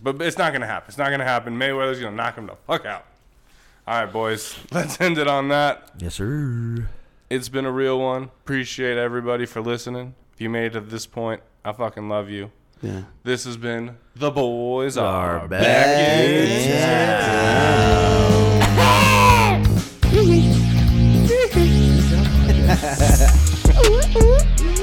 [SPEAKER 2] But it's not gonna happen. It's not gonna happen. Mayweather's gonna knock him the fuck out. All right, boys, <laughs> let's end it on that.
[SPEAKER 5] yes, sir.
[SPEAKER 2] It's been a real one. Appreciate everybody for listening. If you made it to this point, I fucking love you.
[SPEAKER 4] Yeah.
[SPEAKER 2] This has been the boys are,
[SPEAKER 5] Are
[SPEAKER 2] back,
[SPEAKER 5] back
[SPEAKER 2] in
[SPEAKER 5] in
[SPEAKER 2] town.
[SPEAKER 6] Ooh, ooh.